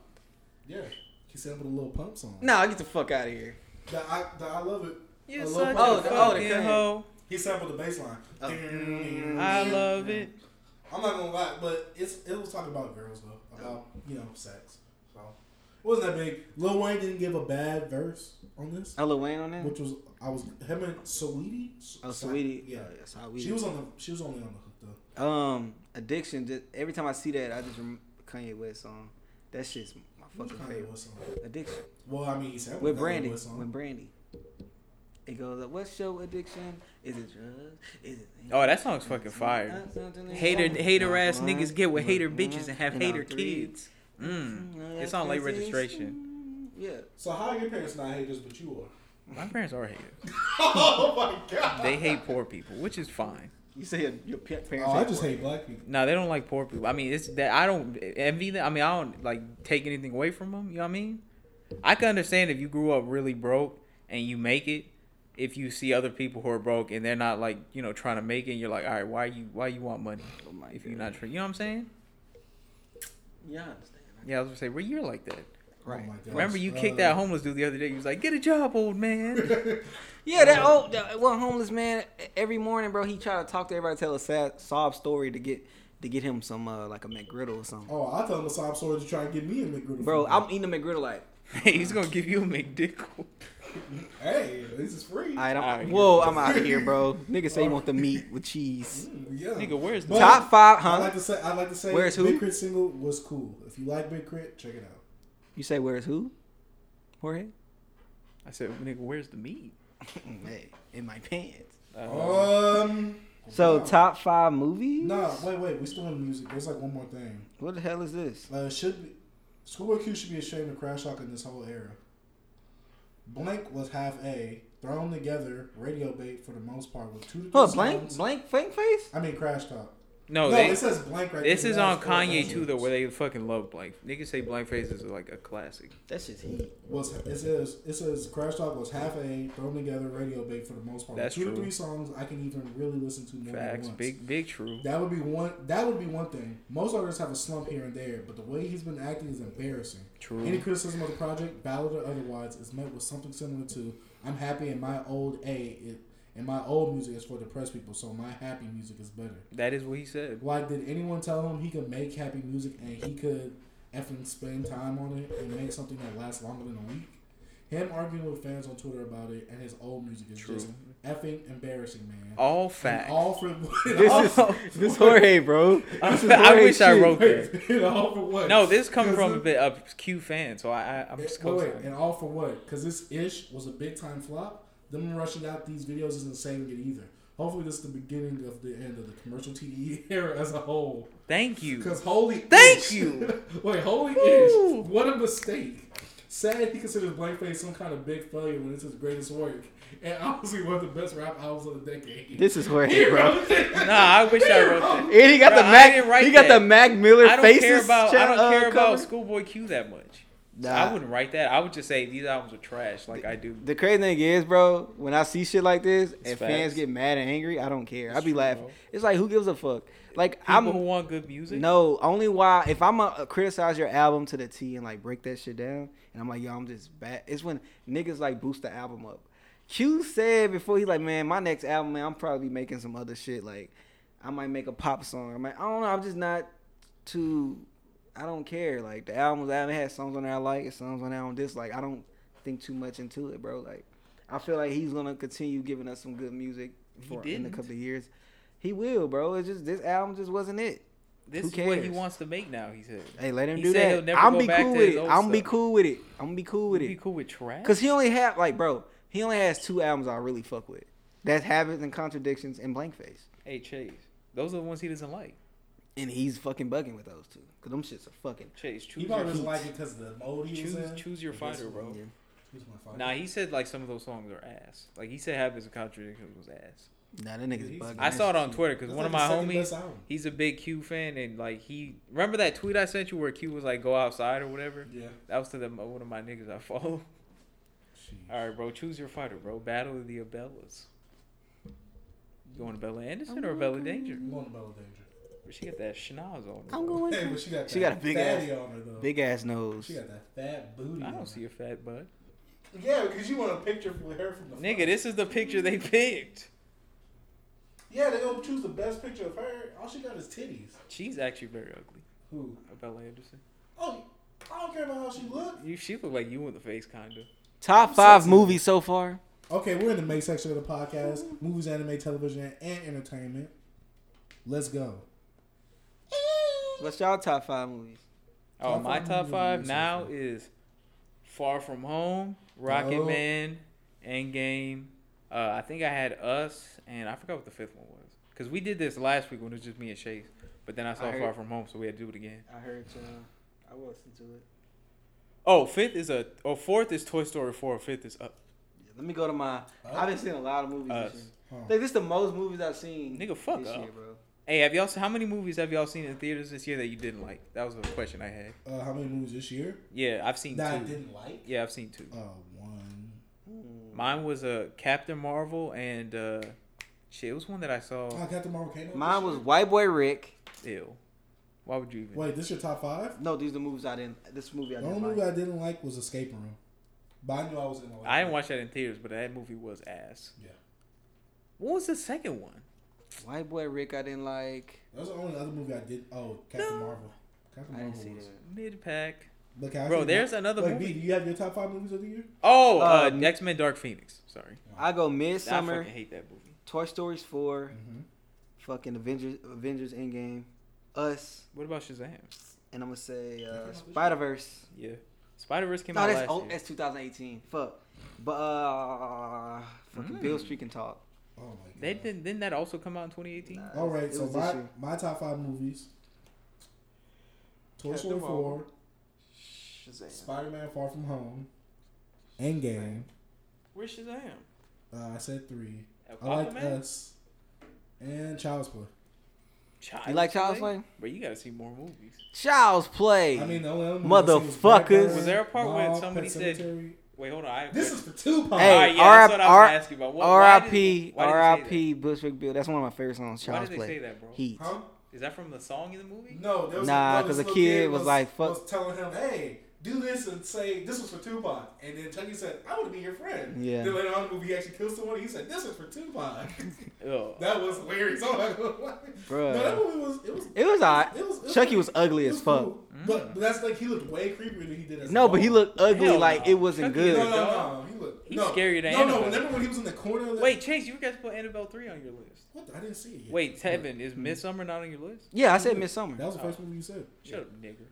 Speaker 1: Yeah, he sampled a little pump song.
Speaker 3: Nah, get the fuck out of here.
Speaker 1: The I, the I love it.
Speaker 2: You
Speaker 1: A Lil
Speaker 2: such
Speaker 1: Pump.
Speaker 2: a
Speaker 3: Oh, the- oh, the
Speaker 2: fucking
Speaker 3: cut.
Speaker 2: hoe.
Speaker 1: He sampled the bass line.
Speaker 3: Oh.
Speaker 2: I love it.
Speaker 1: I'm not gonna lie, but it's it was talking about girls though, about you know sex. So it wasn't that big. Lil Wayne didn't give a bad verse on this,
Speaker 3: Oh, Lil Wayne on that?
Speaker 1: which was I was him and Saweetie. S-
Speaker 3: Oh,
Speaker 1: Sa-
Speaker 3: sweetie.
Speaker 1: Yeah,
Speaker 3: that's how
Speaker 1: she
Speaker 3: we.
Speaker 1: was on the she was only on the hook though.
Speaker 3: Um, addiction. Just, every time I see that, I just remember Kanye West song. That shit's my fucking
Speaker 1: Kanye
Speaker 3: favorite.
Speaker 1: West song.
Speaker 3: Addiction.
Speaker 1: Well, I mean, he sampled
Speaker 3: With
Speaker 1: Kanye
Speaker 3: Brandy.
Speaker 1: West song.
Speaker 3: With Brandy. It goes like, "What's your addiction? Is it drugs? Is it?"
Speaker 2: Oh, that song's fucking fire. Hater, hater ass niggas get with hater bitches and have hater kids. Mm. It's on late registration.
Speaker 3: Yeah.
Speaker 1: So how are your parents not haters, but you are?
Speaker 2: My parents are haters.
Speaker 1: oh my god.
Speaker 2: They hate poor people, which is fine.
Speaker 3: You say your, your pa- parents.
Speaker 1: Oh, I
Speaker 3: hate
Speaker 1: just
Speaker 3: porn.
Speaker 1: hate black people.
Speaker 2: No, they don't like poor people. I mean, it's that I don't envy them. I mean, I don't like take anything away from them. You know what I mean? I can understand if you grew up really broke and you make it. If you see other people who are broke and they're not like you know trying to make it, and you're like, all right, why you why you want money
Speaker 3: Oh my
Speaker 2: if you're
Speaker 3: God.
Speaker 2: not trying? You know what I'm saying?
Speaker 3: Yeah, I understand.
Speaker 2: Yeah, I was gonna say, well, you're like that.
Speaker 1: Oh
Speaker 3: Right.
Speaker 1: my gosh.
Speaker 2: Remember, you
Speaker 1: Uh,
Speaker 2: kicked that homeless dude the other day. You was like, get a job, old man.
Speaker 3: Yeah, that old that one homeless man. Every morning, bro, he try to talk to everybody, tell a sad sob story to get to get him some uh, like a McGriddle or something.
Speaker 1: Oh, I tell him a sob story to try and get me a McGriddle.
Speaker 3: Bro,
Speaker 1: for
Speaker 3: I'm eating a McGriddle like.
Speaker 2: He's gonna give you a McDickle.
Speaker 1: Hey, this is free.
Speaker 3: All right, I'm,
Speaker 2: Alright.
Speaker 3: whoa, I'm out of here, bro. Nigga say you want the meat with cheese.
Speaker 1: Mm, yeah.
Speaker 2: Nigga, where's the
Speaker 1: But-
Speaker 3: Top five,
Speaker 1: I
Speaker 3: huh?
Speaker 1: like to say I like to say
Speaker 3: Where's who?
Speaker 1: Big Crit single was cool. If you like Big Crit, check it out.
Speaker 3: You say where's who? Jorge?
Speaker 2: I said, nigga, where's the meat?
Speaker 3: Mm, hey, in my pants.
Speaker 2: Uh,
Speaker 1: Um.
Speaker 3: So
Speaker 1: wow.
Speaker 3: top five movies?
Speaker 1: No, wait, wait. We still in music. There's like one more thing.
Speaker 3: What the hell is this?
Speaker 1: Uh, should be Schoolboy Q should be ashamed of Crash Hawk in this whole era. Blank was half a thrown together radio bait for the most part with two to three
Speaker 3: Huh, blank,
Speaker 1: songs.
Speaker 3: blank, blank face?
Speaker 1: I mean Crash Talk.
Speaker 2: no,
Speaker 1: no,
Speaker 2: Oh, they,
Speaker 1: it says blank right
Speaker 2: This
Speaker 1: there.
Speaker 2: is
Speaker 1: That
Speaker 2: on
Speaker 1: four
Speaker 2: Kanye
Speaker 1: songs.
Speaker 2: too, though, where they fucking love blank. Niggas say blank faces is like a classic.
Speaker 3: That's just heat.
Speaker 1: Was it says it says Crash Talk was half a thrown together radio bait for the most part.
Speaker 2: That's
Speaker 1: two to
Speaker 2: true.
Speaker 1: three songs I can even really listen to more
Speaker 2: Facts,
Speaker 1: than once.
Speaker 2: big, big, true.
Speaker 1: That would be one. That would be one thing. Most artists have a slump here and there, but the way he's been acting is embarrassing.
Speaker 2: True.
Speaker 1: Any criticism of the project, ballad or otherwise, is met with something similar to "I'm happy in my old a it, and my old music is for depressed people, so my happy music is better."
Speaker 2: That is what he said.
Speaker 1: Why did anyone tell him he could make happy music and he could effing spend time on it and make something that lasts longer than a week? Him arguing with fans on Twitter about it and his old music is
Speaker 2: True.
Speaker 1: just effing embarrassing, man.
Speaker 2: All
Speaker 1: And
Speaker 2: facts.
Speaker 1: all for all-
Speaker 3: This is this Jorge, bro. This is
Speaker 2: I
Speaker 3: Jorge
Speaker 2: wish I
Speaker 3: shit.
Speaker 2: wrote this.
Speaker 1: and all for what?
Speaker 2: No, this coming
Speaker 1: Cause
Speaker 2: from a
Speaker 1: it-
Speaker 2: bit of Q fan, so I, I I'm
Speaker 1: It, wait,
Speaker 2: just close.
Speaker 1: wait, and all for what? Because this ish was a big time flop. Them rushing out these videos isn't saving it either. Hopefully, this is the beginning of the end of the commercial TDE era as a whole.
Speaker 2: Thank you.
Speaker 1: Because holy
Speaker 2: Thank
Speaker 1: ish.
Speaker 2: you.
Speaker 1: wait, holy
Speaker 2: Ooh.
Speaker 1: ish. What a mistake. Sad he considers Blankface some kind of big failure when it's his greatest work. And honestly, one of the best rap albums of the decade.
Speaker 3: This is Jorge, bro.
Speaker 2: Nah, I wish I wrote that.
Speaker 3: And he got
Speaker 2: Bro,
Speaker 3: the
Speaker 2: I didn't
Speaker 3: Mac.
Speaker 2: write
Speaker 3: He got
Speaker 2: that.
Speaker 3: the Mac Miller
Speaker 2: I don't
Speaker 3: faces.
Speaker 2: care about I
Speaker 3: channel,
Speaker 2: don't care
Speaker 3: uh,
Speaker 2: about
Speaker 3: cover.
Speaker 2: Schoolboy Q that much.
Speaker 3: Nah.
Speaker 2: I wouldn't write that. I would just say these albums are trash, like I do.
Speaker 3: The crazy thing is, bro, when I see shit like this and fans
Speaker 2: facts.
Speaker 3: get mad and angry, I don't care. I be
Speaker 2: true,
Speaker 3: laughing.
Speaker 2: bro.
Speaker 3: It's like who gives a fuck? Like
Speaker 2: People who
Speaker 3: I'm
Speaker 2: want good music.
Speaker 3: no only why if I'm gonna criticize your album to the T and like break that shit down, and I'm like yo, I'm just bad. It's when niggas like boost the album up. Q said before he like man, my next album, man, I'm probably making some other shit. Like I might make a pop song. I'm like I don't know. I'm just not too. I don't care. Like the albums, I haven't had songs on there I like, and songs on there I don't dislike. I don't think too much into it, bro. Like, I feel like he's gonna continue giving us some good music
Speaker 2: He
Speaker 3: for in a
Speaker 2: didn't.
Speaker 3: couple of years. He will, bro. It's just this album just wasn't it.
Speaker 2: this
Speaker 3: who
Speaker 2: is what he
Speaker 3: cares?
Speaker 2: wants to make now. He said.
Speaker 3: Hey, let him
Speaker 2: He
Speaker 3: do
Speaker 2: said
Speaker 3: that.
Speaker 2: he'll never
Speaker 3: I'm
Speaker 2: go
Speaker 3: be
Speaker 2: back
Speaker 3: cool
Speaker 2: to
Speaker 3: with
Speaker 2: his
Speaker 3: it.
Speaker 2: old
Speaker 3: I'm be
Speaker 2: stuff.
Speaker 3: cool with it. I'm gonna be cool with
Speaker 2: Would be
Speaker 3: it.
Speaker 2: cool with trash.
Speaker 3: Cause he only have like, bro. He only has two albums I really fuck with. That's Habits and Contradictions and Blank Face.
Speaker 2: Hey Chase, those are the ones he doesn't like.
Speaker 3: And he's fucking bugging with those two. Cause them shits are fucking.
Speaker 2: Chase, choose
Speaker 1: He
Speaker 2: your
Speaker 1: probably doesn't like it because of the mode he
Speaker 2: choose
Speaker 1: was in.
Speaker 2: choose your
Speaker 1: But this
Speaker 2: fighter,
Speaker 1: one-
Speaker 2: bro.
Speaker 3: Yeah.
Speaker 1: this one fighter.
Speaker 2: Nah, he said like some of those songs are ass. Like he said, Habits and Contradictions was ass.
Speaker 3: Nah, that nigga's
Speaker 1: He's-
Speaker 3: bugging.
Speaker 2: I
Speaker 3: That
Speaker 2: saw it
Speaker 3: shit-
Speaker 2: on Twitter because
Speaker 1: That's
Speaker 2: one of
Speaker 1: like
Speaker 2: my
Speaker 1: his second best
Speaker 2: homies,
Speaker 1: album.
Speaker 2: he's a big Q fan, and like he remember that tweet I sent you where Q was like, "Go outside" or whatever.
Speaker 1: Yeah.
Speaker 2: That was to the, one of my niggas I follow.
Speaker 1: Jeez.
Speaker 2: All right, bro, choose your fighter, bro. Battle of the Abellas. You going to Bella Anderson or Bella Danger?
Speaker 1: I'm going to Bella Danger.
Speaker 2: Where She got that schnoz on.
Speaker 3: I'm
Speaker 2: bro.
Speaker 3: going.
Speaker 1: Hey, but she got
Speaker 3: She
Speaker 1: that
Speaker 3: got a big
Speaker 1: fatty on her though.
Speaker 3: Big ass nose.
Speaker 1: She got that fat booty.
Speaker 2: I
Speaker 1: on her.
Speaker 2: don't see a fat butt.
Speaker 1: Yeah, because you want a picture with her from the
Speaker 2: Nigga, this is the picture they picked.
Speaker 1: Yeah, they gonna choose the best picture of her. All she got is titties.
Speaker 2: She's actually very ugly.
Speaker 1: Who?
Speaker 2: Bella Anderson.
Speaker 1: Oh, I don't care about how she look.
Speaker 2: You, she look like you in the face, kinda.
Speaker 3: Top
Speaker 1: I'm
Speaker 3: five
Speaker 1: sexy.
Speaker 3: movies so far.
Speaker 1: Okay, we're in the main section of the podcast: movies, anime, television, and entertainment. Let's go.
Speaker 3: What's y'all top five movies?
Speaker 2: Oh,
Speaker 1: Top
Speaker 2: my
Speaker 1: five
Speaker 2: top
Speaker 1: movies
Speaker 2: five
Speaker 1: of
Speaker 2: now
Speaker 1: the
Speaker 2: is Far From Home, Rocket
Speaker 1: No.
Speaker 2: Man, Endgame. Uh, I think I had Us, and I forgot what the fifth one was. Because we did this last week when it was just me and Chase. But then I saw
Speaker 3: heard-
Speaker 2: Far From Home, so we had to do it again.
Speaker 3: I heard y'all. I will listen to it.
Speaker 2: Oh, fifth is a. Oh, fourth is Toy Story 4. Fifth is Up.
Speaker 3: Let me go to my. I've been seeing a lot of movies.
Speaker 2: Us.
Speaker 3: This year.
Speaker 1: Huh.
Speaker 3: Like, this is the most movies I've seen.
Speaker 2: Nigga, fuck
Speaker 3: this
Speaker 2: up.
Speaker 3: year, bro.
Speaker 2: Hey, have y'all? se- How many movies have y'all seen in theaters this year that you didn't like? That was a question I had.
Speaker 1: Uh, how many movies this year
Speaker 2: Yeah, I've seen
Speaker 1: that I
Speaker 2: two.
Speaker 1: didn't like?
Speaker 2: Yeah, I've seen two.
Speaker 1: Uh, one.
Speaker 3: Mm.
Speaker 2: Mine was uh, Captain Marvel and uh, shit. It was one that I saw.
Speaker 1: Oh, Captain Marvel came out.
Speaker 3: Mine
Speaker 1: this
Speaker 3: was
Speaker 1: year?
Speaker 3: White Boy Rick.
Speaker 2: Ew. Why would you even?
Speaker 1: Wait, this your top five?
Speaker 3: No, these are the movies I didn't. This movie I
Speaker 1: The
Speaker 3: didn't
Speaker 1: only
Speaker 3: like.
Speaker 1: movie I didn't like was Escape Room, but I knew I was gonna like.
Speaker 2: I didn't
Speaker 1: it.
Speaker 2: watch that in theaters, but that movie was ass.
Speaker 1: Yeah.
Speaker 2: What was the second one?
Speaker 3: White Boy Rick I didn't like.
Speaker 1: That was the only other movie I did. Oh, Captain
Speaker 2: No.
Speaker 1: Marvel. Captain
Speaker 3: I didn't
Speaker 1: Marvel
Speaker 3: see
Speaker 1: was.
Speaker 3: that.
Speaker 2: Mid pack.
Speaker 1: Look, how I
Speaker 2: Bro,
Speaker 1: said-
Speaker 2: there's another
Speaker 1: Wait,
Speaker 2: movie.
Speaker 1: B, do you have your top five movies of the year?
Speaker 2: Oh, uh,
Speaker 3: Um,
Speaker 2: X Men Dark Phoenix. Sorry.
Speaker 3: I go
Speaker 2: I
Speaker 3: Midsummer,
Speaker 2: fucking hate that movie.
Speaker 3: Toy Stories 4,
Speaker 1: Mm-hmm.
Speaker 3: fucking Avengers, Avengers Endgame, Us,
Speaker 2: What about Shazam?
Speaker 3: and I'm gonna say
Speaker 1: came out
Speaker 3: uh,
Speaker 1: this year?
Speaker 3: Spider Verse.
Speaker 2: Yeah. Spider Verse came
Speaker 3: No,
Speaker 2: out
Speaker 3: that's
Speaker 2: last
Speaker 3: old,
Speaker 2: year.
Speaker 3: that's 2018. Fuck, but uh, fucking
Speaker 2: Mm.
Speaker 3: Bill Street can talk.
Speaker 1: Oh my god.
Speaker 2: They didn't. Didn't that also come out in 2018?
Speaker 3: Nah.
Speaker 1: All right,
Speaker 3: It
Speaker 1: so
Speaker 3: was this
Speaker 1: my,
Speaker 3: year.
Speaker 1: my top five movies: Toy
Speaker 3: Captain
Speaker 1: Story Four,
Speaker 3: Marvel. Shazam.
Speaker 1: Spider Man Far From Home, Endgame.
Speaker 2: Where's Shazam?
Speaker 1: Uh, I said three. I like
Speaker 2: Aquaman.
Speaker 1: Us and Child's Play.
Speaker 2: Child's
Speaker 3: You like Child's Play?
Speaker 2: But you gotta see more movies.
Speaker 3: Child's Play.
Speaker 1: I mean, the only other movie I've seen was Black
Speaker 3: Motherfuckers.
Speaker 1: Bird,
Speaker 2: Was there a part where
Speaker 1: Dog,
Speaker 2: somebody
Speaker 1: Pet
Speaker 2: said-
Speaker 1: Sematary.
Speaker 2: Wait, hold on. I,
Speaker 1: "This is for Tupac"?
Speaker 3: Hey,
Speaker 2: Alright, yeah, that's
Speaker 3: R-
Speaker 2: what I was
Speaker 3: R-
Speaker 2: gonna ask you about. What- why did-
Speaker 3: R.I.P.
Speaker 2: why did they say
Speaker 3: R.I.P. Bushwick Bill. That's one of my favorite songs.
Speaker 2: that? Why
Speaker 3: Child's
Speaker 2: did they say
Speaker 3: Play.
Speaker 2: that, bro?
Speaker 3: Heat.
Speaker 1: Huh?
Speaker 2: Is that from the song in the movie?
Speaker 1: No, there was
Speaker 3: Nah,
Speaker 1: no,
Speaker 3: 'cause
Speaker 1: this
Speaker 3: the
Speaker 1: little
Speaker 3: kid was like, fuck-
Speaker 1: was telling him, "Hey, do this and say this was for Tupac," and then Chucky said, "I want to be your friend."
Speaker 3: Yeah.
Speaker 1: Then later on, in the movie he actually killed someone. He said, "This is for Tupac."
Speaker 2: Ugh.
Speaker 1: that was hilarious. Oh my god.
Speaker 3: Bruh.
Speaker 1: No, that movie was it was
Speaker 3: It was alright.
Speaker 1: it was- it
Speaker 3: Chucky was ugly
Speaker 1: it
Speaker 3: as fuck.
Speaker 1: cool. But, but that's like he looked way creepier than he did as
Speaker 3: No,
Speaker 1: an
Speaker 3: but he
Speaker 1: adult.
Speaker 3: looked ugly.
Speaker 2: Hell
Speaker 3: like
Speaker 2: no.
Speaker 3: it wasn't
Speaker 2: Chucky
Speaker 1: No,
Speaker 2: is
Speaker 1: no,
Speaker 3: good.
Speaker 1: no, no. He looked.
Speaker 2: He's
Speaker 1: no.
Speaker 2: scarier than
Speaker 1: No,
Speaker 2: Annabelle.
Speaker 1: no. Remember when he was in the corner? Of that,
Speaker 2: Wait, Chase, you guys put Annabelle three on your list.
Speaker 1: what? the- I didn't see it. Yet.
Speaker 2: Wait, Tevin, is Midsummer not on your list?
Speaker 3: Yeah, I
Speaker 1: Mhm.
Speaker 3: said Midsummer.
Speaker 1: That was the
Speaker 2: Oh.
Speaker 1: first movie you said.
Speaker 2: Shut up, nigger.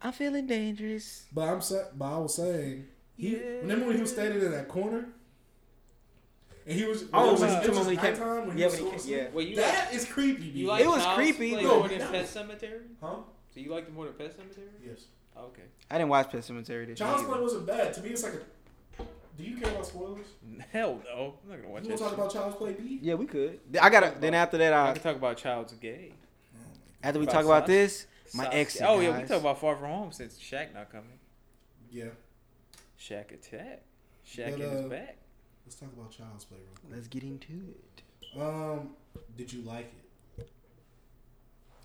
Speaker 3: I'm feeling dangerous.
Speaker 1: But I'm sa- but I was saying, he,
Speaker 2: Yeah.
Speaker 1: remember when he was standing in that corner, and he was
Speaker 3: Oh,
Speaker 1: it was,
Speaker 2: when
Speaker 1: it
Speaker 2: he
Speaker 1: was
Speaker 3: came- when he came-
Speaker 1: nighttime when he
Speaker 3: yeah,
Speaker 1: was
Speaker 3: when he
Speaker 1: going
Speaker 3: came-
Speaker 1: to sleep?
Speaker 3: yeah.
Speaker 2: Wait, you like,
Speaker 1: That is creepy.
Speaker 2: you
Speaker 1: B.
Speaker 2: like
Speaker 3: It was
Speaker 2: Child's
Speaker 3: creepy.
Speaker 2: Play
Speaker 1: No,
Speaker 2: more than
Speaker 1: that
Speaker 2: Pet
Speaker 1: was-
Speaker 2: Cemetery?
Speaker 1: huh?
Speaker 2: So you liked it more than Pet Cemetery?
Speaker 1: Yes.
Speaker 2: Oh, Okay.
Speaker 3: I didn't watch Pet Cemetery this
Speaker 1: Child's
Speaker 3: year.
Speaker 1: Play wasn't bad. To me, it's like a. Do you care about spoilers?
Speaker 2: Hell no. I'm not gonna watch
Speaker 1: You want
Speaker 2: that.
Speaker 1: to talk
Speaker 2: shit.
Speaker 1: about Child's Play B?
Speaker 3: Yeah, we could. I gotta. Then after that,
Speaker 2: I
Speaker 3: I
Speaker 2: can talk about Child's Gay.
Speaker 3: after we
Speaker 2: about
Speaker 3: talk about
Speaker 2: Sasuke.
Speaker 3: this, my
Speaker 2: Sasuke-
Speaker 3: ex.
Speaker 2: Oh yeah, we can talk about Far From Home since Shaq not coming.
Speaker 1: Yeah.
Speaker 2: Shaq attack. Shaq
Speaker 1: But,
Speaker 2: in his
Speaker 1: uh,
Speaker 2: back.
Speaker 1: Let's talk about Child's Play real quick.
Speaker 3: Let's get into it.
Speaker 1: Um, did you like it?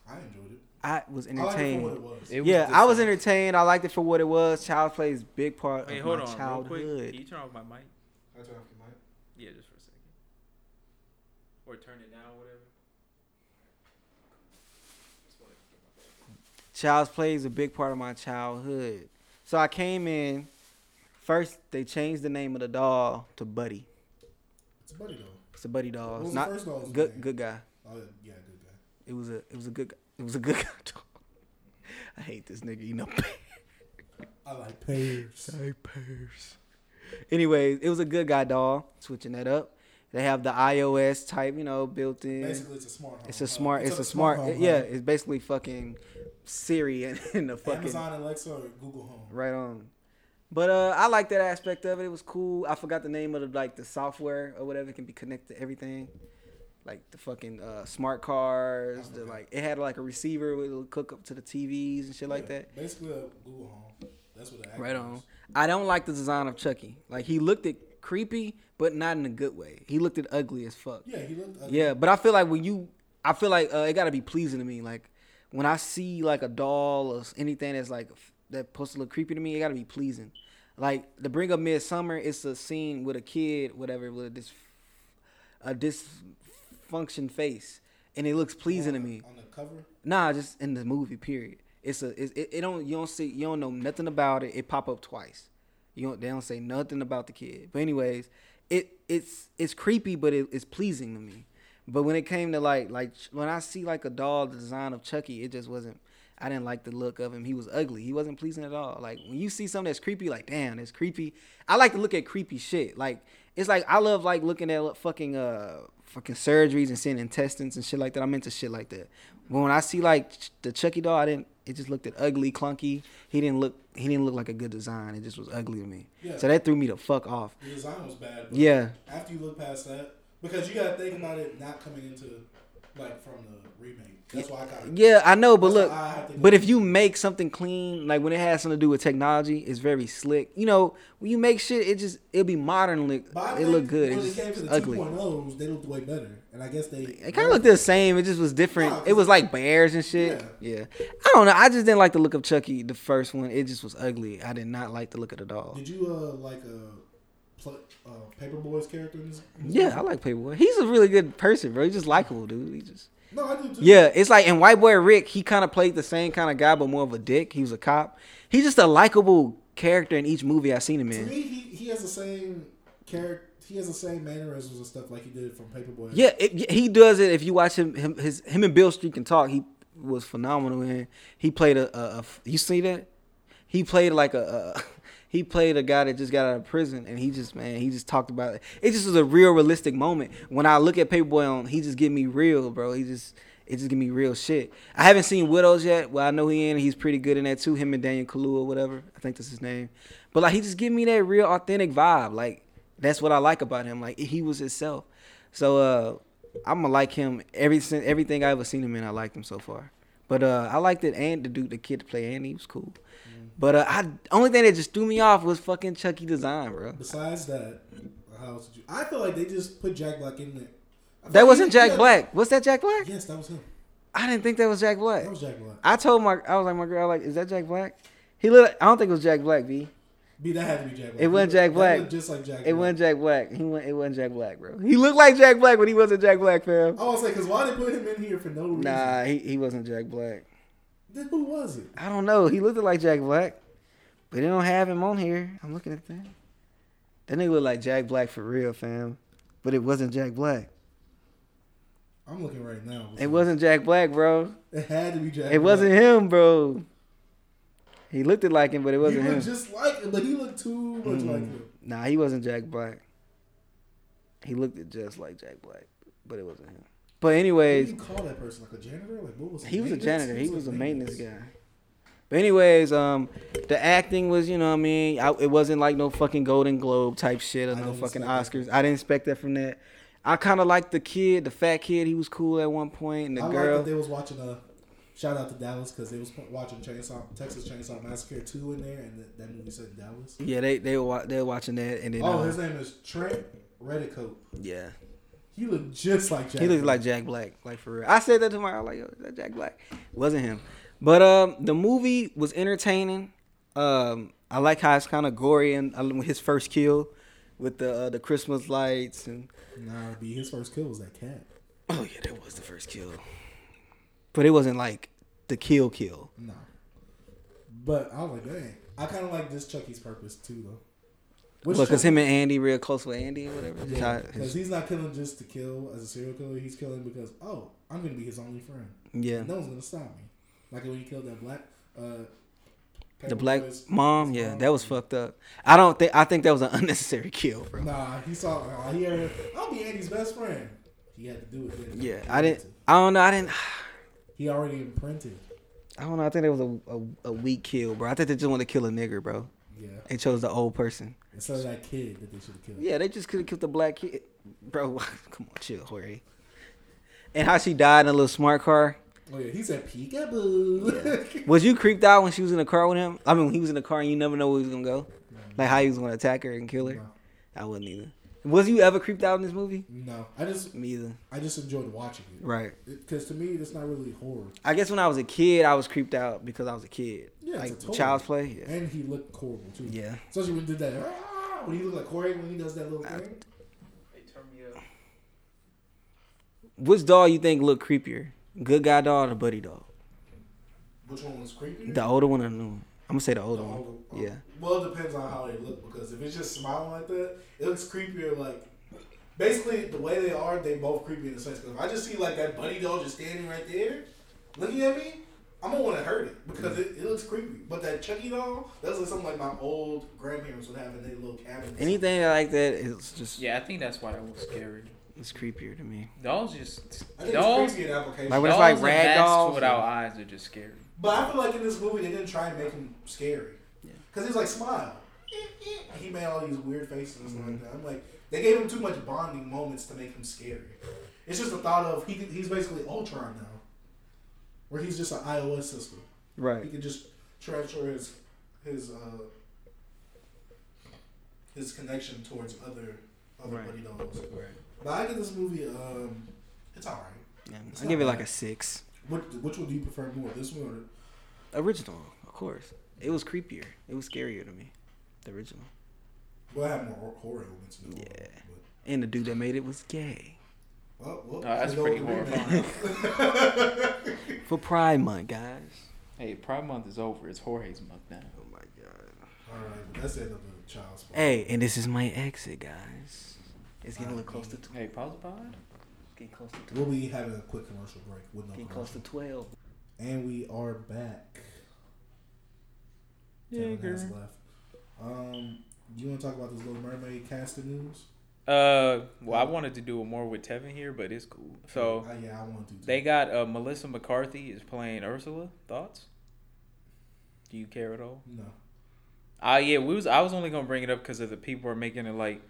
Speaker 1: I enjoyed it.
Speaker 3: I was
Speaker 1: I liked it for
Speaker 3: entertained.
Speaker 1: what it was.
Speaker 2: It
Speaker 3: yeah,
Speaker 2: the
Speaker 3: I was
Speaker 2: same.
Speaker 3: entertained. I liked it for what it was. Child play is a big part
Speaker 2: Wait,
Speaker 3: of
Speaker 2: hold
Speaker 3: my
Speaker 2: on, real quick.
Speaker 3: childhood.
Speaker 2: Can you turn off my mic?
Speaker 1: I turned off your mic.
Speaker 2: Yeah, just for a second. Or turn it down, whatever.
Speaker 3: Child's Play is a big part of my childhood. So I came in. First, they changed the name of the doll to Buddy.
Speaker 1: It's a buddy though.
Speaker 3: It's a Buddy doll.
Speaker 1: What
Speaker 3: It's
Speaker 1: was
Speaker 3: not
Speaker 1: the first doll's
Speaker 3: good.
Speaker 1: name?
Speaker 3: Good guy.
Speaker 1: Oh yeah, good guy.
Speaker 3: It was a. It was a good. guy- It was a good guy doll. I hate this nigga. You know.
Speaker 1: I like Paige.
Speaker 3: Diapers. Anyways, it was a good guy doll. Switching that up. They have the iOS type, you know, built in.
Speaker 1: Basically, it's a smart. Home.
Speaker 3: It's a
Speaker 1: huh?
Speaker 3: smart. It's a
Speaker 1: smart
Speaker 3: smart.
Speaker 1: home,
Speaker 3: yeah,
Speaker 1: huh?
Speaker 3: it's basically fucking Siri and, and the fucking
Speaker 1: Amazon Alexa or Google Home.
Speaker 3: right on. But uh, I like that aspect of it. It was cool. I forgot the name of the like the software or whatever can be connected to everything, like the fucking uh, smart cars. The
Speaker 1: Okay.
Speaker 3: like it had like a receiver with a hook up to the TVs and shit like
Speaker 1: Yeah,
Speaker 3: that.
Speaker 1: Basically, a Google Home. That's what. the app
Speaker 3: Right
Speaker 1: is.
Speaker 3: on. I don't like the design of Chucky. Like he looked it creepy, but not in a good way. He looked at ugly as fuck.
Speaker 1: Yeah, he looked. uh, ugly.
Speaker 3: Yeah, but I feel like when you, I feel like uh, it got to be pleasing to me. Like when I see like a doll or s- anything that's like f- that supposed to look creepy to me, it got to be pleasing. Like the bring up midsummer, it's a scene with a kid, whatever, with a dis, a dysfunction face, and it looks pleasing to me.
Speaker 1: on the cover.
Speaker 3: Nah, just in the movie. Period. It's a it's, it, it don't you don't see you don't know nothing about it. It pop up twice. You don't they don't say nothing about the kid. But anyways, it it's it's creepy, but it, it's pleasing to me. But when it came to like like when I see like a doll the design of Chucky, it just wasn't. I didn't like the look of him. He was ugly. He wasn't pleasing at all. Like when you see something that's creepy, like damn, that's creepy. I like to look at creepy shit. Like it's like I love like looking at fucking uh fucking surgeries and seeing intestines and shit like that. I'm into shit like that. But when I see like ch- the Chucky doll, I didn't. It just looked at ugly, clunky. He didn't look. He didn't look like a good design. It just was ugly to me.
Speaker 1: Yeah.
Speaker 3: So that threw me the fuck off.
Speaker 1: The design was bad. But
Speaker 3: Yeah.
Speaker 1: After you look past that, because you gotta think about it not coming into like from the remake. That's why I got.
Speaker 3: Yeah, I know, but
Speaker 1: That's
Speaker 3: look,
Speaker 1: why I have to go
Speaker 3: but if you make something clean, like when it has something to do with technology, it's very slick. You know, when you make shit, it just it'll be modern. Look,
Speaker 1: But I
Speaker 3: it
Speaker 1: think
Speaker 3: look good.
Speaker 1: When
Speaker 3: It's
Speaker 1: it
Speaker 3: just
Speaker 1: came to the
Speaker 3: ugly.
Speaker 1: 2.0s, they looked way better, and I guess they.
Speaker 3: It kind of looked the same. It just was different.
Speaker 1: Nah,
Speaker 3: it was like bears and shit. Yeah. I don't know. I just didn't like the look of Chucky, the first one. It just was ugly. I did not like the look of the doll.
Speaker 1: Did you uh like a pl- uh, Paperboy's character? In this?
Speaker 3: Yeah, I like Paperboy. He's a really good person, bro. He's just likable, dude. He just
Speaker 1: No, I do too.
Speaker 3: yeah. It's like in White Boy Rick, he kind of played the same kind of guy, but more of a dick. He was a cop. He's just a likable character in each movie I've seen him
Speaker 1: To
Speaker 3: in.
Speaker 1: me, he, he has the same character. He has the same mannerisms and stuff like he did from Paperboy.
Speaker 3: Yeah, it, he does it. If you watch him, him, his, him and Bill Street can talk. He was phenomenal in. He played a, a- a f- You see that? He played like a. a he played a guy that just got out of prison, and he just man, he just talked about it. It just was a real realistic moment. When I look at Paperboy on, he just give me real, bro. He just it just give me real shit. I haven't seen Widows yet. Well, I know he in. He's pretty good in that too. Him and Daniel Kaluuya, whatever. I think that's his name. But like, he just give me that real authentic vibe. Like that's what I like about him. Like he was himself. So uh, I'm gonna like him. Every sin- everything I ever seen him in, I liked him so far. But uh, I liked it, and the dude, the kid to play Andy, he was cool. But uh, I only thing that just threw me off was fucking Chucky design, bro.
Speaker 1: Besides that, how else did you? I feel like they just put Jack Black in there. I feel
Speaker 3: That
Speaker 1: like
Speaker 3: wasn't
Speaker 1: he-
Speaker 3: Jack
Speaker 1: yeah.
Speaker 3: Black. Was that Jack Black?
Speaker 1: Yes, that was him.
Speaker 3: I didn't think that was Jack Black.
Speaker 1: That was Jack Black.
Speaker 3: I told my, I was like, my girl, like, is that Jack Black? He looked. I don't think it was Jack Black, B.
Speaker 1: B, that had to be Jack Black.
Speaker 3: It wasn't Jack
Speaker 1: That
Speaker 3: Black.
Speaker 1: looked just like Jack.
Speaker 3: It
Speaker 1: Black.
Speaker 3: wasn't Jack Black. He went. It wasn't Jack Black, bro. He looked like Jack Black, but he wasn't Jack Black, fam.
Speaker 1: I was like, because why they put him in here for no reason?
Speaker 3: Nah, he, he wasn't Jack Black.
Speaker 1: Then who was it?
Speaker 3: I don't know. He looked like Jack Black, but they don't have him on here. I'm looking at that. That nigga looked like Jack Black for real, fam. But it wasn't Jack Black.
Speaker 1: I'm looking right now.
Speaker 3: It wasn't Jack Black, bro.
Speaker 1: It had to be Jack.
Speaker 3: It wasn't him, bro. He looked it like him, but it
Speaker 1: Black.
Speaker 3: wasn't
Speaker 1: he
Speaker 3: him.
Speaker 1: looked just like him, but he looked too much like
Speaker 3: Mm.
Speaker 1: him.
Speaker 3: Nah, he wasn't Jack Black. He looked just like Jack Black, but it wasn't him. But
Speaker 1: What do
Speaker 3: anyways,
Speaker 1: you call that person? Like a janitor? Like what was?
Speaker 3: He was a
Speaker 1: maintenance?
Speaker 3: janitor. He
Speaker 1: like
Speaker 3: was a maintenance guy. But anyways, um, the acting was, you know, what I mean, I, it wasn't like no fucking Golden Globe type shit or
Speaker 1: I
Speaker 3: no
Speaker 1: didn't
Speaker 3: fucking
Speaker 1: expect
Speaker 3: Oscars. I didn't expect that from that. I kind of liked the kid, the fat kid. He was cool at one point, and the
Speaker 1: I
Speaker 3: girl.
Speaker 1: like that they was watching a. Shout out to Dallas because they was watching Chainsaw Texas Chainsaw Massacre two in there, and that, that movie said Dallas.
Speaker 3: yeah, they they were wa- they were watching that, and then
Speaker 1: Oh,
Speaker 3: uh,
Speaker 1: his name is Trent Reddicote.
Speaker 3: yeah,
Speaker 1: He looked just like Jack.
Speaker 3: he looked like Jack Black, like for real. I said that to my I was like, Yo, is that Jack Black wasn't him. But um, the movie was entertaining. Um, I like how it's kind of gory and uh, his first kill with the uh, the Christmas lights and
Speaker 1: Nah, be his first kill was that cat.
Speaker 3: Oh yeah, that was the first kill. But it wasn't like the kill kill.
Speaker 1: No. But I was like, dang. I kind of like this Chucky's purpose too, though. Which
Speaker 3: Well, because
Speaker 1: Chucky?
Speaker 3: him and Andy real close with Andy and whatever. That's how-
Speaker 1: Yeah, because he's not killing just to kill as a serial killer. He's killing because oh, I'm gonna be his only friend.
Speaker 3: yeah.
Speaker 1: No one's gonna stop me. Like when he killed that black. Uh,
Speaker 3: The black
Speaker 1: Paperboy's-
Speaker 3: mom,
Speaker 1: his
Speaker 3: yeah,
Speaker 1: mom.
Speaker 3: that was fucked up. I don't think I think that was an unnecessary kill, bro.
Speaker 1: Nah, he saw. Uh, he heard. I'll be Andy's best friend. He had to do it. didn't he?
Speaker 3: Yeah,
Speaker 1: He
Speaker 3: I
Speaker 1: had
Speaker 3: didn't.
Speaker 1: to.
Speaker 3: I don't know. I didn't.
Speaker 1: He already imprinted.
Speaker 3: I don't know. I think that was a, a, a weak kill, bro. I think they just wanted to kill a nigger, bro.
Speaker 1: Yeah,
Speaker 3: They chose the old person.
Speaker 1: instead of that kid that they should have killed.
Speaker 3: Yeah, they just could have killed the black kid, bro. Come on, chill, Jorge. And how she died in a little smart car.
Speaker 1: Oh yeah, he said peekaboo.
Speaker 3: Was you creeped out when she was in the car with him? I mean, when he was in the car and you never know where he was gonna go, like how he was gonna attack her and kill her.
Speaker 1: No.
Speaker 3: I wouldn't either. Was you ever creeped out in this movie?
Speaker 1: No, I just
Speaker 3: Me either.
Speaker 1: I just enjoyed watching it
Speaker 3: Right.
Speaker 1: because to me that's not really horror.
Speaker 3: I guess when I was a kid, I was creeped out because I was a kid.
Speaker 1: Yeah,
Speaker 3: like
Speaker 1: it's a toy.
Speaker 3: child's play. Yeah.
Speaker 1: And he looked horrible too.
Speaker 3: Yeah.
Speaker 1: Especially when he did that. "Ah," When he looked like Corey when he does that little
Speaker 3: I-
Speaker 1: thing.
Speaker 3: Which doll you think looked creepier? Good guy doll or the buddy doll?
Speaker 1: Which one was creepy?
Speaker 3: The older one or the new one? I'm gonna say the older
Speaker 1: The
Speaker 3: one.
Speaker 1: older-
Speaker 3: Yeah.
Speaker 1: Well, it depends on how they look because if it's just smiling like that, it looks creepier. Like basically the way they are, they both creepy in the sense. Because if I just see like that bunny doll just standing right there, looking at me, I'm gonna want to hurt it because it, it looks creepy. But that Chucky doll, that's like something like my old grandparents would have in their little cabin.
Speaker 3: Anything like that is just
Speaker 2: Yeah, I think that's why that was scary.
Speaker 3: it's creepier to me.
Speaker 2: Dolls just
Speaker 1: I think it's
Speaker 2: dolls.
Speaker 1: creepy in application.
Speaker 3: Like,
Speaker 2: Dolls
Speaker 3: when it's like
Speaker 2: and
Speaker 3: rag
Speaker 2: masks
Speaker 3: dolls.
Speaker 2: without eyes are just scary.
Speaker 1: But I feel like in this movie they didn't try and make him scary.
Speaker 3: Yeah.
Speaker 1: Cause he was like smile. He made all these weird faces and stuff like that. I'm like, they gave him too much bonding moments to make him scary. It's just the thought of he could, he's basically Ultron now, where he's just an iOS system. He
Speaker 3: Right.
Speaker 1: can just transfer his his uh, his connection towards other other
Speaker 3: Right.
Speaker 1: buddy dolls. But I give this movie um, it's alright.
Speaker 3: Yeah,
Speaker 1: It's
Speaker 3: I
Speaker 1: not
Speaker 3: give it like
Speaker 1: bad.
Speaker 3: a six.
Speaker 1: Which which one do you prefer more, this one or
Speaker 3: Original, of course. It was creepier. It was scarier to me. The original.
Speaker 1: Well, I have more horror elements. In the world,
Speaker 3: Yeah.
Speaker 1: but-
Speaker 3: And the dude that made it was gay.
Speaker 1: Well, well,
Speaker 2: No, Oh, that's
Speaker 1: I go with
Speaker 2: pretty
Speaker 1: the remake.
Speaker 3: For Pride Month, guys.
Speaker 2: Hey, Pride Month is over. It's Jorge's month now.
Speaker 3: Oh my god.
Speaker 1: All right, but that's the end of the child's play.
Speaker 3: Hey, and this is my exit, guys. It's getting a little close to tw-
Speaker 2: Hey, pause the pod.
Speaker 3: getting close to
Speaker 1: We'll be having a quick commercial break with no
Speaker 3: getting close
Speaker 1: commercial.
Speaker 3: to twelve.
Speaker 1: And we are back. Kevin has
Speaker 2: Nigger.
Speaker 1: left. Um, you want to talk about this Little Mermaid casting news?
Speaker 2: Uh, well, I wanted to do it more with Tevin here, but it's cool. So
Speaker 1: Uh, yeah, I want to. too.
Speaker 2: they got uh, Melissa McCarthy is playing Ursula. Thoughts? Do you care at all?
Speaker 1: no.
Speaker 2: Ah, yeah, we was. I was only gonna bring it up because of the people are making it like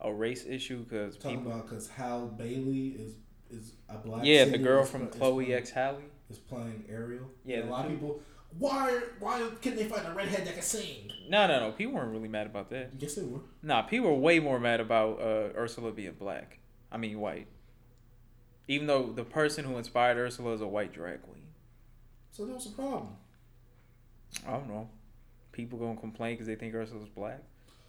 Speaker 2: a race issue because
Speaker 1: Talking
Speaker 2: people.
Speaker 1: about because Hal Bailey is is a black.
Speaker 2: yeah, the
Speaker 1: singer
Speaker 2: girl
Speaker 1: is-
Speaker 2: from
Speaker 1: is
Speaker 2: Chloe
Speaker 1: playing-
Speaker 2: X Halle.
Speaker 1: is playing Ariel.
Speaker 2: Yeah,
Speaker 1: And a
Speaker 2: the
Speaker 1: lot of
Speaker 2: two-
Speaker 1: people. Why? Why couldn't they find a redhead that can sing?
Speaker 2: No, no, no. People weren't really mad about that.
Speaker 1: Yes, they were.
Speaker 2: Nah, people were way more mad about uh, Ursula being black. I mean, white. Even though the person who inspired Ursula is a white drag queen.
Speaker 1: So that was a problem.
Speaker 2: I don't know. People gonna complain because they think Ursula's black.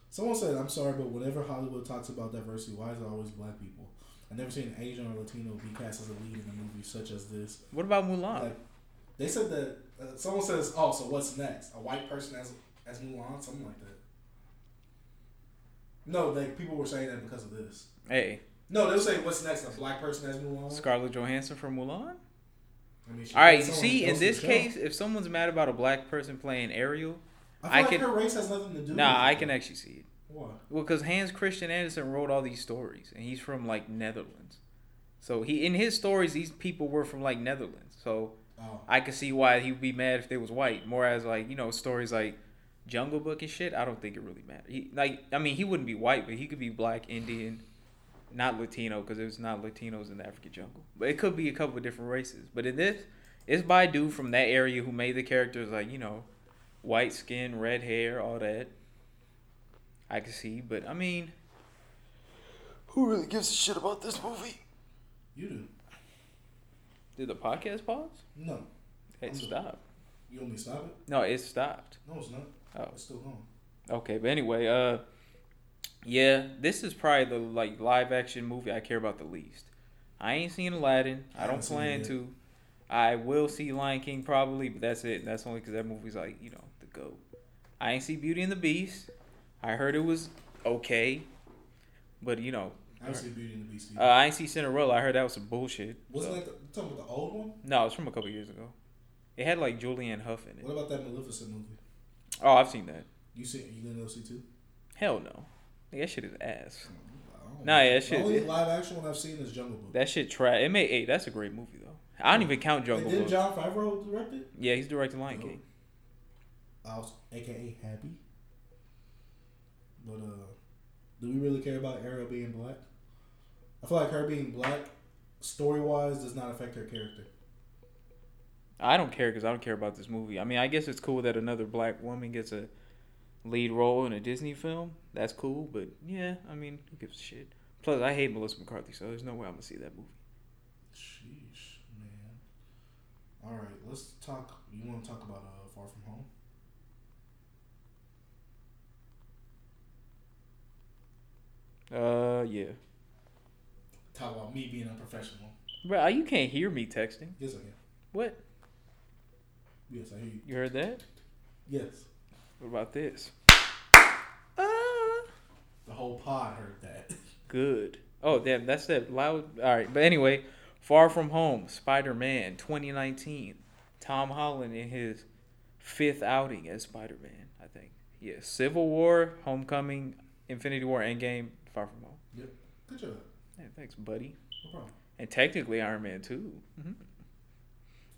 Speaker 1: Someone said, "I'm sorry, but whenever Hollywood talks about diversity, why is it always black people? I've never seen an Asian or Latino be cast as a lead in a movie such as this."
Speaker 2: What about Mulan?
Speaker 1: Like, they said that uh, someone says, "Oh, so what's next? A white person as as Mulan, something like that." No, like people were saying that because of this.
Speaker 2: hey,
Speaker 1: No, they'll say, "What's next? A black person as Mulan."
Speaker 2: Scarlett Johansson from Mulan.
Speaker 1: I mean, she-
Speaker 2: All right,
Speaker 1: someone
Speaker 2: see, in
Speaker 1: else in
Speaker 2: this
Speaker 1: the show.
Speaker 2: case, if someone's mad about a black person playing Ariel,
Speaker 1: I, feel
Speaker 2: I
Speaker 1: like
Speaker 2: can-
Speaker 1: her race has nothing to do. with
Speaker 2: nah, I
Speaker 1: it.
Speaker 2: can actually see it.
Speaker 1: Why?
Speaker 2: Well, because Hans Christian Andersen wrote all these stories, and he's from like Netherlands. So he in his stories, these people were from like Netherlands. So
Speaker 1: Oh,
Speaker 2: I could see why he'd be mad if they was white. More as like you know stories like Jungle Book and shit. I don't think it really mattered. He like I mean he wouldn't be white, but he could be black, Indian, not Latino because there's not Latinos in the African jungle. But it could be a couple of different races. But in this, it's by a dude from that area who made the characters like you know white skin, red hair, all that. I could see, but I mean.
Speaker 3: Who really gives a shit about this movie?
Speaker 1: you do.
Speaker 2: Did the podcast pause?
Speaker 1: No,
Speaker 2: It stopped.
Speaker 1: you want me to stop it?
Speaker 2: No, it stopped.
Speaker 1: No, it's not.
Speaker 2: Oh,
Speaker 1: It's still going.
Speaker 2: okay. But anyway, uh, yeah, this is probably the like live action movie I care about the least. I ain't seen Aladdin. I
Speaker 1: haven't
Speaker 2: don't
Speaker 1: seen it
Speaker 2: plan
Speaker 1: yet.
Speaker 2: to. I will see Lion King probably, but that's it. That's only because that movie's like you know the goat. I ain't see Beauty and the Beast. I heard it was okay, but you know,
Speaker 1: I haven't seen Beauty and the Beast.
Speaker 2: uh,
Speaker 1: either.
Speaker 2: I ain't see Cinderella. I heard that was some bullshit.
Speaker 1: Wasn't
Speaker 2: so-
Speaker 1: that the, you talking about the old one?
Speaker 2: No, it's from a couple years ago. It had like Julianne Hough in it.
Speaker 1: What about that Maleficent movie?
Speaker 2: Oh, I've seen that.
Speaker 1: You see, you gonna go see too?
Speaker 2: Hell no. Nigga, That shit is ass.
Speaker 1: I don't
Speaker 2: Nah,
Speaker 1: know.
Speaker 2: yeah, that
Speaker 1: The only
Speaker 2: shit.
Speaker 1: live action one I've seen is Jungle Book.
Speaker 2: That shit trash. It made eight. That's a great movie though. I don't even count
Speaker 1: And
Speaker 2: Jungle
Speaker 1: did
Speaker 2: Book.
Speaker 1: John Favreau direct it?
Speaker 2: yeah, he's directing Lion King.
Speaker 1: I was AKA Happy. But uh, do we really care about Ariel being black? I feel like her being black, story wise, does not affect her character.
Speaker 2: I don't care because I don't care about this movie. I mean, I guess it's cool that another black woman gets a lead role in a Disney film, that's cool. But yeah, I mean, who gives a shit? Plus, I hate Melissa McCarthy, so there's no way I'm gonna see that movie.
Speaker 1: Sheesh, man. All right, let's talk. You want to talk about uh, Far From Home?
Speaker 2: Uh, yeah.
Speaker 1: Talk about me being unprofessional.
Speaker 2: Bro, you can't hear me texting.
Speaker 1: Yes, I can.
Speaker 2: What?
Speaker 1: Yes, I hear you.
Speaker 2: You heard that?
Speaker 1: Yes,
Speaker 2: What about this? Ah.
Speaker 1: the whole pod heard that.
Speaker 2: Good. Oh, damn, that's that loud. All right, but anyway, Far From Home, Spider Man 2019. Tom Holland in his fifth outing as Spider Man, I think. Yeah, Civil War, Homecoming, Infinity War, Endgame, Far From Home.
Speaker 1: Good job.
Speaker 2: Yeah, thanks, buddy.
Speaker 1: No problem.
Speaker 2: And technically Iron Man 2.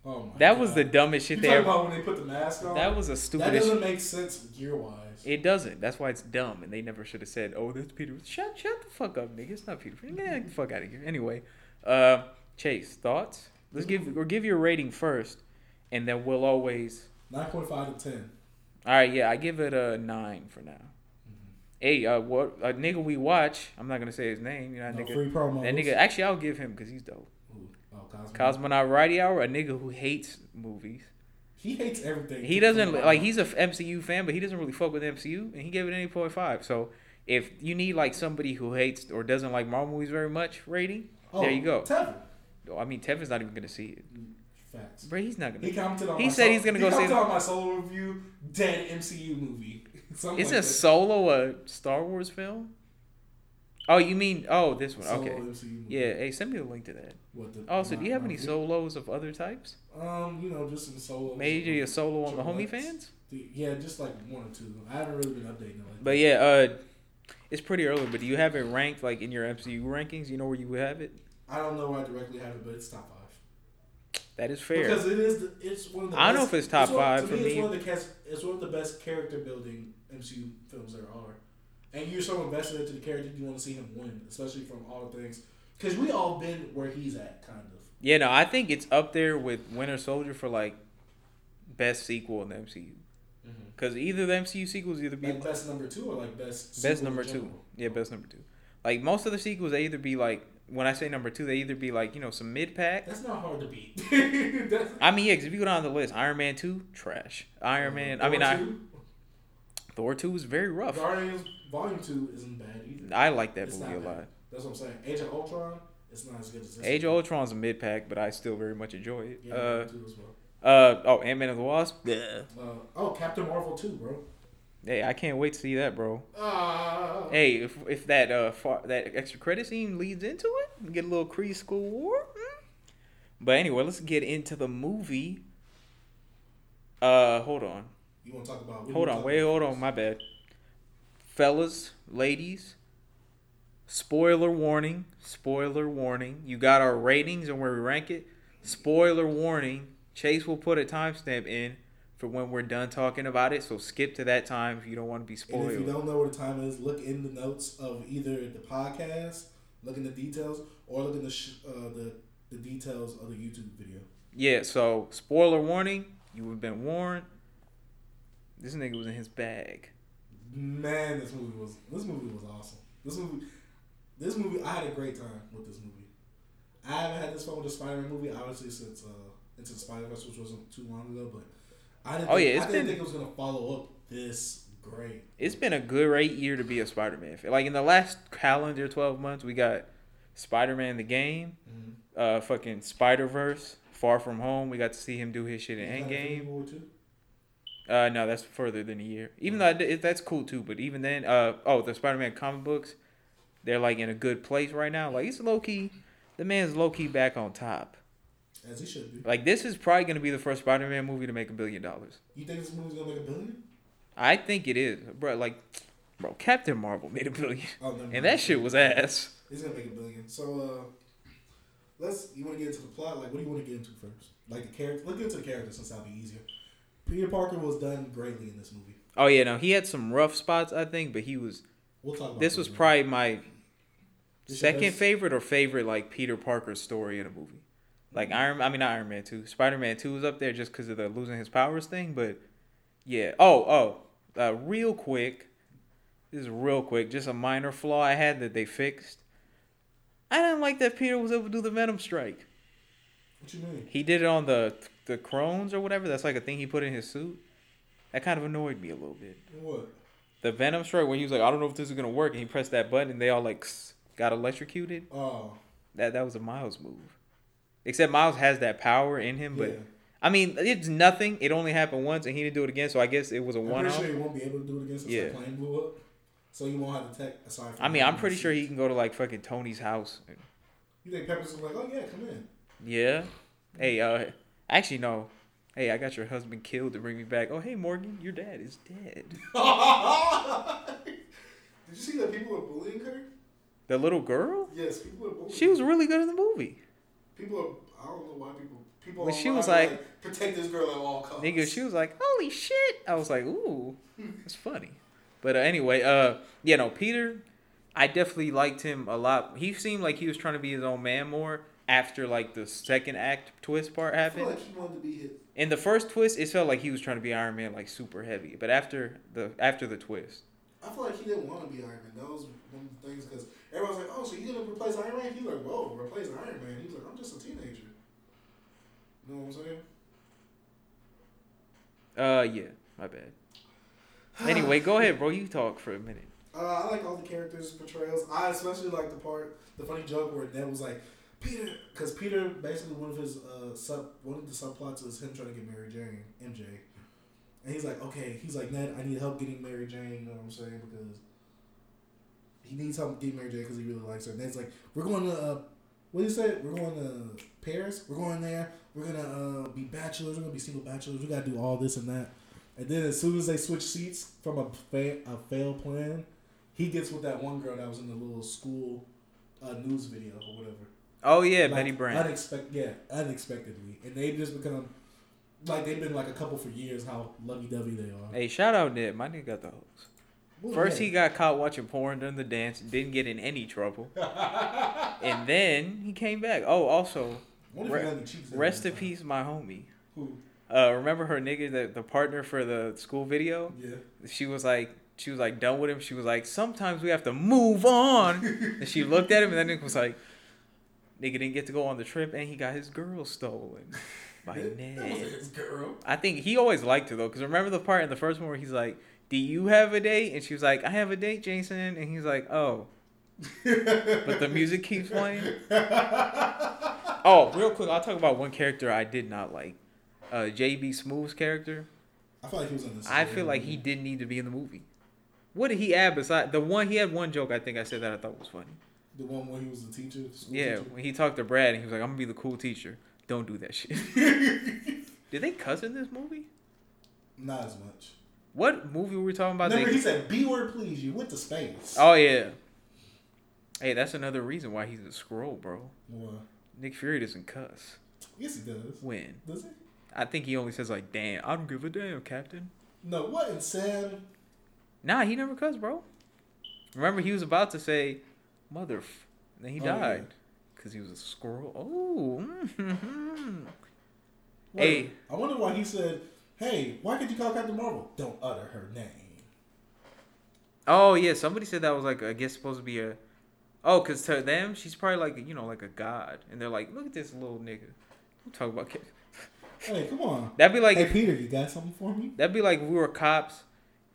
Speaker 1: Oh my
Speaker 2: That was the
Speaker 1: God.
Speaker 2: dumbest
Speaker 1: You
Speaker 2: shit they
Speaker 1: talking
Speaker 2: ever.
Speaker 1: about when they put the mask on?
Speaker 2: That was the
Speaker 1: that
Speaker 2: stupidest.
Speaker 1: doesn't make sense gear wise.
Speaker 2: It doesn't. That's why it's dumb, and they never should have said, "Oh, that's Peter." Shut, shut the fuck up, nigga. It's not Peter. Get the fuck out of here. Anyway, uh, Chase, thoughts? Let's give or give your rating first, and then we'll always.
Speaker 1: Nine point five to ten.
Speaker 2: All right, yeah, I give it a nine for now. Hey, uh, what a nigga we watch. I'm not gonna say his name. You know, that
Speaker 1: No
Speaker 2: nigga.
Speaker 1: free promo.
Speaker 2: That nigga. Actually, I'll give him because he's dope.
Speaker 1: Oh, Cosmo.
Speaker 2: Cosmonaut Variety Hour, a nigga who hates movies.
Speaker 1: He hates everything.
Speaker 2: He doesn't like he's a f- MCU fan, but he doesn't really fuck with MCU, and he gave it an eight point five. So if you need like somebody who hates or doesn't like Marvel movies very much rating,
Speaker 1: Oh,
Speaker 2: there you go.
Speaker 1: Tevin.
Speaker 2: Oh, I mean, Tevin's not even gonna see it,
Speaker 1: Facts.
Speaker 2: bro. He's not gonna.
Speaker 1: He commented on.
Speaker 2: He
Speaker 1: my
Speaker 2: said
Speaker 1: sol-
Speaker 2: he's gonna
Speaker 1: he
Speaker 2: go see
Speaker 1: commented
Speaker 2: the-
Speaker 1: on my solo review. Dead MCU movie. Something
Speaker 2: Is
Speaker 1: like
Speaker 2: a solo a Star Wars film? Oh, you mean oh this
Speaker 1: that.
Speaker 2: one?
Speaker 1: Solo
Speaker 2: Okay.
Speaker 1: MCU movie.
Speaker 2: Yeah. Hey, send me the link to that.
Speaker 1: What the,
Speaker 2: Also, do you have
Speaker 1: my-
Speaker 2: any
Speaker 1: my-
Speaker 2: solos of other types?
Speaker 1: Um, you know, just some solo.
Speaker 2: Maybe a solo on the
Speaker 1: Triple
Speaker 2: homie
Speaker 1: X.
Speaker 2: fans.
Speaker 1: Yeah, just like one or two. I haven't really been updating it. Like
Speaker 2: But yeah, uh, it's pretty early. But do you have it ranked like in your MCU rankings? You know where you have it.
Speaker 1: I don't know where I directly have it, but it's top five.
Speaker 2: That is fair.
Speaker 1: Because it is. The, it's one of the.
Speaker 2: I don't
Speaker 1: best,
Speaker 2: know if it's top
Speaker 1: one-
Speaker 2: five
Speaker 1: to
Speaker 2: for
Speaker 1: me, It's
Speaker 2: me.
Speaker 1: one, of the cast, it's one of the best character building MCU films there are, and you're so invested into the character you want to see him win, especially from all the things. Because we all been where he's at, kind of.
Speaker 2: Yeah, no, I think it's up there with Winter Soldier for like best sequel in the MCU. Because either the MCU sequels either be
Speaker 1: Mm-hmm. Like best number two or like best.
Speaker 2: best
Speaker 1: sequel
Speaker 2: number
Speaker 1: in
Speaker 2: two.
Speaker 1: general?
Speaker 2: Yeah, best number two. Like most of the sequels, they either be like when I say number two, they either be like you know some mid pack.
Speaker 1: That's not hard to beat. That's,
Speaker 2: I mean, yeah, 'cause if you go down the list, Iron Man two trash. Iron Man. I mean,
Speaker 1: Mm-hmm. Thor
Speaker 2: I,
Speaker 1: two,
Speaker 2: Thor two was very rough.
Speaker 1: Guardians Volume Two isn't bad either.
Speaker 2: I like that
Speaker 1: It's
Speaker 2: movie a
Speaker 1: not bad.
Speaker 2: lot.
Speaker 1: That's what I'm saying. Age of Ultron, it's not as good as this.
Speaker 2: Age of
Speaker 1: one.
Speaker 2: Ultron's a mid pack, but I still very much enjoy it.
Speaker 1: Yeah,
Speaker 2: Uh,
Speaker 1: two as well.
Speaker 2: uh, oh, Ant Man and the Wasp. Yeah.
Speaker 1: Uh, oh, Captain Marvel too, bro.
Speaker 2: Hey, I can't wait to see that, bro.
Speaker 1: Ah.
Speaker 2: Hey, if, if that uh far, that extra credit scene leads into it, get a little Kree school war. mm. But anyway, let's get into the movie. Uh, hold on,
Speaker 1: You want to talk about? what do you
Speaker 2: hold
Speaker 1: wanna
Speaker 2: on,
Speaker 1: talk
Speaker 2: wait,
Speaker 1: about
Speaker 2: hold on,
Speaker 1: first?
Speaker 2: my bad. Fellas, ladies, spoiler warning, spoiler warning. You got our ratings and where we rank it. Spoiler warning. Chase will put a timestamp in for when we're done talking about it, so skip to that time if you don't want to be
Speaker 1: And if you
Speaker 2: spoiled.
Speaker 1: don't know what the time is, look in the notes of either the podcast, look in the details, or look in the sh- uh, the the details of the YouTube video.
Speaker 2: Yeah, so spoiler warning, you have been warned. This nigga was in his bag.
Speaker 1: Man, this movie was this movie was awesome. This movie, this movie, I had a great time with this movie. I haven't had this fun with a Spider-Man movie obviously since uh, into Spider-Verse, which wasn't too long ago. But I didn't.
Speaker 2: Oh,
Speaker 1: think,
Speaker 2: yeah, it's
Speaker 1: I didn't
Speaker 2: been-
Speaker 1: think it was gonna follow up this great.
Speaker 2: It's been a great year to be a Spider Man fan. Like in the last calendar twelve months, we got Spider Man the game,
Speaker 1: Mhm.
Speaker 2: uh fucking Spider Verse, Far From Home. We got to see him do his shit in
Speaker 1: Is that Infinity
Speaker 2: Endgame.
Speaker 1: War too?
Speaker 2: Uh no, that's further than a year. Even though I did, that's cool too, but even then, uh oh, the Spider Man comic books, they're like in a good place right now. Like it's low key the man's low key back on top.
Speaker 1: As he should be.
Speaker 2: Like this is probably gonna be the first Spider Man movie to make a billion dollars.
Speaker 1: You think this movie's gonna make a billion?
Speaker 2: I think it is, bro. Like, bro, Captain Marvel made a billion,
Speaker 1: Oh, never mind.
Speaker 2: and that shit was ass.
Speaker 1: It's gonna make a billion. So uh, let's. You want to get into the plot? Like, what do you want to get into first? Like the character. Let's get into the character since that'll be easier. Peter Parker was done greatly in this movie.
Speaker 2: Oh yeah, no, he had some rough spots, I think, but he was.
Speaker 1: We'll talk about
Speaker 2: This was
Speaker 1: later.
Speaker 2: probably my
Speaker 1: This your
Speaker 2: second
Speaker 1: best-
Speaker 2: favorite or favorite like Peter Parker story in a movie. Like Iron, I mean not Iron Man two, Spider Man two was up there just because of the losing his powers thing, but yeah. Oh oh, uh, real quick. This is real quick. Just a minor flaw I had that they fixed. I didn't like that Peter was able to do the Venom Strike.
Speaker 1: What you mean?
Speaker 2: He did it on the the Crohn's or whatever. That's like a thing he put in his suit. That kind of annoyed me a little bit.
Speaker 1: What?
Speaker 2: The Venom Strike when he was like, I don't know if this is gonna work, and he pressed that button and they all like got electrocuted.
Speaker 1: Oh,
Speaker 2: That that was a Miles move. Except Miles has that power in him, but
Speaker 1: yeah.
Speaker 2: I mean, it's nothing. It only happened once, and he didn't do it again. So I guess it was a
Speaker 1: I'm
Speaker 2: one
Speaker 1: pretty
Speaker 2: off.
Speaker 1: sure you won't be able to do it against us.
Speaker 2: Yeah.
Speaker 1: Yeah. plane blew up, so you won't have to tech aside. From
Speaker 2: I mean, I'm pretty sure he can go to like fucking Tony's house.
Speaker 1: You think Peppers was like, oh yeah, come in.
Speaker 2: Yeah. Hey, uh, actually no. Hey, I got your husband killed to bring me back. Oh, hey Morgan, your dad is dead.
Speaker 1: Did you see that people are bullying her?
Speaker 2: The little girl?
Speaker 1: Yes, people are bullying.
Speaker 2: She was really good in the movie.
Speaker 1: People are. I don't know why people. People.
Speaker 2: Well,
Speaker 1: online
Speaker 2: she was
Speaker 1: are
Speaker 2: like-
Speaker 1: protect this girl at all costs.
Speaker 2: Nigga, she was like, "Holy shit!" I was like, "Ooh, it's funny." But uh, anyway, uh, you know, Peter, I definitely liked him a lot. He seemed like he was trying to be his own man more after like the second act twist part
Speaker 1: I feel
Speaker 2: happened.
Speaker 1: like she wanted to be his.
Speaker 2: In the first twist, it felt like he was trying to be Iron Man, like super heavy. But after the after the twist,
Speaker 1: I feel like he didn't want to be Iron Man. That was one of the things because everyone's like, "Oh, so you gonna replace Iron Man?" He's like, "Whoa, replace Iron Man." He's like, "I'm just a teenager." You know what I'm saying?
Speaker 2: uh, yeah, my bad. Anyway, go ahead, bro. You talk for a minute.
Speaker 1: Uh, I like all the characters' portrayals. I especially like the part, the funny joke where Ned was like, "Peter," because Peter basically one of his uh sub one of the subplots was him trying to get Mary Jane, MJ, and he's like, "Okay," he's like, "Ned, I need help getting Mary Jane." You know what I'm saying? Because he needs help getting Mary Jane because he really likes her. And Ned's like, "We're going to." Uh, what do you say? We're going to Paris. We're going there. We're gonna uh, be bachelors. We're gonna be single bachelors. We gotta do all this and that. And then as soon as they switch seats from a fa- a failed plan he gets with that one girl that was in the little school uh, news video or whatever.
Speaker 2: Oh yeah,
Speaker 1: Like,
Speaker 2: Betty Brant.
Speaker 1: Unexpect, yeah, unexpectedly, and they just become like they've been like a couple for years. How lovey dovey they are.
Speaker 2: Hey, shout out Ned. My nigga got the hooks.
Speaker 1: Well,
Speaker 2: First,
Speaker 1: yeah.
Speaker 2: he got caught watching porn during the dance, didn't get in any trouble. and then he came back. Oh, also,
Speaker 1: Wonder if he got any cheeks in
Speaker 2: rest
Speaker 1: him.
Speaker 2: in peace, my homie.
Speaker 1: Who?
Speaker 2: Uh, remember her nigga, the, the partner for the school video?
Speaker 1: Yeah.
Speaker 2: She was like, she was like done with him. She was like, sometimes we have to move on. and she looked at him, and that nigga was like, nigga didn't get to go on the trip, and he got his girl stolen by
Speaker 1: That was
Speaker 2: Ned.
Speaker 1: his girl.
Speaker 2: I think he always liked her though, because remember the part in the first one where he's like, "Do you have a date?" and she was like, "I have a date, Jason," and he's like, "Oh." but the music keeps playing. Oh, real quick, I'll talk about one character I did not like. Uh, JB Smooth's character.
Speaker 1: I feel like he was in this.
Speaker 2: I feel like he didn't need to be in the movie. What did he add besides the one? He had one joke I think I said that I thought was funny.
Speaker 1: The one where he was the teacher. school
Speaker 2: Yeah,
Speaker 1: teacher.
Speaker 2: when he talked to Brad and he was like, "I'm gonna be the cool teacher." Don't do that shit. did they cuss in this movie?
Speaker 1: Not as much.
Speaker 2: What movie were we talking about?
Speaker 1: Remember,
Speaker 2: they-
Speaker 1: he said, "B word, please." You went to space.
Speaker 2: Oh yeah. Hey, that's another reason why he's a scroll, bro.
Speaker 1: Well,
Speaker 2: Nick Fury doesn't cuss.
Speaker 1: yes, he does.
Speaker 2: When
Speaker 1: Does he?
Speaker 2: I think he only says like, "Damn, I don't give a damn, Captain."
Speaker 1: No. What in Sam?
Speaker 2: Nah, he never cussed, bro. Remember, he was about to say, "Mother," f-, and then he
Speaker 1: Oh, yeah.
Speaker 2: died because he was a squirrel. Oh. mhm.
Speaker 1: Wait,
Speaker 2: Hey.
Speaker 1: I wonder why he said, "Hey, why could you call Captain Marvel? Don't utter her name."
Speaker 2: oh yeah, somebody said that was like I guess supposed to be a. Oh, cause to them she's probably like you know like a god, and they're like, look at this little nigga. I'm talking about. Cap-"
Speaker 1: Hey, come on.
Speaker 2: That'd be like
Speaker 1: Hey, Peter, you got something for me?
Speaker 2: That'd be like if we were cops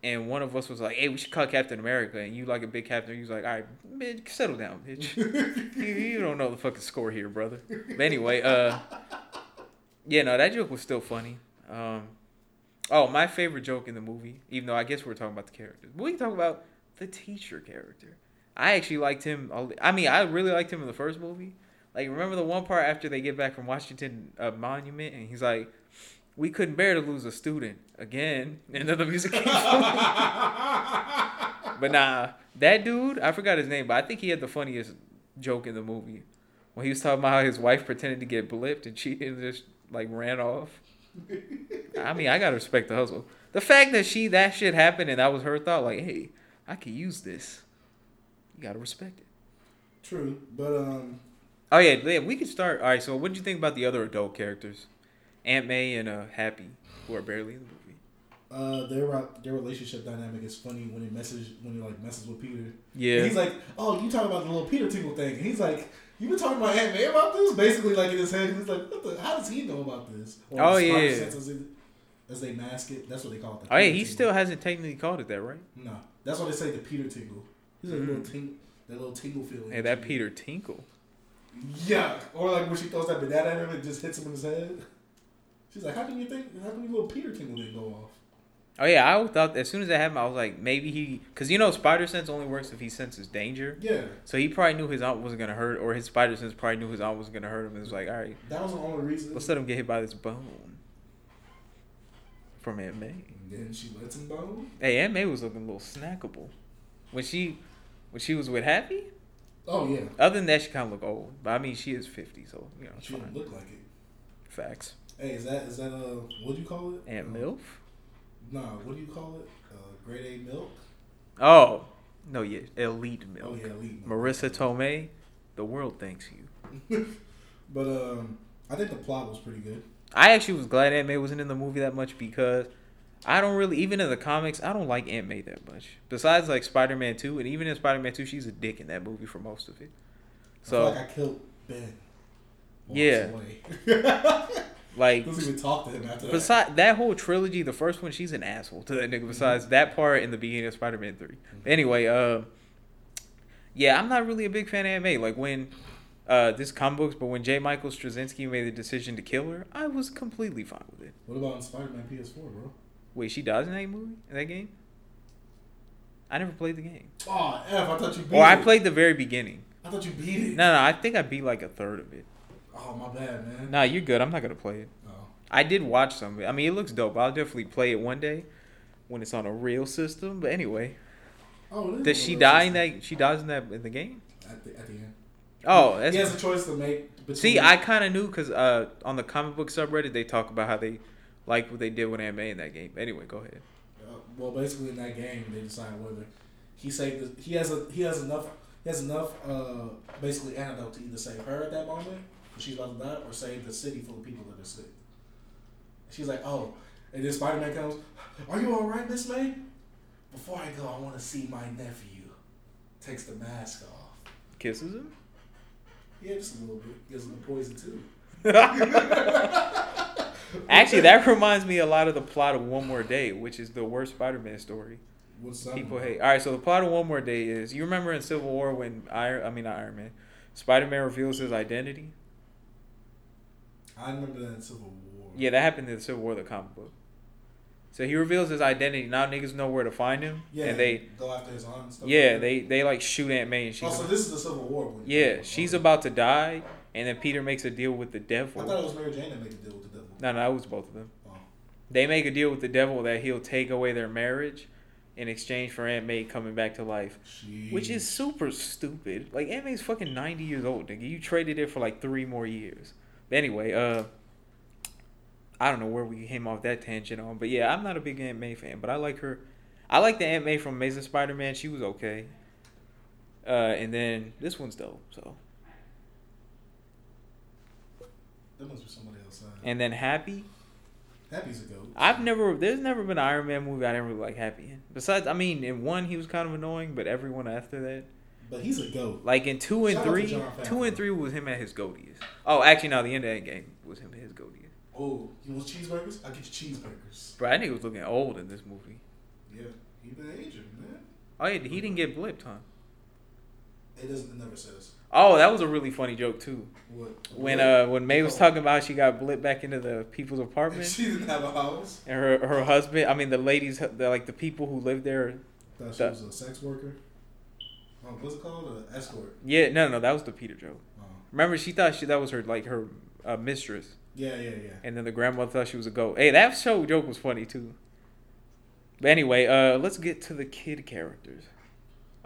Speaker 2: and one of us was like, hey, we should call Captain America. And you, like a big captain, you was like, all right, bitch, settle down, bitch. you, you don't know the fucking score here, brother. But anyway, uh, yeah, no, that joke was still funny. Um, oh, my favorite joke in the movie, even though I guess we're talking about the characters, but we can talk about the teacher character. I actually liked him. a- I mean, I really liked him in the first movie. Like, remember the one part after they get back from Washington uh, Monument, and he's like, "We couldn't bear to lose a student again." And then the music came. but nah, that dude, I forgot his name, but I think he had the funniest joke in the movie when he was talking about how his wife pretended to get blipped and cheated and just like ran off. I mean, I gotta respect the hustle. The fact that she that shit happened and that was her thought, like, hey, I could use this. You gotta respect it.
Speaker 1: True, but um,
Speaker 2: Oh yeah, yeah, we can start. All right, so what did you think about the other adult characters, Aunt May and uh, Happy, who are barely in the movie?
Speaker 1: uh, their ro- their relationship dynamic is funny when it messes when he like messes with Peter. And
Speaker 2: Yeah.
Speaker 1: he's like, "Oh, you talking about the little Peter tingle thing?" And he's like, "You been talking about Aunt May about this?" Basically, like in his head, he's like, "What the? How does he know about this?" Or
Speaker 2: Oh,
Speaker 1: the spider
Speaker 2: yeah.
Speaker 1: sense as, it- as they mask it, that's what they call it. the
Speaker 2: Oh yeah,
Speaker 1: Peter
Speaker 2: he
Speaker 1: tingle.
Speaker 2: still hasn't technically called it that, right?
Speaker 1: no. That's why they say the Peter tingle. He's like
Speaker 2: Mhm.
Speaker 1: little tingle, that little tingle feeling.
Speaker 2: Yeah, that Peter Tinkle.
Speaker 1: Yeah, or like when she throws that banana at him and just hits him in his head. She's like, "How can you think? How can your little Peter tingle didn't go off?"
Speaker 2: Oh yeah, I thought as soon as that happened, I was like, maybe he, because you know, spider sense only works if he senses danger.
Speaker 1: Yeah,
Speaker 2: So he probably knew his aunt wasn't gonna hurt, or his spider sense probably knew his aunt wasn't gonna hurt him. and was like, all right,
Speaker 1: that was the only reason.
Speaker 2: let's let him get hit by this bone from Aunt May.
Speaker 1: And then she lets him go.
Speaker 2: Hey, Aunt May was looking a little snackable when she when she was with Happy.
Speaker 1: Oh yeah,
Speaker 2: Other than that, she kind of looked old, but I mean, she is fifty, so you know, it's
Speaker 1: she didn't
Speaker 2: fine.
Speaker 1: look like it.
Speaker 2: Facts.
Speaker 1: Hey, is that is that uh what do you call it?
Speaker 2: Aunt
Speaker 1: Uh,
Speaker 2: Milf.
Speaker 1: Nah, what do you call it? Uh, grade A milk.
Speaker 2: Oh no, yeah, elite
Speaker 1: Oh
Speaker 2: milk.
Speaker 1: yeah, elite milk.
Speaker 2: Marissa Tomei, the world thanks you.
Speaker 1: But um, I think the plot was pretty good.
Speaker 2: I actually was glad Aunt May wasn't in the movie that much because I don't really, even in the comics, I don't like Aunt May that much. Besides like Spider Man 2, and even in Spider Man 2, she's a dick in that movie for most of it.
Speaker 1: I
Speaker 2: So,
Speaker 1: feel like I killed Ben.
Speaker 2: Yeah. like,
Speaker 1: Doesn't even talk to him after that.
Speaker 2: besides that whole trilogy, the first one, she's an asshole to that nigga, besides that part in the beginning of Spider Man 3. Anyway, uh, yeah, I'm not really a big fan of Aunt May. Like, when. Uh, this comic books, but when J. Michael Straczynski made the decision to kill her, I was completely fine with it.
Speaker 1: What about in Spider-Man PS4, bro?
Speaker 2: Wait, she dies in that movie? In that game? I never played the game.
Speaker 1: Oh, F! I thought you beat
Speaker 2: Or I
Speaker 1: it.
Speaker 2: played the very beginning.
Speaker 1: I thought you beat it.
Speaker 2: No, no, I think I beat like a third of it.
Speaker 1: Oh, my bad, man.
Speaker 2: Nah, you're good. I'm not gonna play it.
Speaker 1: Oh.
Speaker 2: I did watch some of it. I mean, it looks dope. I'll definitely play it one day when it's on a real system. But anyway,
Speaker 1: Oh, it is
Speaker 2: does
Speaker 1: one
Speaker 2: she
Speaker 1: of those
Speaker 2: die in
Speaker 1: things.
Speaker 2: that? She dies in that in the game.
Speaker 1: At the, at the end.
Speaker 2: Oh, that's
Speaker 1: he has a choice to make. Between
Speaker 2: see, I kind of knew because uh, on the comic book subreddit they talk about how they like what they did with Aunt May in that game. Anyway, go ahead.
Speaker 1: Uh, well, basically in that game, they decide whether he saved. The, he has a he has enough he has enough uh, basically antidote to either save her at that moment, when she's about to die, or save the city full of people that are sick. She's like, oh, and then Spider Man comes. Are you all right, Miss May? Before I go, I want to see my nephew. Takes the mask off.
Speaker 2: Kisses him.
Speaker 1: Yeah, just a little bit. Gives him the poison too.
Speaker 2: Actually, that reminds me a lot of the plot of One More Day, which is the worst Spider-Man story.
Speaker 1: What's up?
Speaker 2: People hate. All right, so the plot of One More Day is you remember in Civil War when Iron, I mean not Iron Man, Spider Man reveals his identity.
Speaker 1: I remember that in Civil War.
Speaker 2: Yeah, that happened in the Civil War, the comic book. So he reveals his identity. Now niggas know where to find him.
Speaker 1: Yeah.
Speaker 2: and they,
Speaker 1: go after his aunt. and stuff
Speaker 2: yeah,
Speaker 1: like that.
Speaker 2: they they like shoot Aunt May, and she's
Speaker 1: Oh, so this is the Civil War one.
Speaker 2: yeah, she's about to die, and then Peter makes a deal with the
Speaker 1: I thought
Speaker 2: devil.
Speaker 1: it was Mary Jane that made the deal with the devil.
Speaker 2: No, no, that was both of them.
Speaker 1: Oh.
Speaker 2: They make a deal with the devil that he'll take away their marriage in exchange for Aunt May coming back to life. Which is super stupid. Like anime's fucking ninety years old, nigga. You traded it for like three more years. But anyway, uh I don't know where we came off that tangent on, but yeah, I'm not a big Aunt May fan, but I like her I like the Aunt May from Amazing Spider Man, she was okay. Uh and then this one's dope, so
Speaker 1: That must be somebody else. Uh,
Speaker 2: and then Happy.
Speaker 1: Happy's a goat.
Speaker 2: I've never there's never been an Iron Man movie I didn't really like Happy in. Besides I mean in one he was kind of annoying, but everyone after that
Speaker 1: But he's a goat.
Speaker 2: Like in two and
Speaker 1: Shout out to
Speaker 2: three,
Speaker 1: John Favreau.
Speaker 2: two and three was him at his goatiest. Oh, actually, no, the end of that game was him at his goatiest.
Speaker 1: Oh, you want cheeseburgers? I'll get you cheeseburgers.
Speaker 2: Bro, that nigga was looking old in this movie.
Speaker 1: Yeah. He's been aging, man.
Speaker 2: Oh, yeah, he didn't get blipped, huh?
Speaker 1: It doesn't, it never says.
Speaker 2: Oh, that was a really funny joke too.
Speaker 1: What? Oh.
Speaker 2: When uh, when May was talking about how she got blipped back into the people's apartment,
Speaker 1: She didn't have a house.
Speaker 2: and her her husband, I mean the ladies, the, like the people who lived there.
Speaker 1: Thought she
Speaker 2: That-
Speaker 1: was a sex worker. Oh, what's it called? An escort.
Speaker 2: Yeah, no, no, that was the Peter joke.
Speaker 1: Oh.
Speaker 2: Remember, she thought she that was her like her uh, mistress,
Speaker 1: Yeah, yeah, yeah.
Speaker 2: and then the grandmother thought she was a goat. Hey, that show joke was funny too. But anyway, uh, let's get to the kid characters.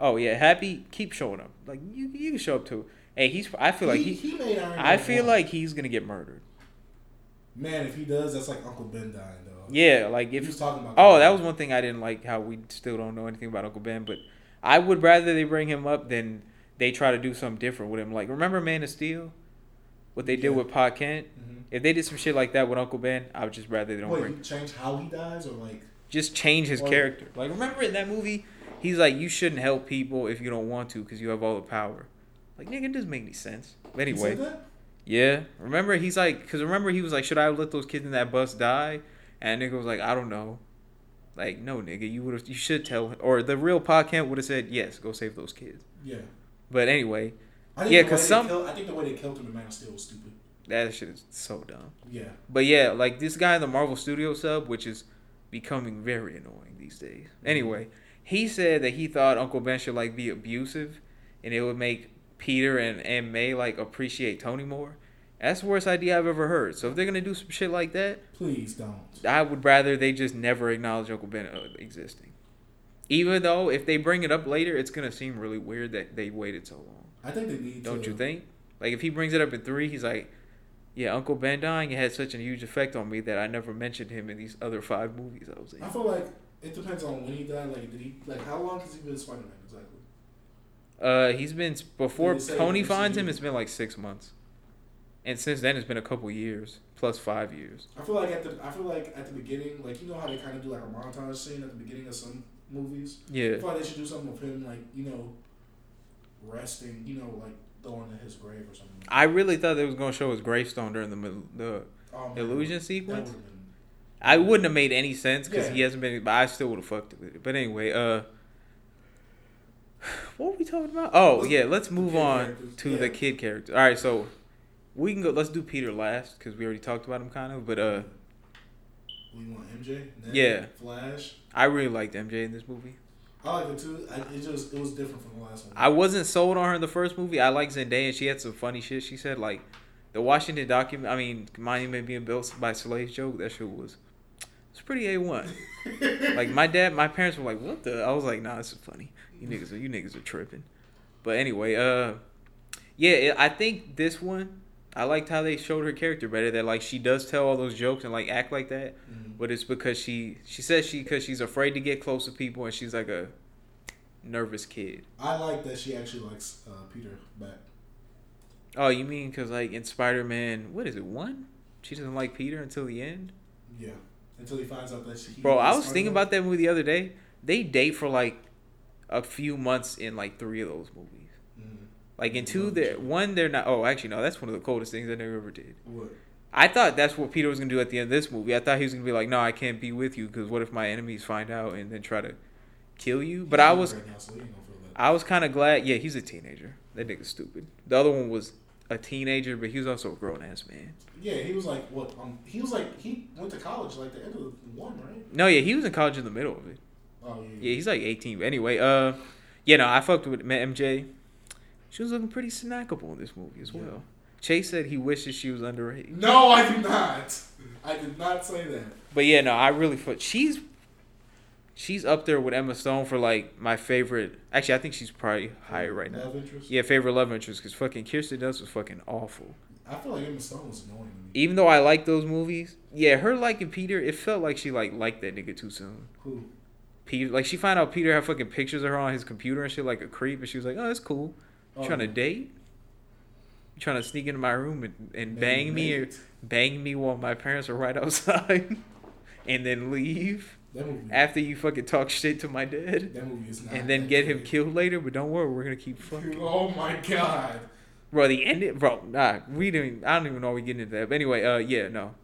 Speaker 2: Oh yeah, Happy keep showing up. Like you, you can show up too. Hey, he's. I feel like
Speaker 1: he,
Speaker 2: he.
Speaker 1: he made Iron
Speaker 2: I
Speaker 1: Man
Speaker 2: feel
Speaker 1: one.
Speaker 2: like he's gonna get murdered.
Speaker 1: Man, if he does, that's like Uncle Ben dying, though.
Speaker 2: Yeah, like
Speaker 1: He was
Speaker 2: if.
Speaker 1: talking about
Speaker 2: Oh, that was one thing I didn't like. How we still don't know anything about Uncle Ben, but I would rather they bring him up than they try to do something different with him. Like remember Man of Steel, what they
Speaker 1: Yeah.
Speaker 2: did with Pa Kent.
Speaker 1: Mhm.
Speaker 2: If they did some shit like that with Uncle Ben, I would just rather they don't
Speaker 1: Wait,
Speaker 2: bring.
Speaker 1: you change how he dies or like
Speaker 2: Just change his
Speaker 1: Or-
Speaker 2: character. Like remember in that movie, he's like, you shouldn't help people if you don't want to because you have all the power. Like nigga, it doesn't make any sense. But
Speaker 1: He
Speaker 2: anyway,
Speaker 1: said that?
Speaker 2: yeah. Remember he's like, because remember he was like, should I have let those kids in that bus die? And nigga was like, I don't know. Like no nigga, you would have you should tell him or the real podcast would have said yes, go save those kids.
Speaker 1: Yeah.
Speaker 2: But anyway,
Speaker 1: I think
Speaker 2: Yeah,
Speaker 1: the
Speaker 2: 'cause
Speaker 1: way they
Speaker 2: some-
Speaker 1: killed- I think the way they killed him in Man of Steel was stupid.
Speaker 2: that shit is so dumb.
Speaker 1: Yeah.
Speaker 2: But yeah, like this guy in the Marvel Studio sub, which is becoming very annoying these days. Anyway, he said that he thought Uncle Ben should like be abusive, and it would make Peter and and May like appreciate Tony more. That's the worst idea I've ever heard. So if they're gonna do some shit like that,
Speaker 1: Please don't.
Speaker 2: I would rather they just never acknowledge Uncle Ben uh, existing. Even though if they bring it up later, it's gonna seem really weird that they waited so long.
Speaker 1: I think they need
Speaker 2: Don't
Speaker 1: to.
Speaker 2: you think? Like if he brings it up in three, he's like, "Yeah, Uncle Ben dying it had such a huge effect on me that I never mentioned him in these other five movies I was in."
Speaker 1: I feel like it depends on when he died. Like, did he? Like, how long has he been Spider Man exactly?
Speaker 2: Uh, he's been before
Speaker 1: Did it say
Speaker 2: Tony
Speaker 1: MCU?
Speaker 2: finds him. It's been like six months, and since then it's been a couple years, plus five years.
Speaker 1: I feel like at the I feel like at the beginning, like you know how they kind of do like a montage scene at the beginning of some movies. I
Speaker 2: Yeah,
Speaker 1: feel like they should do something with him, like you know, resting, you know, like throwing in his grave or something.
Speaker 2: I really thought they was gonna show his gravestone during the mil- the
Speaker 1: Oh, man.
Speaker 2: illusion
Speaker 1: That would've
Speaker 2: sequence.
Speaker 1: been-
Speaker 2: I wouldn't have made any sense because he
Speaker 1: Yeah.
Speaker 2: hasn't been. But I still would have fucked with it. But anyway, uh, what were we talking about? Oh
Speaker 1: Let's-
Speaker 2: yeah, let's move
Speaker 1: kid
Speaker 2: on
Speaker 1: characters.
Speaker 2: to
Speaker 1: Yeah.
Speaker 2: the kid character. All right, so we can go. Let's do Peter last because we already talked about him kind of. But uh,
Speaker 1: We want MJ. Ned,
Speaker 2: Yeah.
Speaker 1: Flash.
Speaker 2: I really liked MJ in this movie.
Speaker 1: I like it too. I, it just it was different from the last one.
Speaker 2: I wasn't sold on her in the first movie. I like Zendaya. She had some funny shit. She said like the Washington document. I mean, monument being built by slaves joke. That shit was it's pretty a one. like my dad, my parents were like, "What the?" I was like, "Nah, this is funny. You niggas, are, you niggas are tripping." But anyway, uh, yeah, it, I think this one, I liked how they showed her character better. That like she does tell all those jokes and like act like that,
Speaker 1: Mhm.
Speaker 2: but it's because she she says she because she's afraid to get close to people and she's like a nervous kid.
Speaker 1: I like that she actually likes uh, Peter back.
Speaker 2: Oh, you mean because like in Spider Man, what is it one? She doesn't like Peter until the end.
Speaker 1: Yeah. Until he finds out that she.
Speaker 2: Bro, I was thinking about that movie the other day. They date for like a few months in like three of those movies.
Speaker 1: Mm.
Speaker 2: Like in two, they're one, they're not. Oh, actually, no, that's one of the coldest things I never ever did.
Speaker 1: What?
Speaker 2: I thought that's what Peter was gonna do at the end of this movie. I thought he was gonna be like, "No, I can't be with you because what if my enemies find out and then try to kill you?" But I was,
Speaker 1: Right now, so he ain't gonna feel that.
Speaker 2: I was kind of glad. Yeah, he's a teenager. That nigga's stupid. The other one was a teenager, but he was also a grown ass man.
Speaker 1: Yeah, he was like, what? Um, he was like, he went to college like the end of the one, right?
Speaker 2: No, yeah, he was in college in the middle of it.
Speaker 1: Oh yeah.
Speaker 2: Yeah, he's like 18. But anyway, uh, yeah, no, I fucked with Ma- MJ. She was looking pretty snackable in this movie as
Speaker 1: Yeah.
Speaker 2: well. Chase said he wishes she was underage.
Speaker 1: No, I did not. I did not say that.
Speaker 2: But yeah, no, I really fu- she's she's up there with Emma Stone for like my favorite. Actually, I think she's probably higher right now.
Speaker 1: Love interest.
Speaker 2: Yeah, favorite love interest because fucking Kirsten Dunst was fucking awful.
Speaker 1: I feel like Emma Stone was annoying to me.
Speaker 2: Even though I like those movies, yeah, her liking Peter, it felt like she like liked that nigga too soon.
Speaker 1: Who?
Speaker 2: Peter, like she found out Peter had fucking pictures of her on his computer and shit like a creep, and she was like, oh, that's cool. You
Speaker 1: Oh,
Speaker 2: trying to date? You trying to sneak into my room and, and
Speaker 1: Maybe
Speaker 2: bang me or
Speaker 1: Nate.
Speaker 2: bang me while my parents are right outside, and then leave?
Speaker 1: That movie.
Speaker 2: after you fucking talk shit to my dad
Speaker 1: that movie is not.
Speaker 2: and then
Speaker 1: that
Speaker 2: get him
Speaker 1: good.
Speaker 2: killed later. But don't worry, we're gonna keep fucking.
Speaker 1: Oh my god.
Speaker 2: Bro, the end it, bro. Nah, we didn't. I don't even know we getting into that. But anyway, uh, yeah, no,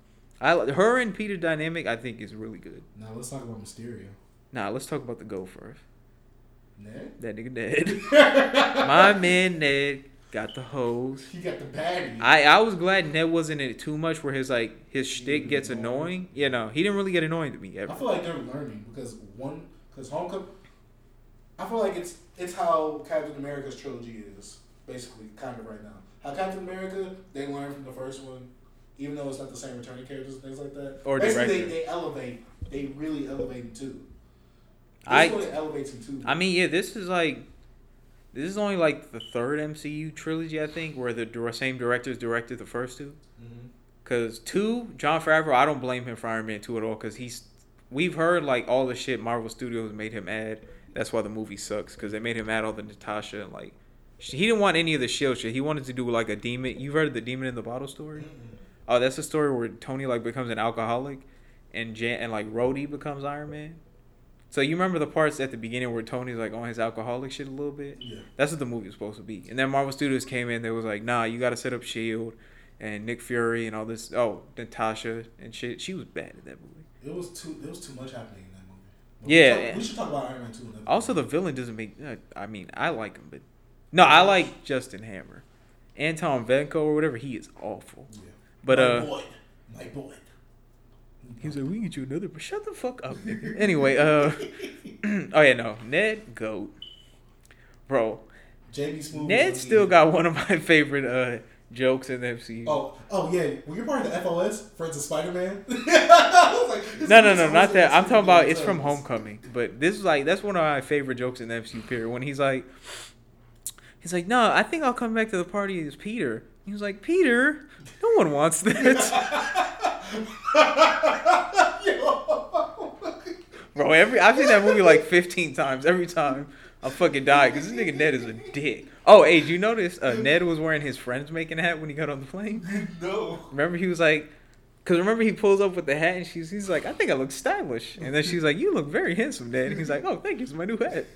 Speaker 2: I li- her and Peter dynamic I think is really good.
Speaker 1: Now let's talk about Mysterio.
Speaker 2: Nah, let's talk about the goal first.
Speaker 1: Ned.
Speaker 2: That nigga Ned, my man Ned got the hose.
Speaker 1: He got the baddie.
Speaker 2: I, I was glad Ned wasn't in it too much where his like his shtick gets annoying. Yeah, no, he didn't really get annoying to me
Speaker 1: I
Speaker 2: ever.
Speaker 1: feel like they're learning because one, because Homecoming. I feel like it's it's how Captain America's trilogy is basically kind of right now. How Captain America they learn from the first one, even though it's not the same returning characters and things like that.
Speaker 2: Or
Speaker 1: basically they,
Speaker 2: director.
Speaker 1: they elevate. They really elevate him too. This
Speaker 2: I-
Speaker 1: one elevates him too.
Speaker 2: I mean, yeah, this is like this is only like the third MCU trilogy, I think, where the dir- same directors directed the first two.
Speaker 1: Mhm.
Speaker 2: Cause two, John Favreau, I don't blame him for Iron Man two at all. Cause he's we've heard like all the shit Marvel Studios made him add. That's why the movie sucks. Cause they made him add all the Natasha and like sh- he didn't want any of the Shield shit. He wanted to do like a demon. You've heard of the demon in the bottle story?
Speaker 1: Mhm.
Speaker 2: Oh, that's the story where Tony like becomes an alcoholic, and Jan- and like Rhodey becomes Iron Man. So you remember the parts at the beginning where Tony's like on his alcoholic shit a little bit?
Speaker 1: Yeah.
Speaker 2: That's what the movie was supposed to be. And then Marvel Studios came in, they was like, nah, you gotta set up Shield E and Nick Fury and all this oh, Natasha and shit. She was bad in that movie.
Speaker 1: It was too. There was too much happening in that movie.
Speaker 2: Yeah.
Speaker 1: We, talk- we should talk about Iron Man two. another
Speaker 2: Also
Speaker 1: time.
Speaker 2: the villain doesn't make uh, I mean, I like him, but no, I like Justin Hammer. Anton Venko or whatever, he is awful.
Speaker 1: Yeah.
Speaker 2: But
Speaker 1: my
Speaker 2: uh
Speaker 1: boy, my boy.
Speaker 2: he was like, We can get you another but shut the fuck up. nigga." anyway, uh oh yeah, no. Ned Goat. Bro,
Speaker 1: Jamie Smooth. was
Speaker 2: Ned
Speaker 1: the
Speaker 2: still
Speaker 1: lead.
Speaker 2: got one of my favorite uh, jokes in the MCU.
Speaker 1: Oh, oh yeah. Well, you're part of the FOS, Friends of Spider Man. like,
Speaker 2: no, no, no, not that. I'm talking about it's from Homecoming. But this is like that's one of my favorite jokes in the MCU period. When he's like, he's like, no, I think I'll come back to the party as Peter. He was like, Peter, no one wants that, bro. Every I've seen that movie like 15 times. Every time I fucking die because this nigga Ned is a dick. Oh, hey, did you notice uh, Ned was wearing his friends making hat when he got on the plane?
Speaker 1: no.
Speaker 2: Remember, he was like, because remember he pulls up with the hat and she's he's like, I think I look stylish, and then she's like, you look very handsome, Dad. And he's like, oh, thank you, it's my new hat.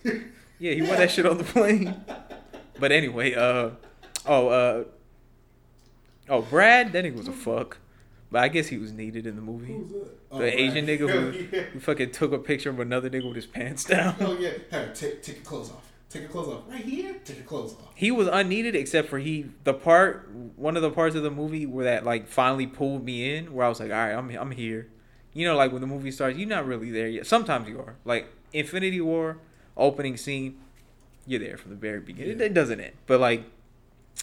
Speaker 2: Yeah, he wore that shit on the plane. But anyway, uh, oh, uh, oh, Brad, that nigga was a fuck, but I guess he was needed in the movie.
Speaker 1: Who was that? Oh,
Speaker 2: The Asian nigga who,
Speaker 1: yeah.
Speaker 2: who fucking took a picture of another nigga with his pants down.
Speaker 1: Oh yeah. Hey, take take your clothes off. Take your clothes off. Right here. Take your clothes off.
Speaker 2: He was unneeded except for he the part one of the parts of the movie where that like finally pulled me in where I was like, all right, I'm I'm here. You know, like when the movie starts, you're not really there yet. Sometimes you are. Like Infinity War opening scene, you're there from the very beginning. It,
Speaker 1: Yeah.
Speaker 2: it doesn't end, but like,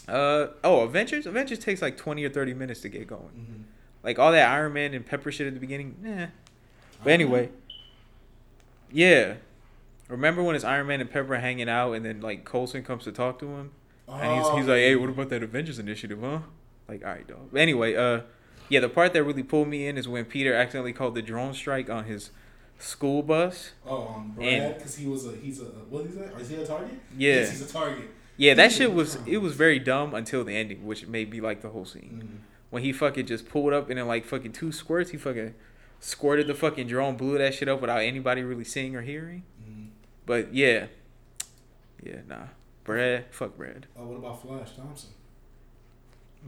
Speaker 2: uh oh, Avengers Avengers takes like 20 or 30 minutes to get going.
Speaker 1: Mhm.
Speaker 2: Like all that Iron Man and Pepper shit at the beginning, nah. But anyway, yeah. Remember when it's Iron Man and Pepper hanging out, and then like Colson comes to talk to him, and he's,
Speaker 1: Oh.
Speaker 2: he's like, "Hey, what about that Avengers initiative, huh?" Like, all right, dog. But anyway, uh, yeah, the part that really pulled me in is when Peter accidentally called the drone strike on his school bus.
Speaker 1: Oh, um, Brad,
Speaker 2: And-
Speaker 1: because he was a he's a what is that? Is he a target?
Speaker 2: Yeah.
Speaker 1: Yes, he's a target.
Speaker 2: Yeah, that
Speaker 1: He's a
Speaker 2: shit was
Speaker 1: drone.
Speaker 2: it was very dumb until the ending, which made me like the whole scene.
Speaker 1: Mhm.
Speaker 2: when he fucking just pulled up and then like fucking two squirts, he fucking squirted the fucking drone, blew that shit up without anybody really seeing or hearing.
Speaker 1: Mhm.
Speaker 2: But yeah, yeah, nah, Brad, fuck Brad,
Speaker 1: Oh, what about Flash Thompson?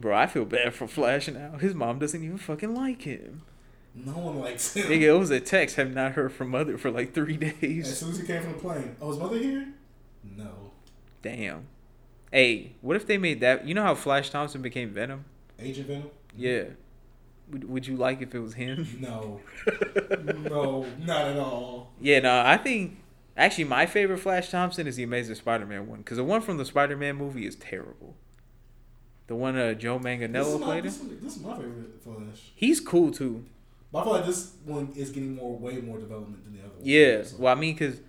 Speaker 2: bro. I feel bad for Flash now. His mom doesn't even fucking like him.
Speaker 1: No one likes him.
Speaker 2: Nigga, it was a text. Have not heard from mother for like three
Speaker 1: As
Speaker 2: days.
Speaker 1: soon as he came from the plane, oh, his mother here? No,
Speaker 2: Damn. Hey, what if they made that? You know how Flash Thompson became Venom?
Speaker 1: Agent Venom?
Speaker 2: Yeah. Would, would you like if it was him?
Speaker 1: No, no, not at all.
Speaker 2: Yeah, no, I think actually my favorite Flash Thompson is the Amazing Spider-Man one because the one from the Spider-Man movie is terrible. The one uh, Joe
Speaker 1: this,
Speaker 2: Manganiello
Speaker 1: is my,
Speaker 2: played him.
Speaker 1: this, is, this is my favorite Flash.
Speaker 2: He's cool too.
Speaker 1: But I feel like this one is getting more, way more development than the other one.
Speaker 2: Yeah.
Speaker 1: So-
Speaker 2: Well, I mean, cause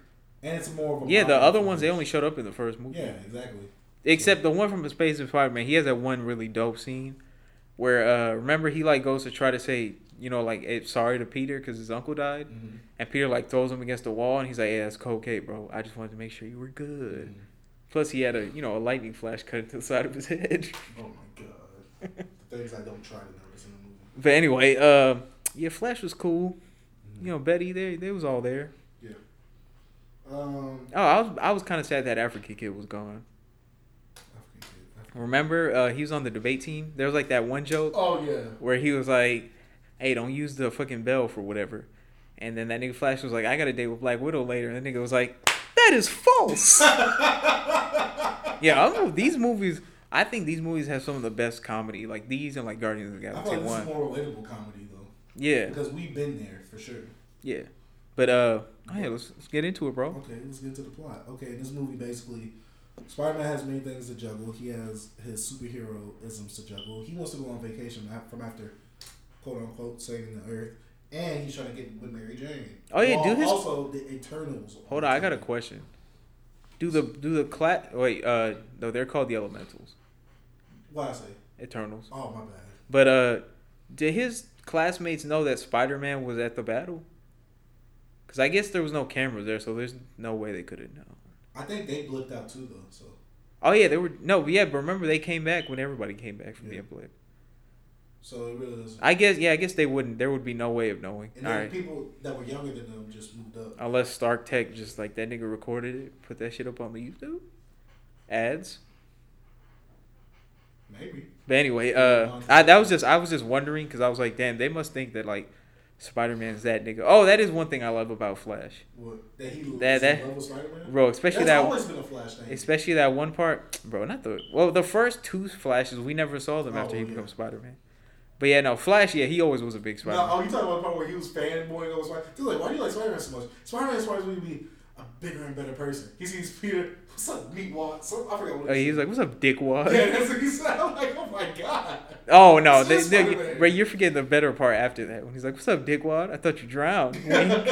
Speaker 1: and it's more of a
Speaker 2: yeah, the
Speaker 1: modern
Speaker 2: other ones they
Speaker 1: Flash.
Speaker 2: only showed up in the first movie.
Speaker 1: Yeah, exactly.
Speaker 2: Except the one from the Space of Spider-Man, he has that one really dope scene where uh remember he like goes to try to say you know like eh, sorry to Peter because his uncle died
Speaker 1: Mhm.
Speaker 2: and Peter like throws him against the wall and he's like yeah that's cold cake bro I just wanted to make sure you were good.
Speaker 1: Mhm.
Speaker 2: Plus, he had a you know a lightning flash cut into the side of his head.
Speaker 1: Oh my god, the things I don't try to notice in the movie.
Speaker 2: But anyway, uh, yeah, Flash was cool. You know, Betty, they they was all there.
Speaker 1: Um,
Speaker 2: Oh, I was I was kind of sad that African kid was gone.
Speaker 1: African kid, African-
Speaker 2: Remember, uh, he was on the debate team. There was like that one joke
Speaker 1: Oh yeah.
Speaker 2: where he was like, "Hey, don't use the fucking bell for whatever," and then that nigga Flash was like, "I got a date with Black Widow later," and the nigga was like, "That is
Speaker 3: Oh,
Speaker 2: false." yeah, I don't know, these movies. I think these movies have some of the best comedy, like these and like Guardians of the
Speaker 1: I
Speaker 2: Galaxy
Speaker 1: feel like Oh, this
Speaker 2: one.
Speaker 1: is more relatable comedy though,
Speaker 2: yeah.
Speaker 1: because we've been there for sure.
Speaker 2: Yeah. But uh oh yeah, let's, let's get into it, bro.
Speaker 1: Okay, let's get to the plot. Okay, in this movie, basically, Spider Man has many things to juggle. He has his superheroisms to juggle. He wants to go on vacation af- from after, quote unquote, saving the Earth, and he's trying to get with Mary Jane.
Speaker 2: Oh, yeah,
Speaker 1: While
Speaker 2: do his-
Speaker 1: Also, the Eternals.
Speaker 2: Hold on, I got a question. Do the do the clat wait, uh no, they're called the elementals.
Speaker 1: Why I say?
Speaker 2: Eternals.
Speaker 1: Oh my bad.
Speaker 2: But uh did his classmates know that Spider Man was at the battle? Cause I guess there was no cameras there, so there's no way they could have known.
Speaker 1: I think they blipped out too though. So
Speaker 2: Oh yeah, they were no, but yeah, but remember they came back when everybody came back from
Speaker 1: Yeah.
Speaker 2: the blip.
Speaker 1: So it really doesn't.
Speaker 2: I guess yeah, I guess they wouldn't. There would be no way of knowing.
Speaker 1: And
Speaker 2: All
Speaker 1: then
Speaker 2: right,
Speaker 1: people that were younger than them just moved up.
Speaker 2: unless Stark Tech just like that nigga recorded it, put that shit up on the YouTube ads.
Speaker 1: Maybe.
Speaker 2: But anyway, uh, I, that was just I was just wondering because I was like, damn, they must think that like Spider Man's that nigga. Oh, that is one thing I love about Flash,
Speaker 1: What? That he was
Speaker 2: That- that-
Speaker 1: in love with Spider-Man?
Speaker 2: bro. Especially
Speaker 1: That's
Speaker 2: that,
Speaker 1: always been a Flash thing.
Speaker 2: especially that one part, bro. Not the well, the first two Flashes we never saw them
Speaker 1: Oh,
Speaker 2: after he
Speaker 1: yeah.
Speaker 2: becomes Spider Man. But yeah, no, Flash, yeah, he always was a big Spider.
Speaker 1: No,
Speaker 2: man
Speaker 1: oh, you talking about the part where he was fanboying over Spider? Dude, like, why do you like Spider-Man so much? Spider-Man supposed to be a bigger and better person. He sees Peter, what's up, meatwad? Some, I forgot what
Speaker 2: Oh,
Speaker 1: he
Speaker 2: he's
Speaker 1: said.
Speaker 2: like, "What's up, dickwad?"
Speaker 1: Yeah, that's what he said. I'm like, oh my god.
Speaker 2: Oh no,
Speaker 1: It's
Speaker 2: they,
Speaker 1: just
Speaker 2: they,
Speaker 1: Spider-Man.
Speaker 2: Ray, you're forgetting the better part after that when he's like, "What's up, dickwad? I thought you drowned." Wink.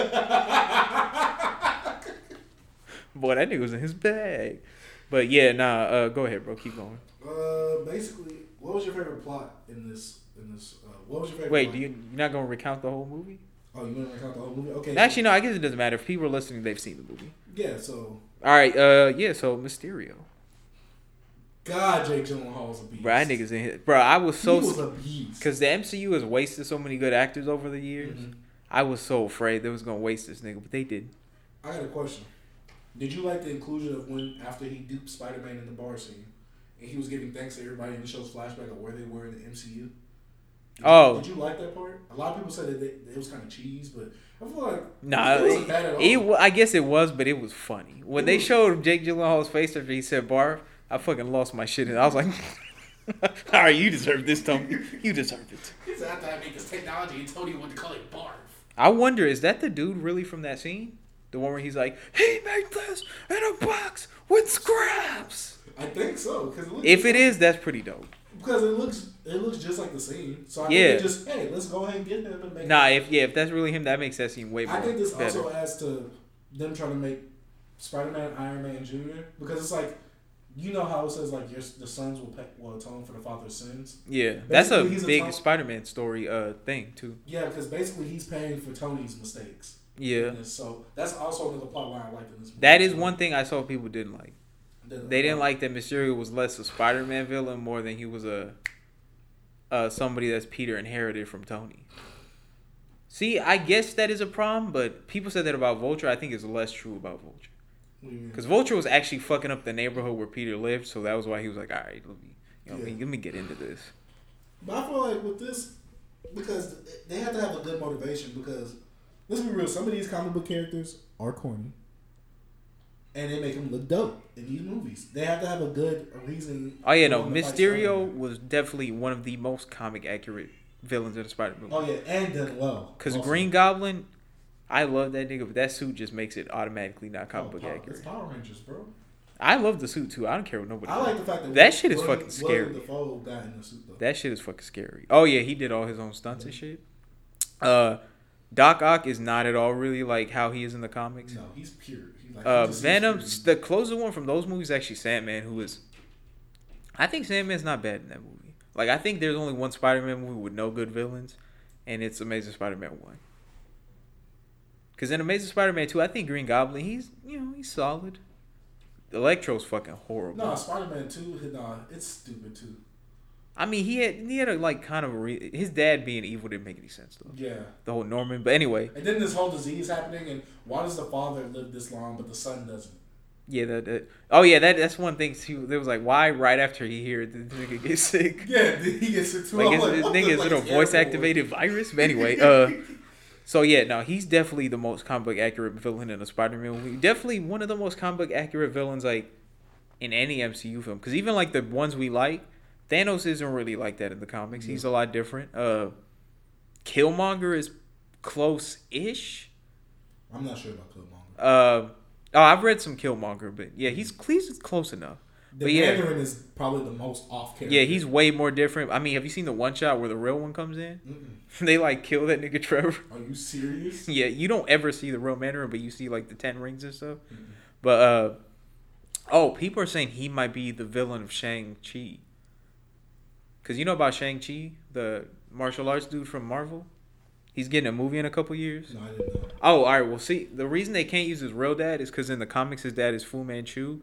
Speaker 2: Boy, that nigga was in his bag. But yeah, nah. Uh, go ahead, bro. Keep going.
Speaker 1: Uh, basically, what was your favorite plot in this? In this, uh, what was your favorite?
Speaker 2: Wait,
Speaker 1: plot?
Speaker 2: do you you're not gonna recount the whole movie?
Speaker 1: Oh, you want to recount the whole movie? Okay. so-
Speaker 2: Actually, no. I guess it doesn't matter if people are listening; they've seen the movie.
Speaker 1: Yeah. So,
Speaker 2: All right. Uh, yeah. So Mysterio,
Speaker 1: God, Jake Gyllenhaal's a beast.
Speaker 2: bro. That niggas in his, bro. I was so
Speaker 1: he was a beast.
Speaker 2: because the MCU has wasted so many good actors over the years.
Speaker 1: Mhm.
Speaker 2: I was so afraid they was gonna waste this nigga, but they didn't.
Speaker 1: I got a question. Did you like the inclusion of when after he duped Spider Man in the bar scene, and he was giving thanks to everybody in the show's flashback of where they were in the MCU? Did
Speaker 2: Oh.
Speaker 1: you, did you like that part? A lot of people said that they, it was kind of cheese, but I feel like
Speaker 2: Nah,
Speaker 1: it wasn't bad at all. Mm-hmm.
Speaker 2: it, it, wa- I guess it was, but it was funny when
Speaker 1: It
Speaker 2: they
Speaker 1: was-
Speaker 2: showed Jake Gyllenhaal's face after he said "barf." I fucking lost my shit, and I was like, "All right, you deserve this, Tony. You deserve it."
Speaker 1: He's after I made this technology and told you what to call it barf.
Speaker 2: I wonder, is that the dude really from that scene? The one where he's like, "He made this in a box with scraps."
Speaker 1: I think so because it looks,
Speaker 2: If it is, that's pretty dope.
Speaker 1: because it looks it looks just like the scene. So I
Speaker 2: Yeah.
Speaker 1: think they just hey, let's go ahead and get them and make.
Speaker 2: Nah, if yeah, if that's really him, that makes that scene way more
Speaker 1: I think this
Speaker 2: better.
Speaker 1: also adds to them trying to make Spider Man Iron Man Junior because it's like you know how it says like your the sons will pay, will atone for the father's sins.
Speaker 2: yeah, that's a
Speaker 1: Basically, he's a
Speaker 2: big
Speaker 1: top-
Speaker 2: Spider-Man story uh thing too.
Speaker 1: Yeah, because basically he's paying for Tony's mistakes.
Speaker 2: Yeah,
Speaker 1: And so that's also another plot line I liked in this. Movie.
Speaker 2: that is one thing I saw people didn't like.
Speaker 1: That-
Speaker 2: They didn't like that Mysterio was less a Spider-Man villain more than he was a uh somebody that's Peter inherited from Tony. See, I guess that is a problem, but people said that about Vulture. I think it's less true about Vulture.
Speaker 1: What do you mean?
Speaker 2: Because Vulture was actually fucking up the neighborhood where Peter lived, so that was why he was like, all right, let me, you know, what I
Speaker 1: Yeah.
Speaker 2: mean? let me get into this.
Speaker 1: But I feel like with this, because they have to have a good motivation. Because let's be real, some of these comic book characters are corny, and they make them look dope in these movies. They have to have a good reason.
Speaker 2: Oh, yeah,
Speaker 1: for
Speaker 2: no,
Speaker 1: them to fight
Speaker 2: Mysterio
Speaker 1: Spider-Man.
Speaker 2: was definitely one of the most comic accurate villains in the Spider movie.
Speaker 1: Oh yeah, and done well.
Speaker 2: Because
Speaker 1: Also.
Speaker 2: Green Goblin, I love that nigga, but that suit just makes it automatically not
Speaker 1: Oh,
Speaker 2: comic book
Speaker 1: Power-
Speaker 2: accurate.
Speaker 1: It's Power Rangers, bro.
Speaker 2: I love the suit too. I don't care what nobody.
Speaker 1: I like the fact that
Speaker 2: That shit is
Speaker 1: Willem-
Speaker 2: fucking
Speaker 1: Willem
Speaker 2: scary.
Speaker 1: Dafoe got in the suit though.
Speaker 2: That shit is fucking scary. Oh yeah, he did all his own stunts and shit. Uh, Doc Ock is not at all really like how he is in the comics.
Speaker 1: no, he's pure. He's like,
Speaker 2: Uh,
Speaker 1: he just-
Speaker 2: Venom,
Speaker 1: he's pure.
Speaker 2: the closest one from those movies, is actually Sandman, who is. I think Sandman's not bad in that movie. Like, I think there's only one Spider-Man movie with no good villains, and it's Amazing Spider-Man one. Because in Amazing Spider-Man two, I think Green Goblin, he's you know he's solid. Electro's fucking horrible.
Speaker 1: No, Spider Man Two. Nah, it's stupid too.
Speaker 2: I mean, he had he had a like kind of a re- his dad being evil didn't make any sense though.
Speaker 1: Yeah.
Speaker 2: The whole Norman, but anyway,
Speaker 1: And then this whole disease happening, and why does the father live this long but the son doesn't?
Speaker 2: yeah, that, that oh yeah, that that's one thing too. There was like why right after he heard the nigga get sick.
Speaker 1: Yeah, he gets it too.
Speaker 2: Oh Like,
Speaker 1: I'm
Speaker 2: is, this
Speaker 1: what
Speaker 2: nigga,
Speaker 1: the-
Speaker 2: is
Speaker 1: like,
Speaker 2: it a
Speaker 1: it's
Speaker 2: voice
Speaker 1: airborne.
Speaker 2: activated virus? But anyway, uh, so yeah, no, he's definitely the most comic book accurate villain in a Spider-Man movie. Definitely one of the most comic book accurate villains like in any MCU film. Because even like the ones we like, Thanos isn't really like that in the comics. He's a lot different. Uh, Killmonger is close-ish.
Speaker 1: I'm not sure about Killmonger.
Speaker 2: Uh, oh, I've read some Killmonger, but yeah, he's he's close enough.
Speaker 1: The
Speaker 2: But yeah.
Speaker 1: Mandarin is probably the most off character.
Speaker 2: Yeah, he's way more different. I mean, have you seen the one shot where the real one comes in?
Speaker 1: Mm-mm.
Speaker 2: they like kill that nigga Trevor.
Speaker 1: Are you serious?
Speaker 2: Yeah, you don't ever see the real Mandarin, but you see like the Ten Rings and stuff. But uh oh, people are saying he might be the villain of Shang Chi. Cause you know about Shang Chi, the martial arts dude from Marvel. He's getting a movie in a couple years.
Speaker 1: No, I didn't know.
Speaker 2: Oh, all right. Well, see, the reason they can't
Speaker 1: Mm-hmm.
Speaker 2: use his real dad is because in the comics, his dad is Fu Manchu,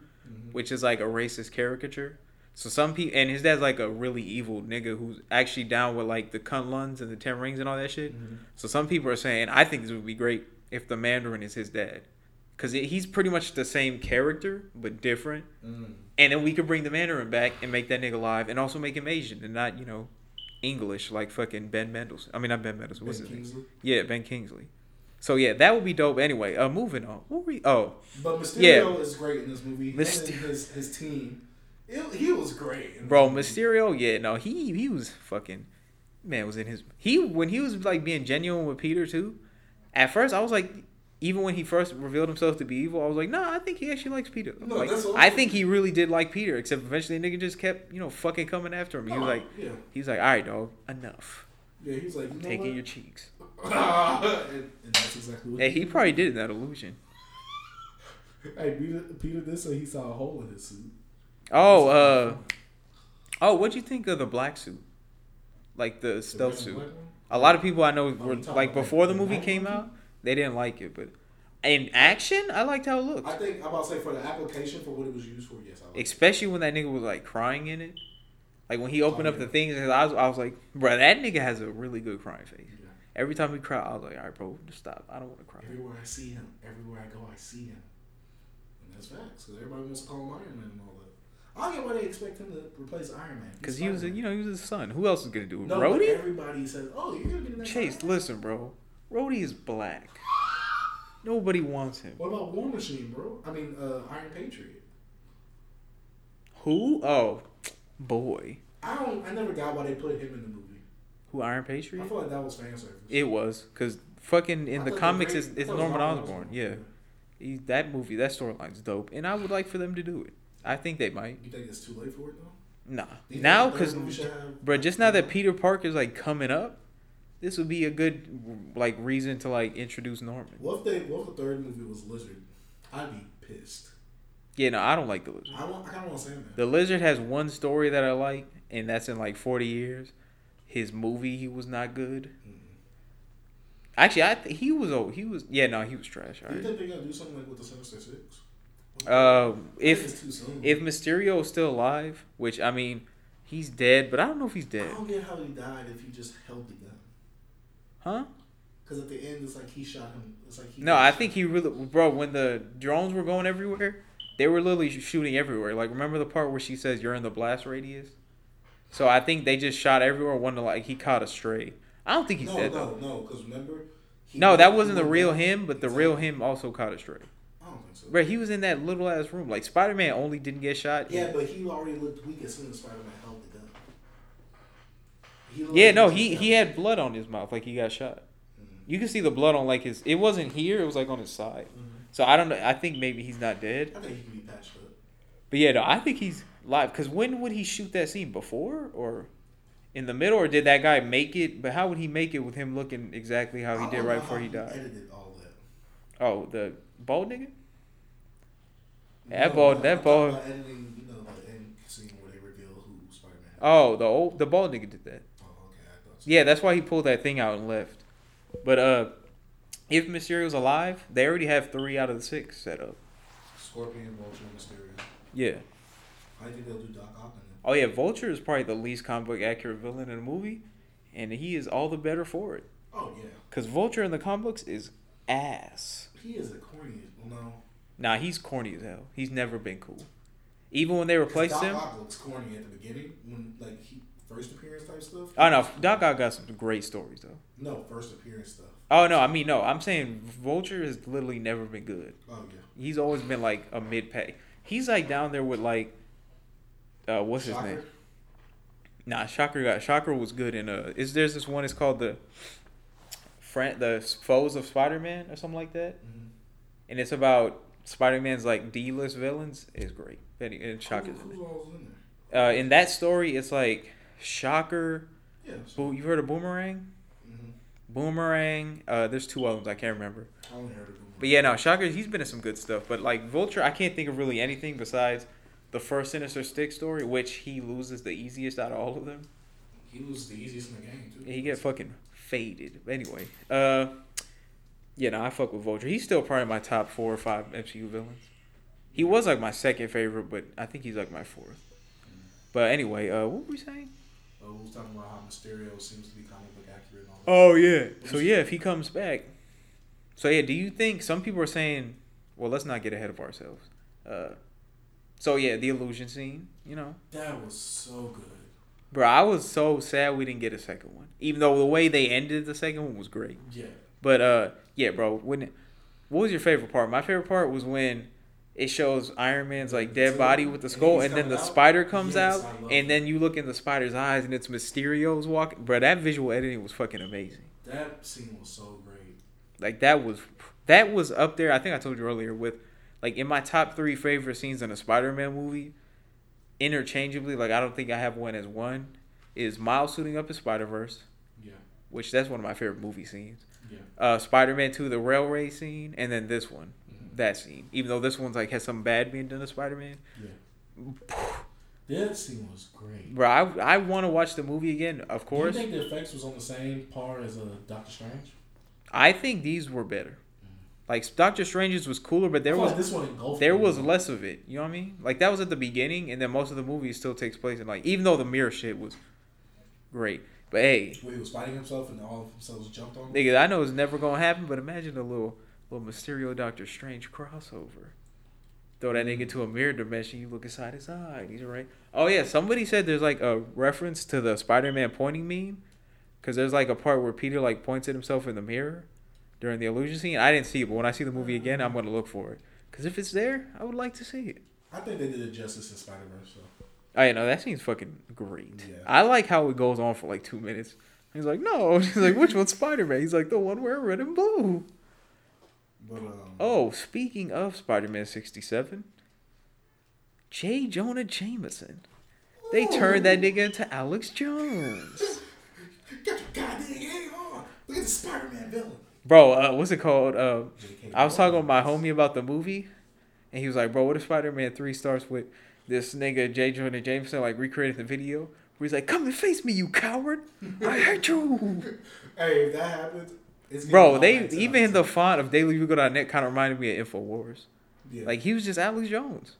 Speaker 2: which is like a racist caricature. So some people, and his dad's like a really evil nigga who's actually down with like the cunt luns and the ten rings and all that shit.
Speaker 1: Mm-hmm.
Speaker 2: So some people are saying, I think this would be great if the Mandarin is his dad, because he's pretty much the same character but different.
Speaker 1: Mm-hmm.
Speaker 2: And then we could bring the Mandarin back and make that nigga live, and also make him Asian and not you know English like fucking Ben Mendelsohn. I mean not Ben Mendelsohn. What's
Speaker 1: Ben
Speaker 2: his
Speaker 1: Kingsley.
Speaker 2: name? Yeah, Ben Kingsley. So yeah, that would be dope. Anyway, uh, moving on. What were we? Oh,
Speaker 1: But Mysterio
Speaker 2: Yeah.
Speaker 1: is great in this movie.
Speaker 2: Myster-
Speaker 1: Myster- his his team, it, he was great. in
Speaker 2: Bro,
Speaker 1: this movie.
Speaker 2: Mysterio, yeah, no, he he was fucking man was in his he when he was like being genuine with Peter too. At first, I was like, even when he first revealed himself to be evil, I was like, nah, I think he actually likes Peter.
Speaker 1: No,
Speaker 2: like,
Speaker 1: that's what
Speaker 2: I
Speaker 1: I'm-
Speaker 2: think he really did like Peter, except eventually the nigga just kept you know fucking coming after him. He was like,
Speaker 1: yeah,
Speaker 2: he was like, all right, dog, enough,
Speaker 1: yeah, he was like, you know
Speaker 2: taking
Speaker 1: what?
Speaker 2: your cheeks.
Speaker 1: and, and that's exactly what.
Speaker 2: Hey, he probably did in that illusion.
Speaker 1: Hey, Peter, Peter did say he saw a hole in his suit.
Speaker 2: Oh, uh, oh, what'd you think of the black suit, like the
Speaker 1: The
Speaker 2: stealth
Speaker 1: red and
Speaker 2: suit?
Speaker 1: black one?
Speaker 2: A lot of people I know
Speaker 1: Oh,
Speaker 2: were
Speaker 1: you talking
Speaker 2: like
Speaker 1: about
Speaker 2: before
Speaker 1: the-
Speaker 2: the
Speaker 1: the
Speaker 2: movie
Speaker 1: night
Speaker 2: came
Speaker 1: one?
Speaker 2: out, they didn't like it, but in action, I liked how it looked.
Speaker 1: I think I'm about to say for the application for what it was used for. Yes, I like it.
Speaker 2: Especially when that nigga was like crying in it. Like when he opened
Speaker 1: Oh,
Speaker 2: up
Speaker 1: yeah.
Speaker 2: the things and his eyes, I was like, bro, that nigga has a really good crying face.
Speaker 1: Yeah.
Speaker 2: Every time he cried, I was like, all right, bro, just stop. I don't want to cry.
Speaker 1: Everywhere I see him, everywhere I go, I see him. And that's facts, because everybody wants to call him Iron Man and all that. I don't get why they expect him to replace Iron Man.
Speaker 2: Because he was, a, you know, he was his son. Who else is going to do it?
Speaker 1: no, but
Speaker 2: Rhodey?
Speaker 1: everybody says, oh, you're going to get that
Speaker 2: Chase,
Speaker 1: Iron Man."
Speaker 2: listen, bro. Rhodey is black. Nobody wants him.
Speaker 1: What about War Machine, bro? I mean, uh, Iron Patriot.
Speaker 2: Who? Oh, boy.
Speaker 1: I don't. I never got why they put him in the movie.
Speaker 2: Who, Iron
Speaker 1: I
Speaker 2: Patriot?
Speaker 1: feel like that was fan service.
Speaker 2: It was. Because fucking in
Speaker 1: I
Speaker 2: the
Speaker 1: thought
Speaker 2: comics,
Speaker 1: they-
Speaker 2: it's,
Speaker 1: I
Speaker 2: it's
Speaker 1: thought it was
Speaker 2: Norman Osborn. Yeah. He, that movie, that storyline's dope, and I would like for them to do it. I think they might.
Speaker 1: You think it's too late for it though?
Speaker 2: Nah,
Speaker 1: Do you
Speaker 2: now
Speaker 1: think the
Speaker 2: because,
Speaker 1: third movie should have-
Speaker 2: bro, just now that Peter Parker's like coming up, this would be a good like reason to like introduce Norman.
Speaker 1: What if they? What if the third movie was Lizard? I'd be pissed.
Speaker 2: Yeah, no, I don't like the lizard.
Speaker 1: I want. I kind of want Sandman.
Speaker 2: The lizard has one story that I like, and that's in like forty years. His movie, he was not good.
Speaker 1: Mm-hmm.
Speaker 2: Actually, I th- he was old. He was yeah, no, he was trash. All
Speaker 1: Do you
Speaker 2: right.
Speaker 1: think they're gonna do something like with the Sinister Six?
Speaker 2: Um, if
Speaker 1: it's too soon.
Speaker 2: if Mysterio is still alive, which I mean, he's dead, but I don't know if he's
Speaker 1: I
Speaker 2: dead,
Speaker 1: don't get how he died if he just held the gun.
Speaker 2: huh?
Speaker 1: Because at the end, it's like he shot him. It's like he
Speaker 2: No, I think he really, bro. When the drones were going everywhere, they were literally sh- shooting everywhere. Like, remember the part where she says you're in the blast radius? So I think they just shot everywhere. One to like he caught a stray. I don't think he's
Speaker 1: no,
Speaker 2: dead
Speaker 1: no,
Speaker 2: though.
Speaker 1: no. Because remember, he
Speaker 2: No, that
Speaker 1: he
Speaker 2: wasn't the
Speaker 1: went
Speaker 2: real
Speaker 1: down.
Speaker 2: him, but the
Speaker 1: Exactly.
Speaker 2: real him also caught a stray.
Speaker 1: I don't think so.
Speaker 2: Bro, he was in that little ass room. Like Spider Man only didn't get shot.
Speaker 1: Yeah, but he already looked weak as soon as Spider Man held the gun. He looked
Speaker 2: Yeah, no,
Speaker 1: like
Speaker 2: he
Speaker 1: got-
Speaker 2: he had blood on his mouth, like he got shot. You can see the blood on like his. It wasn't here. It was like on his side. So I don't know. I think maybe he's not dead.
Speaker 1: I think he could be patched up.
Speaker 2: But yeah, no, I think he's live. Cause when would he shoot that scene? Before or in the middle, or did that guy make it? But how would he make it with him looking exactly how
Speaker 1: I
Speaker 2: he did
Speaker 1: don't
Speaker 2: right
Speaker 1: know
Speaker 2: before
Speaker 1: how
Speaker 2: he died?
Speaker 1: Edited all that.
Speaker 2: Oh, the bald nigga. That
Speaker 1: No,
Speaker 2: bald-
Speaker 1: I'm
Speaker 2: that
Speaker 1: talking
Speaker 2: bald-
Speaker 1: about Editing, you know, the end scene where they reveal who Spider Man.
Speaker 2: Oh, the old the bald nigga did that.
Speaker 1: Oh, okay, I thought so.
Speaker 2: Yeah, that's why he pulled that thing out and left. But uh, if Mysterio's alive, they already have three out of the six set up.
Speaker 1: Scorpion, Vulture, Mysterio.
Speaker 2: Yeah.
Speaker 1: I think they'll do Doc Ock in it.
Speaker 2: Oh yeah, Vulture is probably the least comic book accurate villain in the movie, and he is all the better for it.
Speaker 1: Oh yeah,
Speaker 2: Cause Vulture in the comic books is ass.
Speaker 1: he is a corny. Well, no,
Speaker 2: Nah, he's corny as hell. He's never been cool. Even when they replaced
Speaker 1: Doc
Speaker 2: him.
Speaker 1: Ock looks corny at the beginning when like he first appearance type stuff.
Speaker 2: Oh no, Doc Ock got some great stories though.
Speaker 1: No, first appearance stuff.
Speaker 2: Oh no, I mean no, I'm saying Vulture has literally never been good.
Speaker 1: Oh yeah,
Speaker 2: He's always been like a mid pack. He's like down there with like, uh, what's
Speaker 1: Shocker.
Speaker 2: his name? Nah, Shocker got Shocker was good in uh. Is there's this one? It's called the, friend the foes of Spider Man or something like that,
Speaker 1: Mhm.
Speaker 2: and it's about Spider Man's like D list villains. It's great. And, and Shocker's
Speaker 1: Who,
Speaker 2: in it.
Speaker 1: who all's in there?
Speaker 2: uh, in that story, it's like Shocker.
Speaker 1: Yeah. So,
Speaker 2: Bo- you've heard of Boomerang?
Speaker 1: hmm
Speaker 2: Boomerang. Uh, there's two other ones I can't remember.
Speaker 1: I only heard of him.
Speaker 2: But yeah, no, Shocker. He's been in some good stuff. But like Vulture, I can't think of really anything besides the first Sinister Stick story, which he loses the easiest out of all of them.
Speaker 1: he was the easiest in the game too.
Speaker 2: He get fucking faded. But Anyway, uh, yeah, no, I fuck with Vulture. He's still probably my top four or five MCU villains. He was like my second favorite, but I think he's like my fourth. But anyway, uh, what were we saying?
Speaker 1: Uh, we was talking about how Mysterio seems to be comic book accurate and all that.
Speaker 2: Oh yeah. So yeah, if he comes back, so yeah, do you think some people are saying, well, let's not get ahead of ourselves. Uh, so yeah, the illusion scene, you know,
Speaker 1: That was so good.
Speaker 2: bro, I was so sad we didn't get a second one, even though the way they ended the second one was great.
Speaker 1: Yeah.
Speaker 2: But uh, yeah, bro, when what was your favorite part? My favorite part was when it shows Iron Man's like dead body with the skull,
Speaker 1: He's
Speaker 2: and then the
Speaker 1: coming out.
Speaker 2: spider comes
Speaker 1: Yes, I
Speaker 2: out,
Speaker 1: love
Speaker 2: and
Speaker 1: that.
Speaker 2: then you look in the spider's eyes, and it's Mysterio's walking. Bro, that visual editing was fucking amazing.
Speaker 1: That scene was so great.
Speaker 2: Like that was that was up there. I think I told you earlier with like in my top three favorite scenes in a Spider-Man movie, interchangeably. Like I don't think I have one as one is Miles suiting up in Spider Verse,
Speaker 1: Yeah.
Speaker 2: which that's one of my favorite movie scenes.
Speaker 1: Yeah.
Speaker 2: Uh, Spider-Man Two, the railway scene, and then this one,
Speaker 1: Mhm.
Speaker 2: that scene. Even though this one's like has some bad being done to Spider-Man,
Speaker 1: That scene was great.
Speaker 2: bro. I I want to watch the movie again. Of course,
Speaker 1: Do you think the effects was on the same par as uh, Doctor Strange?
Speaker 2: I think these were better.
Speaker 1: Mm-hmm.
Speaker 2: Like Doctor Strange's was cooler, but there
Speaker 1: I feel
Speaker 2: was
Speaker 1: like this one engulfed.
Speaker 2: there
Speaker 1: me.
Speaker 2: was less of it. You know what I mean? Like that was at the beginning, and then most of the movie still takes place in like, even though the mirror shit was great. But hey,
Speaker 1: where he was fighting himself and all of themselves jumped on. him.
Speaker 2: nigga, I know it's never gonna happen, but imagine a little little Mysterio Doctor Strange crossover. Throw that nigga to a mirror dimension, you look inside his eye, and he's right. Oh yeah, somebody said there's like a reference to the Spider-Man pointing meme, because there's like a part where Peter like points at himself in the mirror during the illusion scene. I didn't see it, but when I see the movie again, I'm gonna look for it. Cause if it's there, I would like to see it.
Speaker 1: I think they did it justice in Spider Verse. So.
Speaker 2: I know that scene's fucking great.
Speaker 1: Yeah.
Speaker 2: I like how it goes on for like two minutes. He's like, no. She's like, which one's Spider Man? He's like, the one wearing red and blue.
Speaker 1: But um,
Speaker 2: Oh, speaking of Spider Man 67, J. Jonah Jameson. They turned that nigga into Alex Jones.
Speaker 1: get your goddamn game on! Look at the Spider Man villain.
Speaker 2: Bro, uh, what's it called? Uh,
Speaker 1: JK
Speaker 2: I was talking with
Speaker 1: Rowling.
Speaker 2: my homie about the movie, and he was like, "Bro, what if Spider-Man three starts with this nigga J. Jonah Jameson like recreating the video?" Where he's like, "Come and face me, you coward! I hate you."
Speaker 1: Hey, if that happens, it's gonna be
Speaker 2: Bro,
Speaker 1: all
Speaker 2: they
Speaker 1: back to
Speaker 2: even
Speaker 1: us.
Speaker 2: the font of DailyBugle.net kind of reminded me of Infowars.
Speaker 1: yeah.
Speaker 2: Like he was just Alex Jones.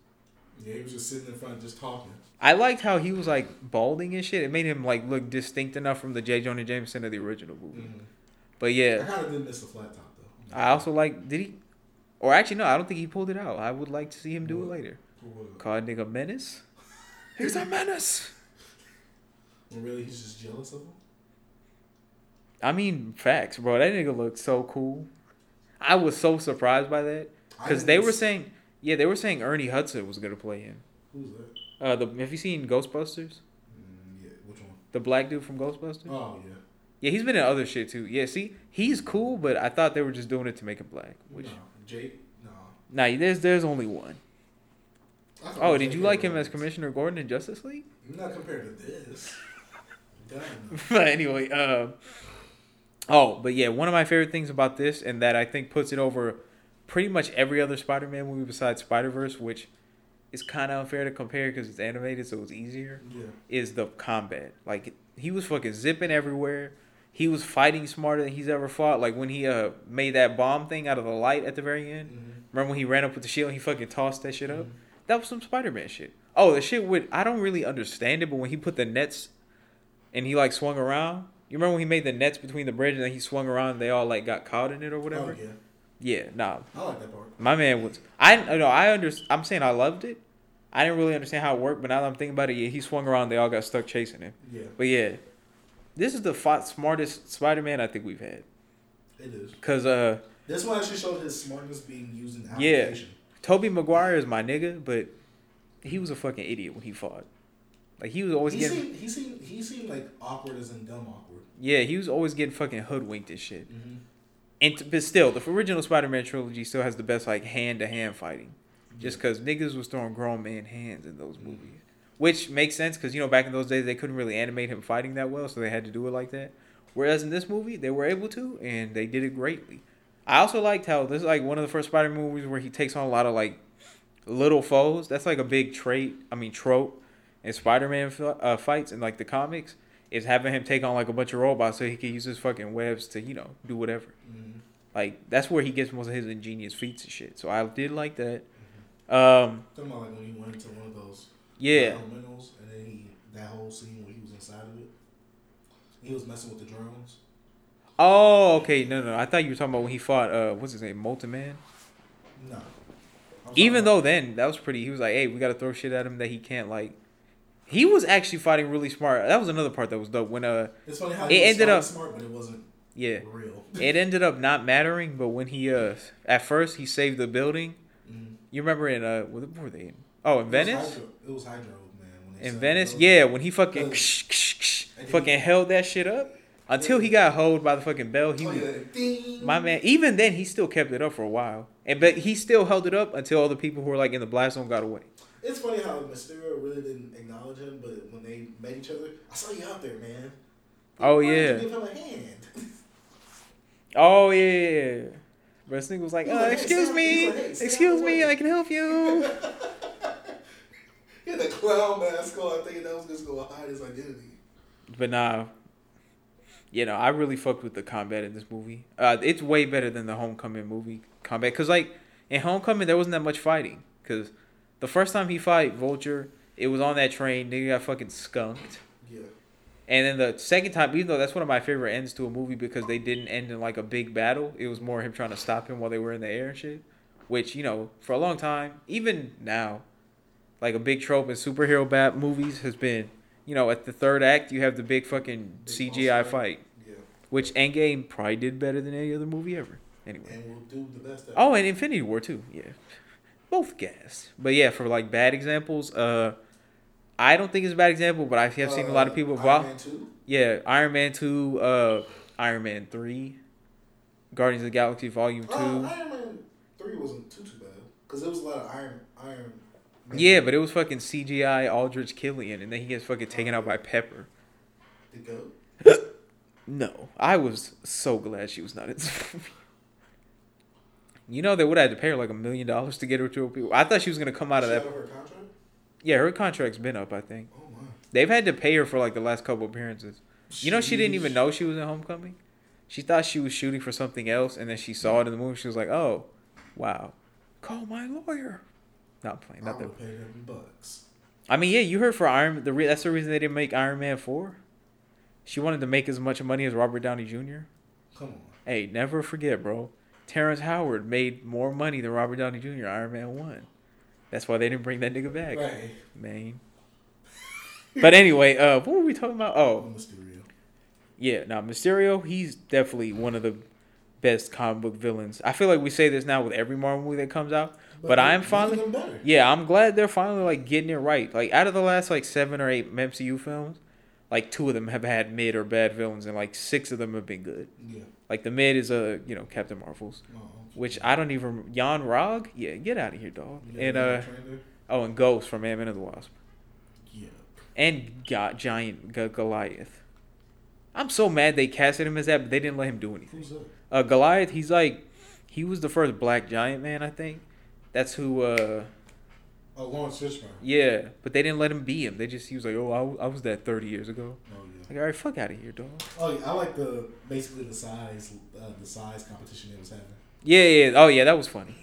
Speaker 1: yeah, he was just sitting in front, just talking.
Speaker 2: I liked how he was like balding and shit. It made him like look distinct enough from the J. Jonah Jameson of the original movie.
Speaker 1: Mhm.
Speaker 2: But
Speaker 1: I
Speaker 2: yeah,
Speaker 1: kind of did miss the flat top though.
Speaker 2: I also like did he, or actually no, I don't think he pulled it out. I would like to see him do it
Speaker 1: What?
Speaker 2: later.
Speaker 1: Who was it?
Speaker 2: Call a nigga menace. He's a menace.
Speaker 1: When really, he's just jealous of him.
Speaker 2: I mean, facts, bro. That nigga looked so cool. I was so surprised by that
Speaker 1: I
Speaker 2: because
Speaker 1: didn't
Speaker 2: they were
Speaker 1: miss-
Speaker 2: saying, yeah, they were saying Ernie Hudson was gonna play him.
Speaker 1: Who's that?
Speaker 2: Uh, the have you seen Ghostbusters?
Speaker 1: Mm, yeah, which one?
Speaker 2: The black dude from Ghostbusters.
Speaker 1: Oh yeah.
Speaker 2: Yeah, he's been in other shit too. Yeah, see, he's cool, but I thought they were just doing it to make him black. Which,
Speaker 1: no, Jake. No.
Speaker 2: nah, there's there's only one.
Speaker 1: I thought
Speaker 2: Oh,
Speaker 1: Jake
Speaker 2: did you
Speaker 1: was
Speaker 2: like
Speaker 1: the
Speaker 2: him as
Speaker 1: one.
Speaker 2: Commissioner Gordon in Justice League?
Speaker 1: Not compared to this. Damn.
Speaker 2: but anyway, uh, oh, but yeah, one of my favorite things about this, and that I think puts it over pretty much every other Spider-Man movie besides Spider-Verse, which is kind of unfair to compare because it's animated, so it's easier.
Speaker 1: Yeah.
Speaker 2: Is the combat like he was fucking zipping everywhere? He was fighting smarter than he's ever fought. Like when he uh made that bomb thing out of the light at the very end.
Speaker 1: Mhm.
Speaker 2: Remember when he ran up with the shield and he fucking tossed that shit up?
Speaker 1: Mm-hmm.
Speaker 2: That was some Spider Man shit. Oh, the shit with I don't really understand it, but when he put the nets and he like swung around, you remember when he made the nets between the bridge and then he swung around and they all like got caught in it or whatever?
Speaker 1: Oh, yeah.
Speaker 2: yeah. nah.
Speaker 1: I like that part.
Speaker 2: My man was I no, I under I'm saying I loved it. I didn't really understand how it worked, but now that I'm thinking about it, yeah, he swung around, they all got stuck chasing him.
Speaker 1: Yeah,
Speaker 2: But yeah. This is the fi- smartest Spider Man I think we've had.
Speaker 1: it is.
Speaker 2: Cause uh
Speaker 1: This one actually showed his smartness being used in
Speaker 2: Yeah.
Speaker 1: application.
Speaker 2: Toby Maguire is my nigga, but he was a fucking idiot when he fought. Like he was always
Speaker 1: He
Speaker 2: getting
Speaker 1: seemed he seemed he seemed like awkward as in dumb awkward.
Speaker 2: yeah, he was always getting fucking hoodwinked and shit.
Speaker 1: Mm-hmm.
Speaker 2: And t- but still, the original Spider-Man trilogy still has the best like hand-to-hand fighting, just because niggas was throwing grown man hands in those movies, which makes sense because you know back in those days they couldn't really animate him fighting that well, so they had to do it like that. Whereas in this movie they were able to, and they did it greatly. I also liked how this is like one of the first Spider-Man movies where he takes on a lot of like little foes. That's like a big trait. I mean trope in Spider-Man fi- uh, fights and like the comics is having him take on like a bunch of robots so he can use his fucking webs to you know do whatever. Like that's where he gets most of his ingenious feats and shit. So I did like that. Um,
Speaker 1: Talking about like when he went into one of those
Speaker 2: Yeah.
Speaker 1: Elementals, and then he that whole scene where he was inside of it. He was messing with the drones.
Speaker 2: Oh, okay. No, no. I thought you were talking about when he fought. Uh, what's his name? Molten Man.
Speaker 1: No. I'm talking
Speaker 2: Even though then that was pretty. He was like, "Hey, we got to throw shit at him that he can't like." He was actually fighting really smart. That was another part that was dope. When uh,
Speaker 1: about- it's funny how
Speaker 2: it
Speaker 1: he was
Speaker 2: ended
Speaker 1: smart,
Speaker 2: up-
Speaker 1: smart, but it wasn't
Speaker 2: yeah,
Speaker 1: real.
Speaker 2: it ended up not mattering. But when he uh, at first he saved the building.
Speaker 1: Mhm.
Speaker 2: You remember in uh, what were they? In? Oh, in Venice.
Speaker 1: It was Hydro, it was Hydro man. When they
Speaker 2: In
Speaker 1: said
Speaker 2: Venice,
Speaker 1: it.
Speaker 2: yeah, when he fucking
Speaker 1: Yeah. Oh. And then
Speaker 2: fucking
Speaker 1: he-
Speaker 2: held that shit up until he got hold by the fucking bell. He
Speaker 1: Oh,
Speaker 2: was,
Speaker 1: yeah. Ding.
Speaker 2: My man, even then he still kept it up for a while, and but he still held it up until all the people who were like in the blast zone got away.
Speaker 1: It's funny how Mysterio really didn't acknowledge him, but when they met each other, I saw you out there, man.
Speaker 2: Oh
Speaker 1: Why didn't
Speaker 2: yeah,
Speaker 1: you give him a hand.
Speaker 2: oh yeah, yeah. yeah. But Sneak was like,
Speaker 1: He was
Speaker 2: uh,
Speaker 1: like, "Hey,
Speaker 2: "Excuse
Speaker 1: stop."
Speaker 2: me,
Speaker 1: He was like, "Hey, stop
Speaker 2: excuse
Speaker 1: the
Speaker 2: me,
Speaker 1: way."
Speaker 2: I can help you."
Speaker 1: He had the clown mask on, thinking that was just gonna hide his identity.
Speaker 2: but nah, you know, I really fucked with the combat in this movie. Uh, it's way better than the Homecoming movie combat because like in Homecoming there wasn't that much fighting because the first time he fight Vulture, it was on that train. Nigga got fucking skunked.
Speaker 1: Yeah.
Speaker 2: And then the second time, even though that's one of my favorite ends to a movie because they didn't end in like a big battle, it was more him trying to stop him while they were in the air and shit. Which, you know, for a long time, even now, like a big trope in superhero bat movies has been, you know, at the third act, you have the big fucking
Speaker 1: Big
Speaker 2: CGI
Speaker 1: boss fight.
Speaker 2: fight,
Speaker 1: Yeah.
Speaker 2: which Endgame probably did better than any other movie ever. Anyway.
Speaker 1: And we'll do the best. At
Speaker 2: Oh, and Infinity War too. Yeah, both gas. But yeah, for like bad examples, uh, I don't think it's a bad example, but I have seen a lot
Speaker 1: Uh,
Speaker 2: of people.
Speaker 1: Iron Man 2?
Speaker 2: Yeah, Iron Man two, uh, Iron Man three, Guardians of the Galaxy Volume two.
Speaker 1: Uh, Iron Man three wasn't too too bad because there was a lot of Iron Iron. Man.
Speaker 2: yeah, but it was fucking CGI Aldrich Killian, and then he gets fucking taken out by Pepper.
Speaker 1: the goat.
Speaker 2: No, I was so glad she was not in this movie. You know they would have had to pay her like a million dollars to get her to a people. I thought she was gonna come out of
Speaker 1: She
Speaker 2: that.
Speaker 1: Out of her contract.
Speaker 2: Yeah, her contract's been up. I think
Speaker 1: Oh my.
Speaker 2: they've had to pay her for like the last couple appearances. You know she didn't even know she was in Homecoming. She thought she was shooting for something else, and then she saw it in the movie. She was like, "Oh, wow, call my lawyer." Not playing.
Speaker 1: Not
Speaker 2: Not
Speaker 1: I
Speaker 2: that.
Speaker 1: would pay them bucks.
Speaker 2: I mean, yeah, you heard for Iron. The re- that's the reason they didn't make Iron Man four. She wanted to make as much money as Robert Downey Jr.
Speaker 1: Come on.
Speaker 2: Hey, never forget, bro. Terrence Howard made more money than Robert Downey Jr. Iron Man one. That's why they didn't bring that nigga back,
Speaker 1: Right.
Speaker 2: man. But anyway, uh, what were we talking about? Oh,
Speaker 1: Oh, Mysterio.
Speaker 2: yeah, now Mysterio, he's definitely one of the best comic book villains. I feel like we say this now with every Marvel movie that comes out, but, I am
Speaker 1: making
Speaker 2: finally,
Speaker 1: them better.
Speaker 2: yeah, I'm glad they're finally like getting it right. Like out of the last like seven or eight MCU films, like two of them have had mid or bad villains, and like six of them have been good.
Speaker 1: Yeah. Oh,
Speaker 2: Like the mid is a uh, you know Captain Marvel's,
Speaker 1: No.
Speaker 2: which I don't even Jan Rog, yeah, get out of here, dog.
Speaker 1: You know
Speaker 2: And
Speaker 1: Iron
Speaker 2: uh
Speaker 1: Man trainer?
Speaker 2: oh, and Ghost from Ant Man and the Wasp
Speaker 1: Yeah.
Speaker 2: and got giant G- Goliath. I'm so mad they casted him as that, but they didn't let him do anything.
Speaker 1: Who's that?
Speaker 2: Uh, Goliath, he's like, he was the first black giant man, I think. That's who, uh,
Speaker 1: Oh, Lawrence Fishburne.
Speaker 2: yeah. But they didn't let him be him. They just, he was like, oh, I, w- I was that 30 years ago.
Speaker 1: Oh yeah.
Speaker 2: Like, all right, fuck out of here, dog.
Speaker 1: Oh yeah. I like the basically the size uh, the size competition they was having.
Speaker 2: Yeah, yeah. Oh, yeah, that was funny.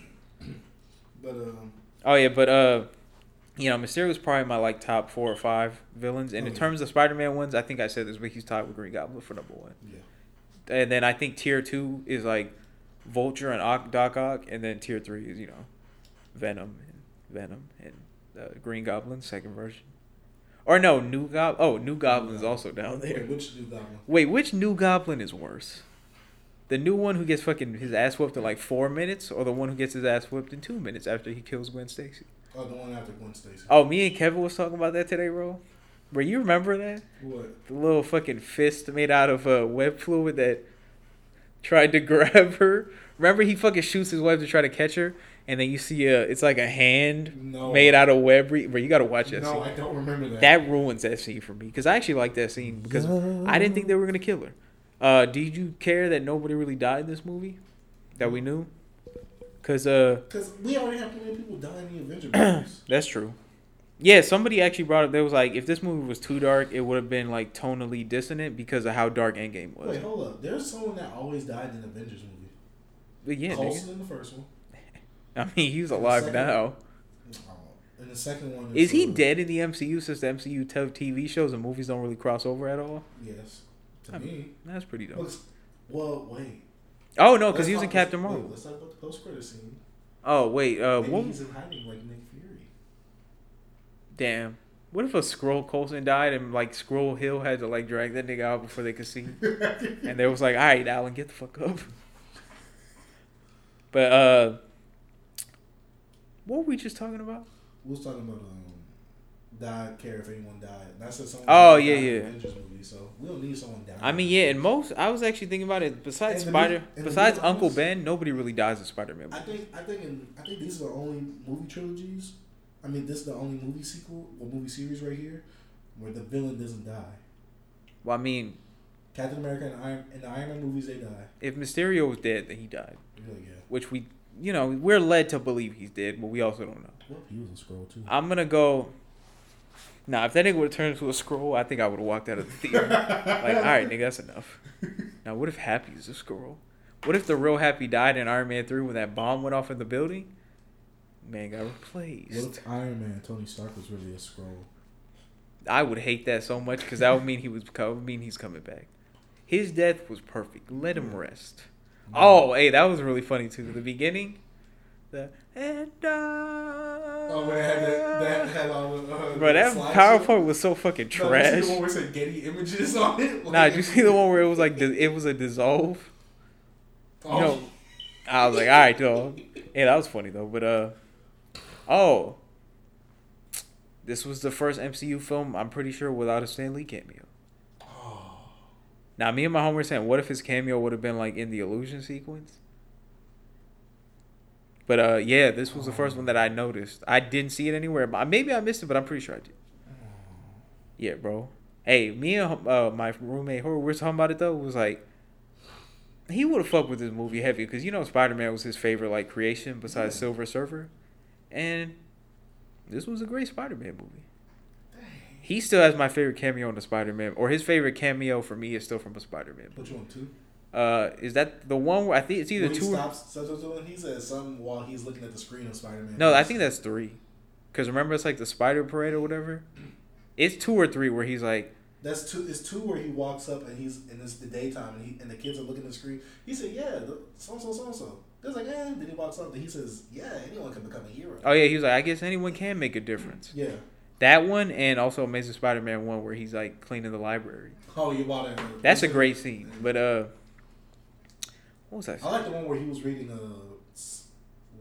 Speaker 1: But um.
Speaker 2: Oh, yeah, but, uh, you know, Mysterio's probably my, like, top four or five villains. And in
Speaker 1: Mhm.
Speaker 2: terms of Spider Man ones, I think I said this week he's tied with Green Goblin for number one.
Speaker 1: Yeah.
Speaker 2: and then I think tier two is like Vulture and Ock, Doc Ock, and then tier three is you know Venom and Venom and uh, Green Goblin second version, or no New Goblin. Oh, New Goblin's also down
Speaker 1: Wait,
Speaker 2: there.
Speaker 1: which new goblin?
Speaker 2: Wait, which New Goblin is worse? The new one who gets fucking his ass whipped in like four minutes, or the one who gets his ass whipped in two minutes after he kills Gwen Stacy?
Speaker 1: Oh, the one after Gwen Stacy.
Speaker 2: Oh, me and Kevin was talking about that today, bro. Bro, you remember that?
Speaker 1: What?
Speaker 2: the little fucking fist made out of uh, web fluid that tried to grab her. Remember, he fucking shoots his web to try to catch her, and then you see a it's like a hand
Speaker 1: No.
Speaker 2: made out of web. Re- but you gotta watch that
Speaker 1: No,
Speaker 2: scene.
Speaker 1: I don't remember that.
Speaker 2: That ruins that scene for me because I actually like that scene because I didn't think they were gonna kill her. Uh, did you care that nobody really died in this movie that we knew? Cause uh,
Speaker 1: Because we already have plenty of people dying in the Avengers movies.
Speaker 2: that's true. Yeah, somebody actually brought up. There was like, if this movie was too dark, it would have been like tonally dissonant because of how dark Endgame was.
Speaker 1: Wait, hold up. There's someone that always died in the Avengers movie.
Speaker 2: But yeah, nigga.
Speaker 1: Coulson in the first one.
Speaker 2: I mean, he's
Speaker 1: In the
Speaker 2: alive
Speaker 1: second-
Speaker 2: now.
Speaker 1: Oh, And the second one
Speaker 2: Is he
Speaker 1: uh,
Speaker 2: dead in the MCU since the MCU tell TV shows and movies don't really cross over at all?
Speaker 1: Yes. To
Speaker 2: I
Speaker 1: me.
Speaker 2: That's pretty dope.
Speaker 1: Looks- Well, wait.
Speaker 2: Oh no,
Speaker 1: Let's
Speaker 2: because he was in
Speaker 1: talk-
Speaker 2: Captain
Speaker 1: wait,
Speaker 2: Marvel.
Speaker 1: let's talk about the post credit scene.
Speaker 2: Oh wait, uh,
Speaker 1: Maybe
Speaker 2: what?
Speaker 1: he's in hiding like Nick Fury.
Speaker 2: Damn. What if a Scroll Colson died and like Scroll Hill had to like drag that nigga out before they could see? and they was like, "All right, Alan, get the fuck up." But uh, what were we just talking about?
Speaker 1: We was talking about um, died care if anyone died. And I said someone.
Speaker 2: Oh,
Speaker 1: died
Speaker 2: yeah,
Speaker 1: in the
Speaker 2: yeah.
Speaker 1: Avengers movie, so we don't need someone dying.
Speaker 2: I mean, yeah, and most I was actually thinking about it. Besides
Speaker 1: In the
Speaker 2: Spider,
Speaker 1: new- in the
Speaker 2: besides
Speaker 1: new
Speaker 2: Uncle
Speaker 1: ones?
Speaker 2: Ben, nobody really dies in Spider Man.
Speaker 1: I think I think in, I think these are the only movie trilogies. I mean, this is the only movie sequel or movie series right here where the villain doesn't die.
Speaker 2: Well, I mean,
Speaker 1: Captain America and Iron in the Iron Man movies they die.
Speaker 2: if Mysterio was dead, then he died,
Speaker 1: Really good.
Speaker 2: which we, you know, we're led to believe he's dead, but we also don't know.
Speaker 1: Well, he was a scroll too.
Speaker 2: I'm gonna go. Nah, if that nigga would have turned into a scroll, I think I would have walked out of the theater. like, all right, nigga, that's enough. Now, what if Happy's a scroll? What if the real Happy died in Iron Man Three when that bomb went off in the building? Man got
Speaker 1: What
Speaker 2: replaced.
Speaker 1: if Iron Man Tony Stark was really a scroll?
Speaker 2: I would hate that so much because that would mean he was that would mean he's coming back. His death was perfect. Let him rest. Oh, hey, that was really funny too. The beginning, the and I.
Speaker 1: Oh man, had that, that had all the. Uh,
Speaker 2: Bro, that
Speaker 1: slideshow.
Speaker 2: PowerPoint was so fucking
Speaker 1: No, did you see
Speaker 2: trash.
Speaker 1: the one where it said Getty Images on it?
Speaker 2: Nah, did you see the one where it was like di- it was a dissolve?
Speaker 1: Oh,
Speaker 2: know, I was like, all right, dog. Yeah, that was funny though. But uh, oh, this was the first MCU film I'm pretty sure without a Stan Lee cameo. Now, me and my homie were saying, what if his cameo would have been like in the illusion sequence? But uh, yeah, this was the first one that I noticed. I didn't see it anywhere. But maybe I missed it, but I'm pretty sure I did. Yeah, bro. Hey, me and uh, my roommate, who we were talking about it though, was like, he would have fucked with this movie heavy because you know Spider Man was his favorite like creation besides
Speaker 1: Yeah.
Speaker 2: Silver Surfer, and this was a great Spider Man movie. He still has my favorite cameo in the Spider Man, or his favorite cameo for me is still from a Spider Man.
Speaker 1: Put you on two.
Speaker 2: Uh, is that the one where I think it's either
Speaker 1: When he
Speaker 2: two? Or,
Speaker 1: stops, so- so- so he says something while he's looking at the screen of Spider Man.
Speaker 2: no, I think that's three. Because remember, it's like the Spider Parade or whatever. It's two or three where he's like,
Speaker 1: that's two. It's two where he walks up and he's and it's the daytime and, he, and the kids are looking at the screen. He said, "Yeah, so so so so." They're like, "Eh." Then he walks up and he says, "Yeah, anyone can become a hero."
Speaker 2: oh yeah, he was like, I guess anyone can make a difference.
Speaker 1: Yeah.
Speaker 2: That one and also Amazing Spider-Man one where he's like cleaning the library.
Speaker 1: Oh, you bought it.
Speaker 2: That's a great scene. But uh, what was I?
Speaker 1: I
Speaker 2: Saying?
Speaker 1: like the one where he was reading uh, s-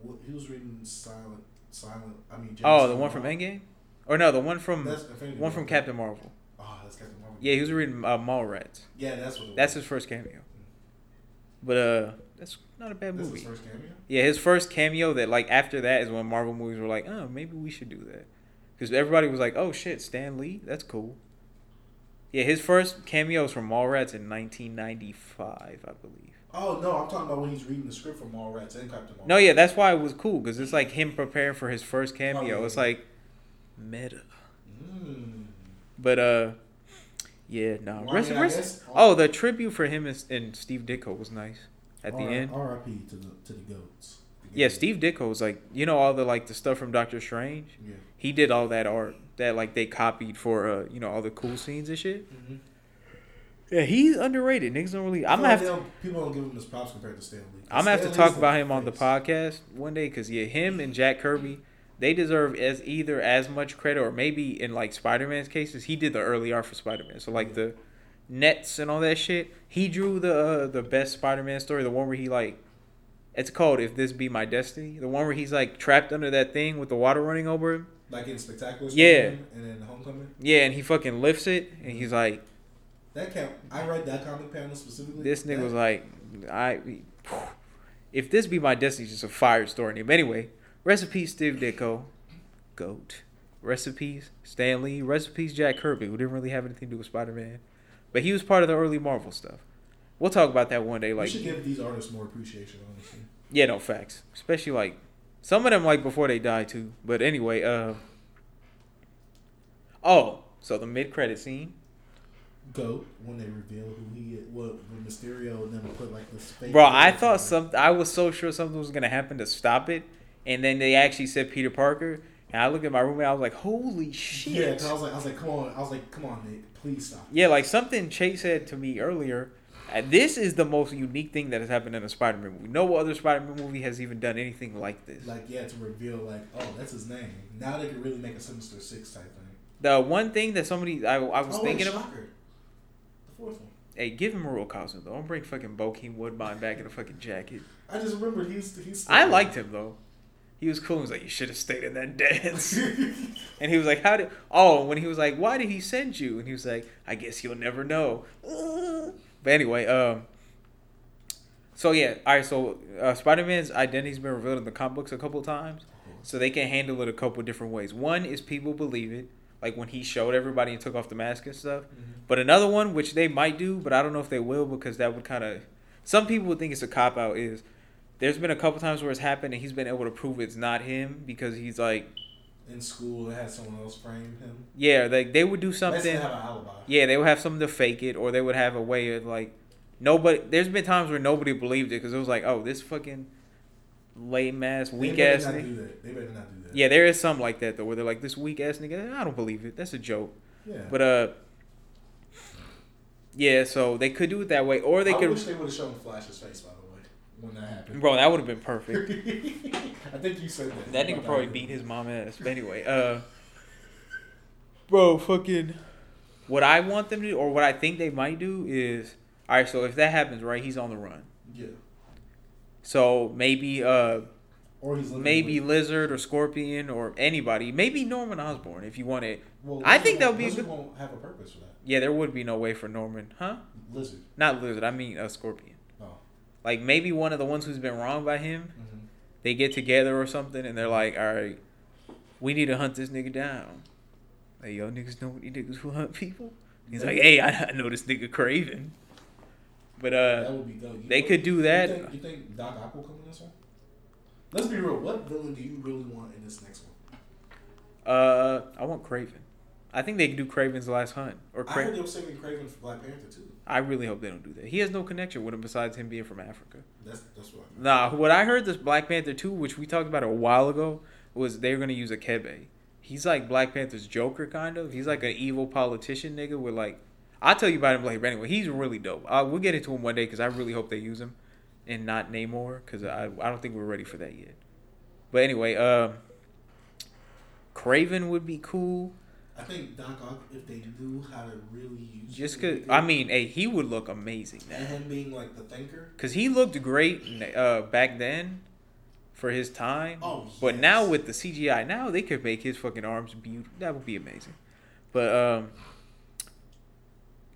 Speaker 1: what- he was reading silent, silent. I mean,
Speaker 2: Oh, the one from Endgame, or no, the one from
Speaker 1: That's Infinity
Speaker 2: one
Speaker 1: War.
Speaker 2: from Captain Marvel.
Speaker 1: Oh, that's Captain Marvel.
Speaker 2: Yeah, he was reading uh, Mallrats.
Speaker 1: Yeah, that's what. It
Speaker 2: That's
Speaker 1: was.
Speaker 2: his first cameo. But uh, that's not a bad
Speaker 1: That's
Speaker 2: movie.
Speaker 1: his first cameo.
Speaker 2: Yeah, his first cameo. That like after that is when Marvel movies were like, oh, maybe we should do that, because everybody was like, oh shit, Stan Lee, that's cool. Yeah, his first cameo is from Mallrats in 1995, I believe.
Speaker 1: Oh no, I'm talking about when he's reading the script from Mallrats and Captain Marvel.
Speaker 2: No, yeah, that's why it was cool because it's like him preparing for his first cameo.
Speaker 1: yeah,
Speaker 2: It's
Speaker 1: yeah.
Speaker 2: like meta,
Speaker 1: Mm.
Speaker 2: but uh, yeah, no.
Speaker 1: Well, I
Speaker 2: rest,
Speaker 1: mean, I
Speaker 2: rest-
Speaker 1: guess- uh,
Speaker 2: oh, the tribute for him and, and Steve Ditko was nice at the
Speaker 1: R-
Speaker 2: end.
Speaker 1: R.I.P. to the to the goats.
Speaker 2: yeah, Steve Ditko was like, you know, all the like the stuff from Doctor Strange.
Speaker 1: Yeah.
Speaker 2: He did all that art that like they copied for uh, you know, all the cool scenes and shit.
Speaker 1: Mm-hmm.
Speaker 2: Yeah, he's underrated. Niggas don't really. I'm gonna have to.
Speaker 1: People don't give him his props compared to Stan Lee.
Speaker 2: I'm gonna have to
Speaker 1: Stan
Speaker 2: talk
Speaker 1: Lee's
Speaker 2: about
Speaker 1: the
Speaker 2: him on the
Speaker 1: face.
Speaker 2: podcast one day because yeah, him and Jack Kirby, they deserve as either as much credit or maybe in like Spider Man's cases, he did the early art for Spider Man. So like the nets and all that shit, he drew the uh, the best Spider Man story, the one where he like, it's called If This Be My Destiny, the one where he's like trapped under that thing with the water running over him.
Speaker 1: Like in Spectacular.
Speaker 2: Yeah.
Speaker 1: Spider-Man And then Homecoming.
Speaker 2: Yeah, and he fucking lifts it and he's like,
Speaker 1: That count. I read that comic panel specifically.
Speaker 2: this nigga
Speaker 1: That-
Speaker 2: was like, I, if this be my destiny, it's just a fire story name. Anyway, recipes Steve Ditko, goat. Recipes Stan Lee. Recipes Jack Kirby, who didn't really have anything to do with Spider Man, but he was part of the early Marvel stuff. We'll talk about that one day.
Speaker 1: We
Speaker 2: Like,
Speaker 1: should give these artists more appreciation, honestly.
Speaker 2: yeah, no facts. Especially like some of them like before they die too. But anyway, uh, oh, so the mid credit scene.
Speaker 1: Goat when they reveal who he is, what when Mysterio and them put like this. fake
Speaker 2: Bro, I thought
Speaker 1: something.
Speaker 2: some. I was so sure something was gonna happen to stop it, and then they actually said Peter Parker, And I looked at my roommate. I was like, "Holy
Speaker 1: Yeah,
Speaker 2: shit!"
Speaker 1: 'cause I was like, I was like, come on, I was like, come on, Nick, please stop.
Speaker 2: Yeah, like something Chase said to me earlier. uh, This is the most unique thing that has happened in a Spider-Man movie. No other Spider-Man movie has even done anything like this.
Speaker 1: Like, yeah, to reveal, like, oh, that's his name. Now they could really make a Sinister Six type thing.
Speaker 2: The one thing that somebody I, I was
Speaker 1: oh,
Speaker 2: thinking
Speaker 1: wait,
Speaker 2: of,
Speaker 1: Shocker. The fourth one.
Speaker 2: hey, give him a real costume though. Don't bring fucking Bokeem Woodbine back in a fucking jacket.
Speaker 1: I just remembered he's he's.
Speaker 2: I liked him though. He was cool. He was like, "You should have stayed in that dance." and he was like, "How did?" Oh, when he was like, "Why did he send you?" And he was like, "I guess you'll never know." But anyway, um. So yeah, all right. So uh, Spider Man's identity's been revealed in the comic books a couple times, so they can handle it a couple different ways. One is people believe it, like when he showed everybody and took off the mask and stuff. But another one, which they might do, but I don't know if they will because that would kind of. Some people would think it's a cop out. Is there's been a couple times where it's happened and he's been able to prove it's not him because he's like,
Speaker 1: in school, they had someone else frame him.
Speaker 2: yeah, like they would do
Speaker 1: Something.
Speaker 2: something.
Speaker 1: Have an alibi.
Speaker 2: Yeah, they would have something to fake it, or they would have a way of like nobody. There's been times where nobody believed it because it was like, oh, this fucking lame ass
Speaker 1: They
Speaker 2: weak
Speaker 1: better
Speaker 2: ass.
Speaker 1: not
Speaker 2: Nigga.
Speaker 1: do that. They better not do that.
Speaker 2: Yeah, there is some like that though, where they're like, this weak ass nigga. I don't believe it. That's a joke.
Speaker 1: Yeah.
Speaker 2: But uh, yeah. So they could do it that way, or they
Speaker 1: I
Speaker 2: could.
Speaker 1: wish they would have shown Flash's face, by the way, when that happened.
Speaker 2: Bro, that would have been perfect.
Speaker 1: I think you said that.
Speaker 2: That nigga probably beat his mom ass. But anyway, uh, bro, fucking. What I want them to do, or what I think they might do, is all right. So if that happens, right, he's on the run.
Speaker 1: Yeah.
Speaker 2: So maybe uh
Speaker 1: Or he's living
Speaker 2: maybe
Speaker 1: with-
Speaker 2: Lizard or Scorpion or anybody, maybe Norman Osborn if you want it.
Speaker 1: Well,
Speaker 2: I think that would be a
Speaker 1: Lizard
Speaker 2: good-
Speaker 1: won't have a purpose for that.
Speaker 2: Yeah, there would be no way for Norman, huh?
Speaker 1: Lizard.
Speaker 2: Not Lizard, I mean uh, Scorpion.
Speaker 1: No.
Speaker 2: Like maybe one of the ones who's been wronged by him,
Speaker 1: Mhm.
Speaker 2: they get together or something and they're like, "All right, we need to hunt this nigga down." Like, yo, niggas know these niggas who hunt people. He's like, "Hey, I, I know this nigga Craven." But
Speaker 1: that
Speaker 2: uh,
Speaker 1: would be dope. You
Speaker 2: they
Speaker 1: know-
Speaker 2: could do that.
Speaker 1: You think, you think Doc Ock will come in this one? Let's be real. What villain do you really want in this next one?
Speaker 2: uh, I want Craven. I think they could do Craven's Last Hunt or
Speaker 1: I heard
Speaker 2: Craven.
Speaker 1: they were saving Craven for Black Panther too.
Speaker 2: I really hope they don't do that. He has no connection with him besides him being from Africa.
Speaker 1: That's that's what. I heard.
Speaker 2: Nah, what I heard this Black Panther 2, which we talked about a while ago, was they were gonna use a Kebe. He's like Black Panther's Joker kind of. He's like an evil politician nigga with like I'll tell you about him later, but anyway, he's really dope. Uh, we'll get into him one day because I really hope they use him and not Namor because I, I don't think we're ready for that yet. But anyway, um, Craven would be cool.
Speaker 1: I think Doc Ock, if they knew how to really use
Speaker 2: Just
Speaker 1: him,
Speaker 2: cause I mean, hey, he would look amazing now.
Speaker 1: and him being like the thinker.
Speaker 2: Cause he looked great uh, back then, for his time.
Speaker 1: Oh,
Speaker 2: But now
Speaker 1: yes.
Speaker 2: with the CGI, now they could make his fucking arms beautiful. That would be amazing. But um,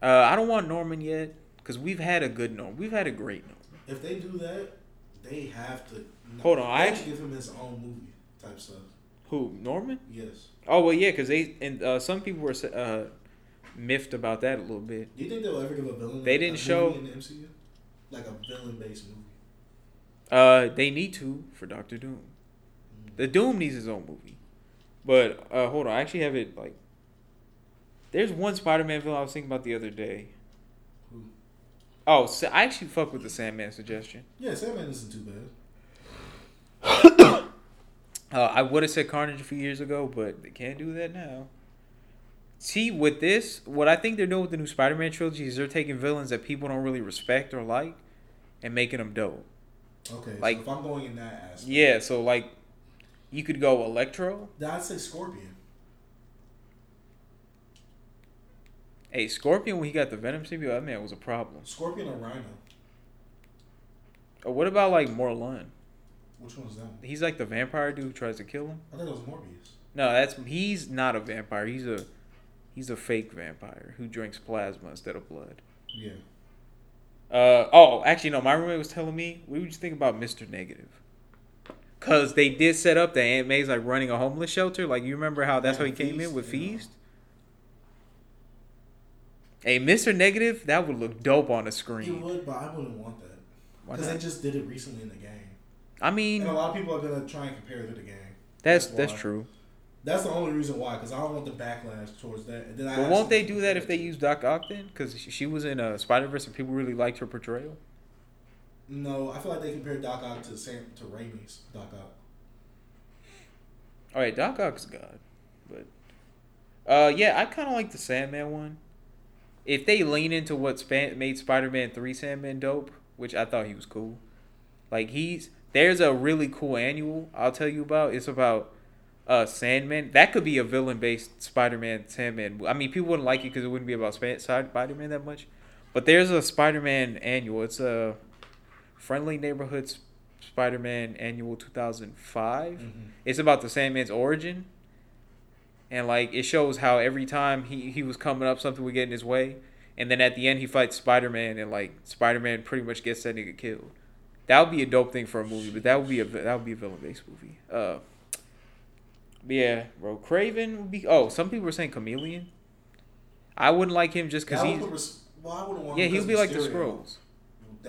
Speaker 2: uh, I don't want Norman yet, cause we've had a good Norman. We've had a great Norman.
Speaker 1: If they do that, they have to.
Speaker 2: Hold on,
Speaker 1: they
Speaker 2: I-
Speaker 1: have to give him his own movie type stuff.
Speaker 2: Who Norman?
Speaker 1: Yes.
Speaker 2: Oh well, yeah, cause they and uh, some people were uh, miffed about that a little bit.
Speaker 1: Do you think they'll ever give a villain?
Speaker 2: They
Speaker 1: a
Speaker 2: didn't
Speaker 1: movie
Speaker 2: show-
Speaker 1: in the MCU, like a villain-based movie.
Speaker 2: Uh, they need to for Doctor Doom. The Doom needs his own movie. But uh, hold on, I actually have it like. There's one Spider-Man villain I was thinking about the other day.
Speaker 1: Who?
Speaker 2: Oh, Sa- I actually fuck with the Sandman suggestion.
Speaker 1: Yeah, Sandman isn't too bad.
Speaker 2: Uh, I would have said Carnage a few years ago, but they can't do that now. See, with this, what I think they're doing with the new Spider-Man trilogy is they're taking villains that people don't really respect or like, and making them dope.
Speaker 1: Okay,
Speaker 2: Like-
Speaker 1: so if I'm going in that aspect,
Speaker 2: Yeah, so like, you could go Electro.
Speaker 1: then I'd say Scorpion.
Speaker 2: Hey, Scorpion, when he got the Venom symbiote, that man was a problem.
Speaker 1: Scorpion or Rhino?
Speaker 2: Or what about like Morlun?
Speaker 1: Which one's that? One?
Speaker 2: He's like the vampire dude who tries to kill him.
Speaker 1: I thought it was Morbius.
Speaker 2: No, that's he's not a vampire. He's a he's a fake vampire who drinks plasma instead of blood.
Speaker 1: Yeah.
Speaker 2: Uh oh, actually no, my roommate was telling me we were just thinking about Mr. Negative. Cause they did set up that Aunt May's like running a homeless shelter. Like you remember how that's how he
Speaker 1: Yeah,
Speaker 2: came in with
Speaker 1: Feast, yeah.
Speaker 2: Feast? Hey, Mr. Negative, that would look dope on the
Speaker 1: You
Speaker 2: screen.
Speaker 1: would, but I wouldn't want that
Speaker 2: Why
Speaker 1: because they
Speaker 2: not?
Speaker 1: just did it recently in the game,
Speaker 2: I
Speaker 1: and
Speaker 2: mean,
Speaker 1: a lot of people are gonna try and compare it to the game.
Speaker 2: that's
Speaker 1: that's
Speaker 2: that's
Speaker 1: why.
Speaker 2: true.
Speaker 1: That's the only reason why, because I don't want the backlash towards that. And then I
Speaker 2: But won't
Speaker 1: actually
Speaker 2: they do that if they
Speaker 1: compare it
Speaker 2: use Doc Ock then? Because she was in uh, Spider Verse and people really liked her portrayal.
Speaker 1: to- No, I feel like they compare Doc Ock to Sam to Raimi's Doc Ock.
Speaker 2: All right, Oh, Doc Ock's God, but uh, yeah, I kind of like the Sandman one. If they lean into what Span- made Spider-Man Three Sandman dope, which I thought he was cool, like he's there's a really cool annual I'll tell you about. It's about uh Sandman. That could be a villain-based Spider-Man Sandman. I mean, people wouldn't like it because it wouldn't be about Span- Spider-Man that much, but there's a Spider-Man annual. It's a Friendly Neighborhood Sp- Spider-Man Annual 2005 it's about the Sandman's origin, and like it shows how every time he he was coming up, something would get in his way, and then at the end he fights Spider Man, and like Spider Man pretty much gets that nigga killed. That would be a dope thing for a movie, but that would be a that would be a villain based movie. Uh, but yeah, bro, Craven would be. Oh, some people were saying Chameleon. I wouldn't like him just because
Speaker 1: That would
Speaker 2: he's
Speaker 1: put res- well, I wouldn't want
Speaker 2: yeah
Speaker 1: him
Speaker 2: he would
Speaker 1: because
Speaker 2: be like the
Speaker 1: Mysterio.
Speaker 2: Scrolls.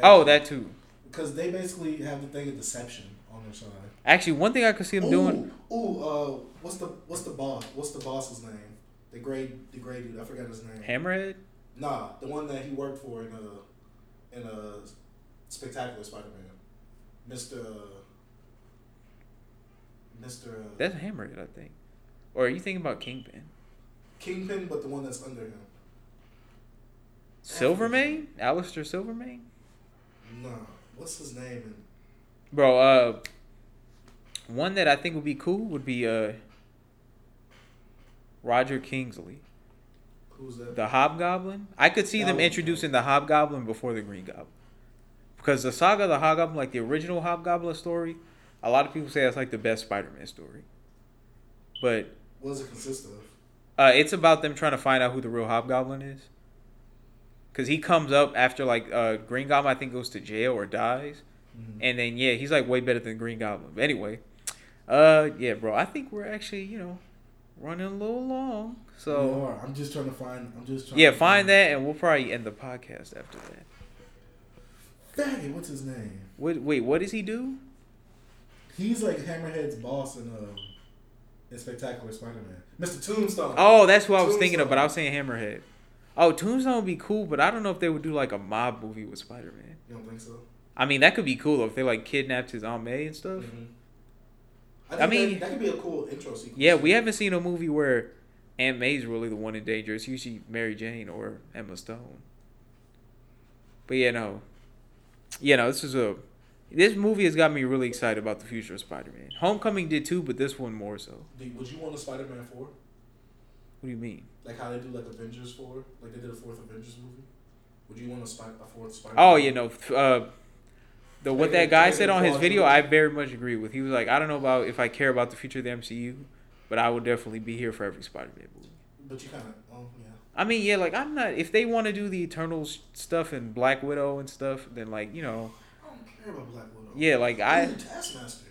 Speaker 2: Oh, that too.
Speaker 1: because they basically have the thing of deception on their side.
Speaker 2: Actually, one thing I could see him
Speaker 1: ooh,
Speaker 2: doing.
Speaker 1: Ooh, uh, what's the what's the boss? What's the boss's name? The gray the gray dude. I forgot his name.
Speaker 2: Hammerhead.
Speaker 1: Nah, the one that he worked for in a in a spectacular Spider-Man, Mister Mister
Speaker 2: That's Hammerhead, I think. Or are you thinking about Kingpin?
Speaker 1: Kingpin, but the one that's under him.
Speaker 2: Silvermane? Alistair Silvermane?
Speaker 1: Nah, what's his name? And
Speaker 2: Bro, uh one that I think would be cool would be uh Roger Kingsley.
Speaker 1: who's that?
Speaker 2: The Hobgoblin. I could see
Speaker 1: That
Speaker 2: them
Speaker 1: would be
Speaker 2: introducing the Hobgoblin before the Green Goblin. Because the saga of the Hobgoblin, like the original Hobgoblin story, a lot of people say that's like the best Spider Man story. But
Speaker 1: What does it consist of?
Speaker 2: uh, it's about them trying to find out who the real Hobgoblin is. Cause he comes up after like uh, Green Goblin, I think goes to jail or dies,
Speaker 1: Mm-hmm.
Speaker 2: and then yeah, he's like way better than Green Goblin. But anyway, uh, yeah, bro, I think we're actually you know running a little long,
Speaker 1: You
Speaker 2: so
Speaker 1: are. I'm just trying to find. I'm just trying.
Speaker 2: yeah,
Speaker 1: to
Speaker 2: find that, and we'll probably end the podcast after that.
Speaker 1: Faggot, what's his name?
Speaker 2: Wait, wait, what does he do?
Speaker 1: He's like Hammerhead's boss in um, in Spectacular Spider-Man. Mister Tombstone.
Speaker 2: Oh, that's who I was thinking of,
Speaker 1: Tombstone.
Speaker 2: but I was saying Hammerhead. Oh, Tombstone would be cool, but I don't know if they would do like a mob movie with Spider Man.
Speaker 1: You don't think so?
Speaker 2: I mean, that could be cool if they like kidnapped his Aunt May and stuff.
Speaker 1: Mm-hmm. I, think
Speaker 2: I mean-
Speaker 1: that, that could be a cool intro sequence.
Speaker 2: Yeah, we haven't seen a movie where Aunt May's really the one in danger. It's usually Mary Jane or Emma Stone. But yeah, no. Yeah, no, this is a this movie has got me really excited about the future of Spider Man. Homecoming did too, but this one more so. What
Speaker 1: Do- Would you want a Spider-Man four?
Speaker 2: do you mean?
Speaker 1: Like how they do like Avengers four, like they did a fourth Avengers movie. Would you want a, Spi- a fourth Spider?
Speaker 2: Oh yeah, no. f- Uh the what that guy said on his video, I very much agree with. He was like, I don't know about if I care about the future of the MCU, but I will definitely be here for every Spider Man movie.
Speaker 1: But you kind of, um, yeah.
Speaker 2: I mean, yeah, like I'm not. If they want to do the Eternals stuff and Black Widow and stuff, then like you know,
Speaker 1: I don't care about Black Widow.
Speaker 2: yeah, like I.
Speaker 1: He's a Taskmaster.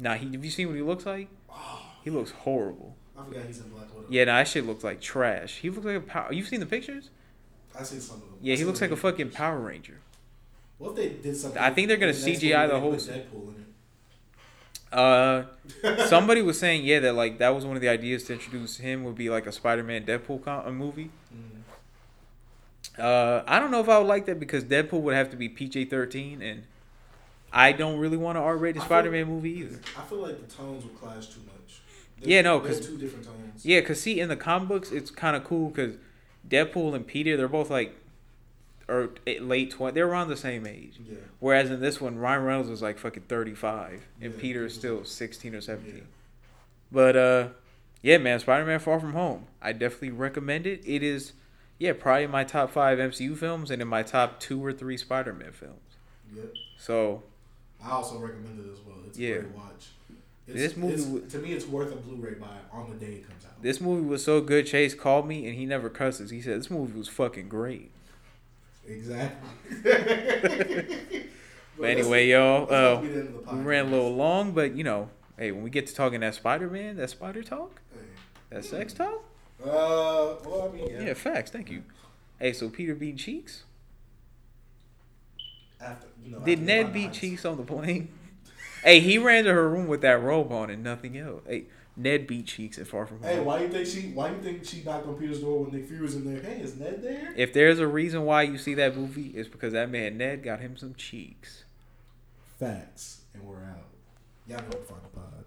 Speaker 2: Nah, he, have you seen what he looks like?
Speaker 1: Oh,
Speaker 2: He looks horrible.
Speaker 1: I forgot he's in Black Widow.
Speaker 2: Yeah, nah, that shit looks like trash. He looks like a power. You've seen the pictures?
Speaker 1: I seen some of them.
Speaker 2: Yeah,
Speaker 1: I
Speaker 2: he
Speaker 1: seen
Speaker 2: looks
Speaker 1: them.
Speaker 2: like a fucking Power Ranger.
Speaker 1: What if they did something?
Speaker 2: I think they're gonna
Speaker 1: the next
Speaker 2: CGI the
Speaker 1: movie,
Speaker 2: whole
Speaker 1: they put Deadpool in it.
Speaker 2: Uh, somebody was saying yeah that like that was one of the ideas to introduce him would be like a Spider-Man Deadpool com- a movie.
Speaker 1: Mm.
Speaker 2: Uh, I don't know if I would like that because Deadpool would have to be PJ-13, and I don't really want an R-rated
Speaker 1: I feel-
Speaker 2: Spider-Man movie either.
Speaker 1: I feel like the tones will clash too much.
Speaker 2: Yeah, no,
Speaker 1: they're
Speaker 2: 'cause-
Speaker 1: two different tones.
Speaker 2: Yeah, cause see, in the comic books, it's kind of cool because Deadpool and Peter, they're both like, or eh, late twenty, they're around the same age.
Speaker 1: Yeah.
Speaker 2: Whereas in this one, Ryan Reynolds was like fucking thirty five, and
Speaker 1: Yeah.
Speaker 2: Peter is still sixteen or seventeen.
Speaker 1: Yeah.
Speaker 2: But uh, yeah, man, Spider Man Far From Home, I definitely recommend it. It is, yeah, probably in my top five MCU films and in my top two or three Spider Man films.
Speaker 1: Yep.
Speaker 2: So
Speaker 1: I also recommend it as well. It's
Speaker 2: Yeah.
Speaker 1: a great watch. It's,
Speaker 2: This movie
Speaker 1: it's-
Speaker 2: would-
Speaker 1: to me, it's worth a Blu-ray buy on the day it comes out.
Speaker 2: this movie was so good. Chase called me, and he never cusses. He said this movie was fucking great.
Speaker 1: exactly.
Speaker 2: But anyway, y'all. Uh,
Speaker 1: we the
Speaker 2: We
Speaker 1: podcast.
Speaker 2: ran a little long, but you know, hey, when we get to talking that Spider Man, that Spider talk,
Speaker 1: Hey.
Speaker 2: that sex talk,
Speaker 1: Uh, well, I mean,
Speaker 2: yeah.
Speaker 1: yeah.
Speaker 2: facts. Thank you. Hey, so Peter beat Cheeks.
Speaker 1: After, you know,
Speaker 2: Did
Speaker 1: after
Speaker 2: Ned
Speaker 1: my
Speaker 2: beat
Speaker 1: eyes.
Speaker 2: Cheeks on the plane? hey, he ran to her room with that robe on and nothing else. Hey, Ned beat Cheeks and Far From Home.
Speaker 1: Hey, why you think she? Why you think she knocked on Peter's door when Nick Fury was in there? Hey, is Ned there?
Speaker 2: if there's a reason why you see that movie, it's because that man Ned got him some cheeks.
Speaker 1: Facts, and we're out. Y'all know where to find the pod.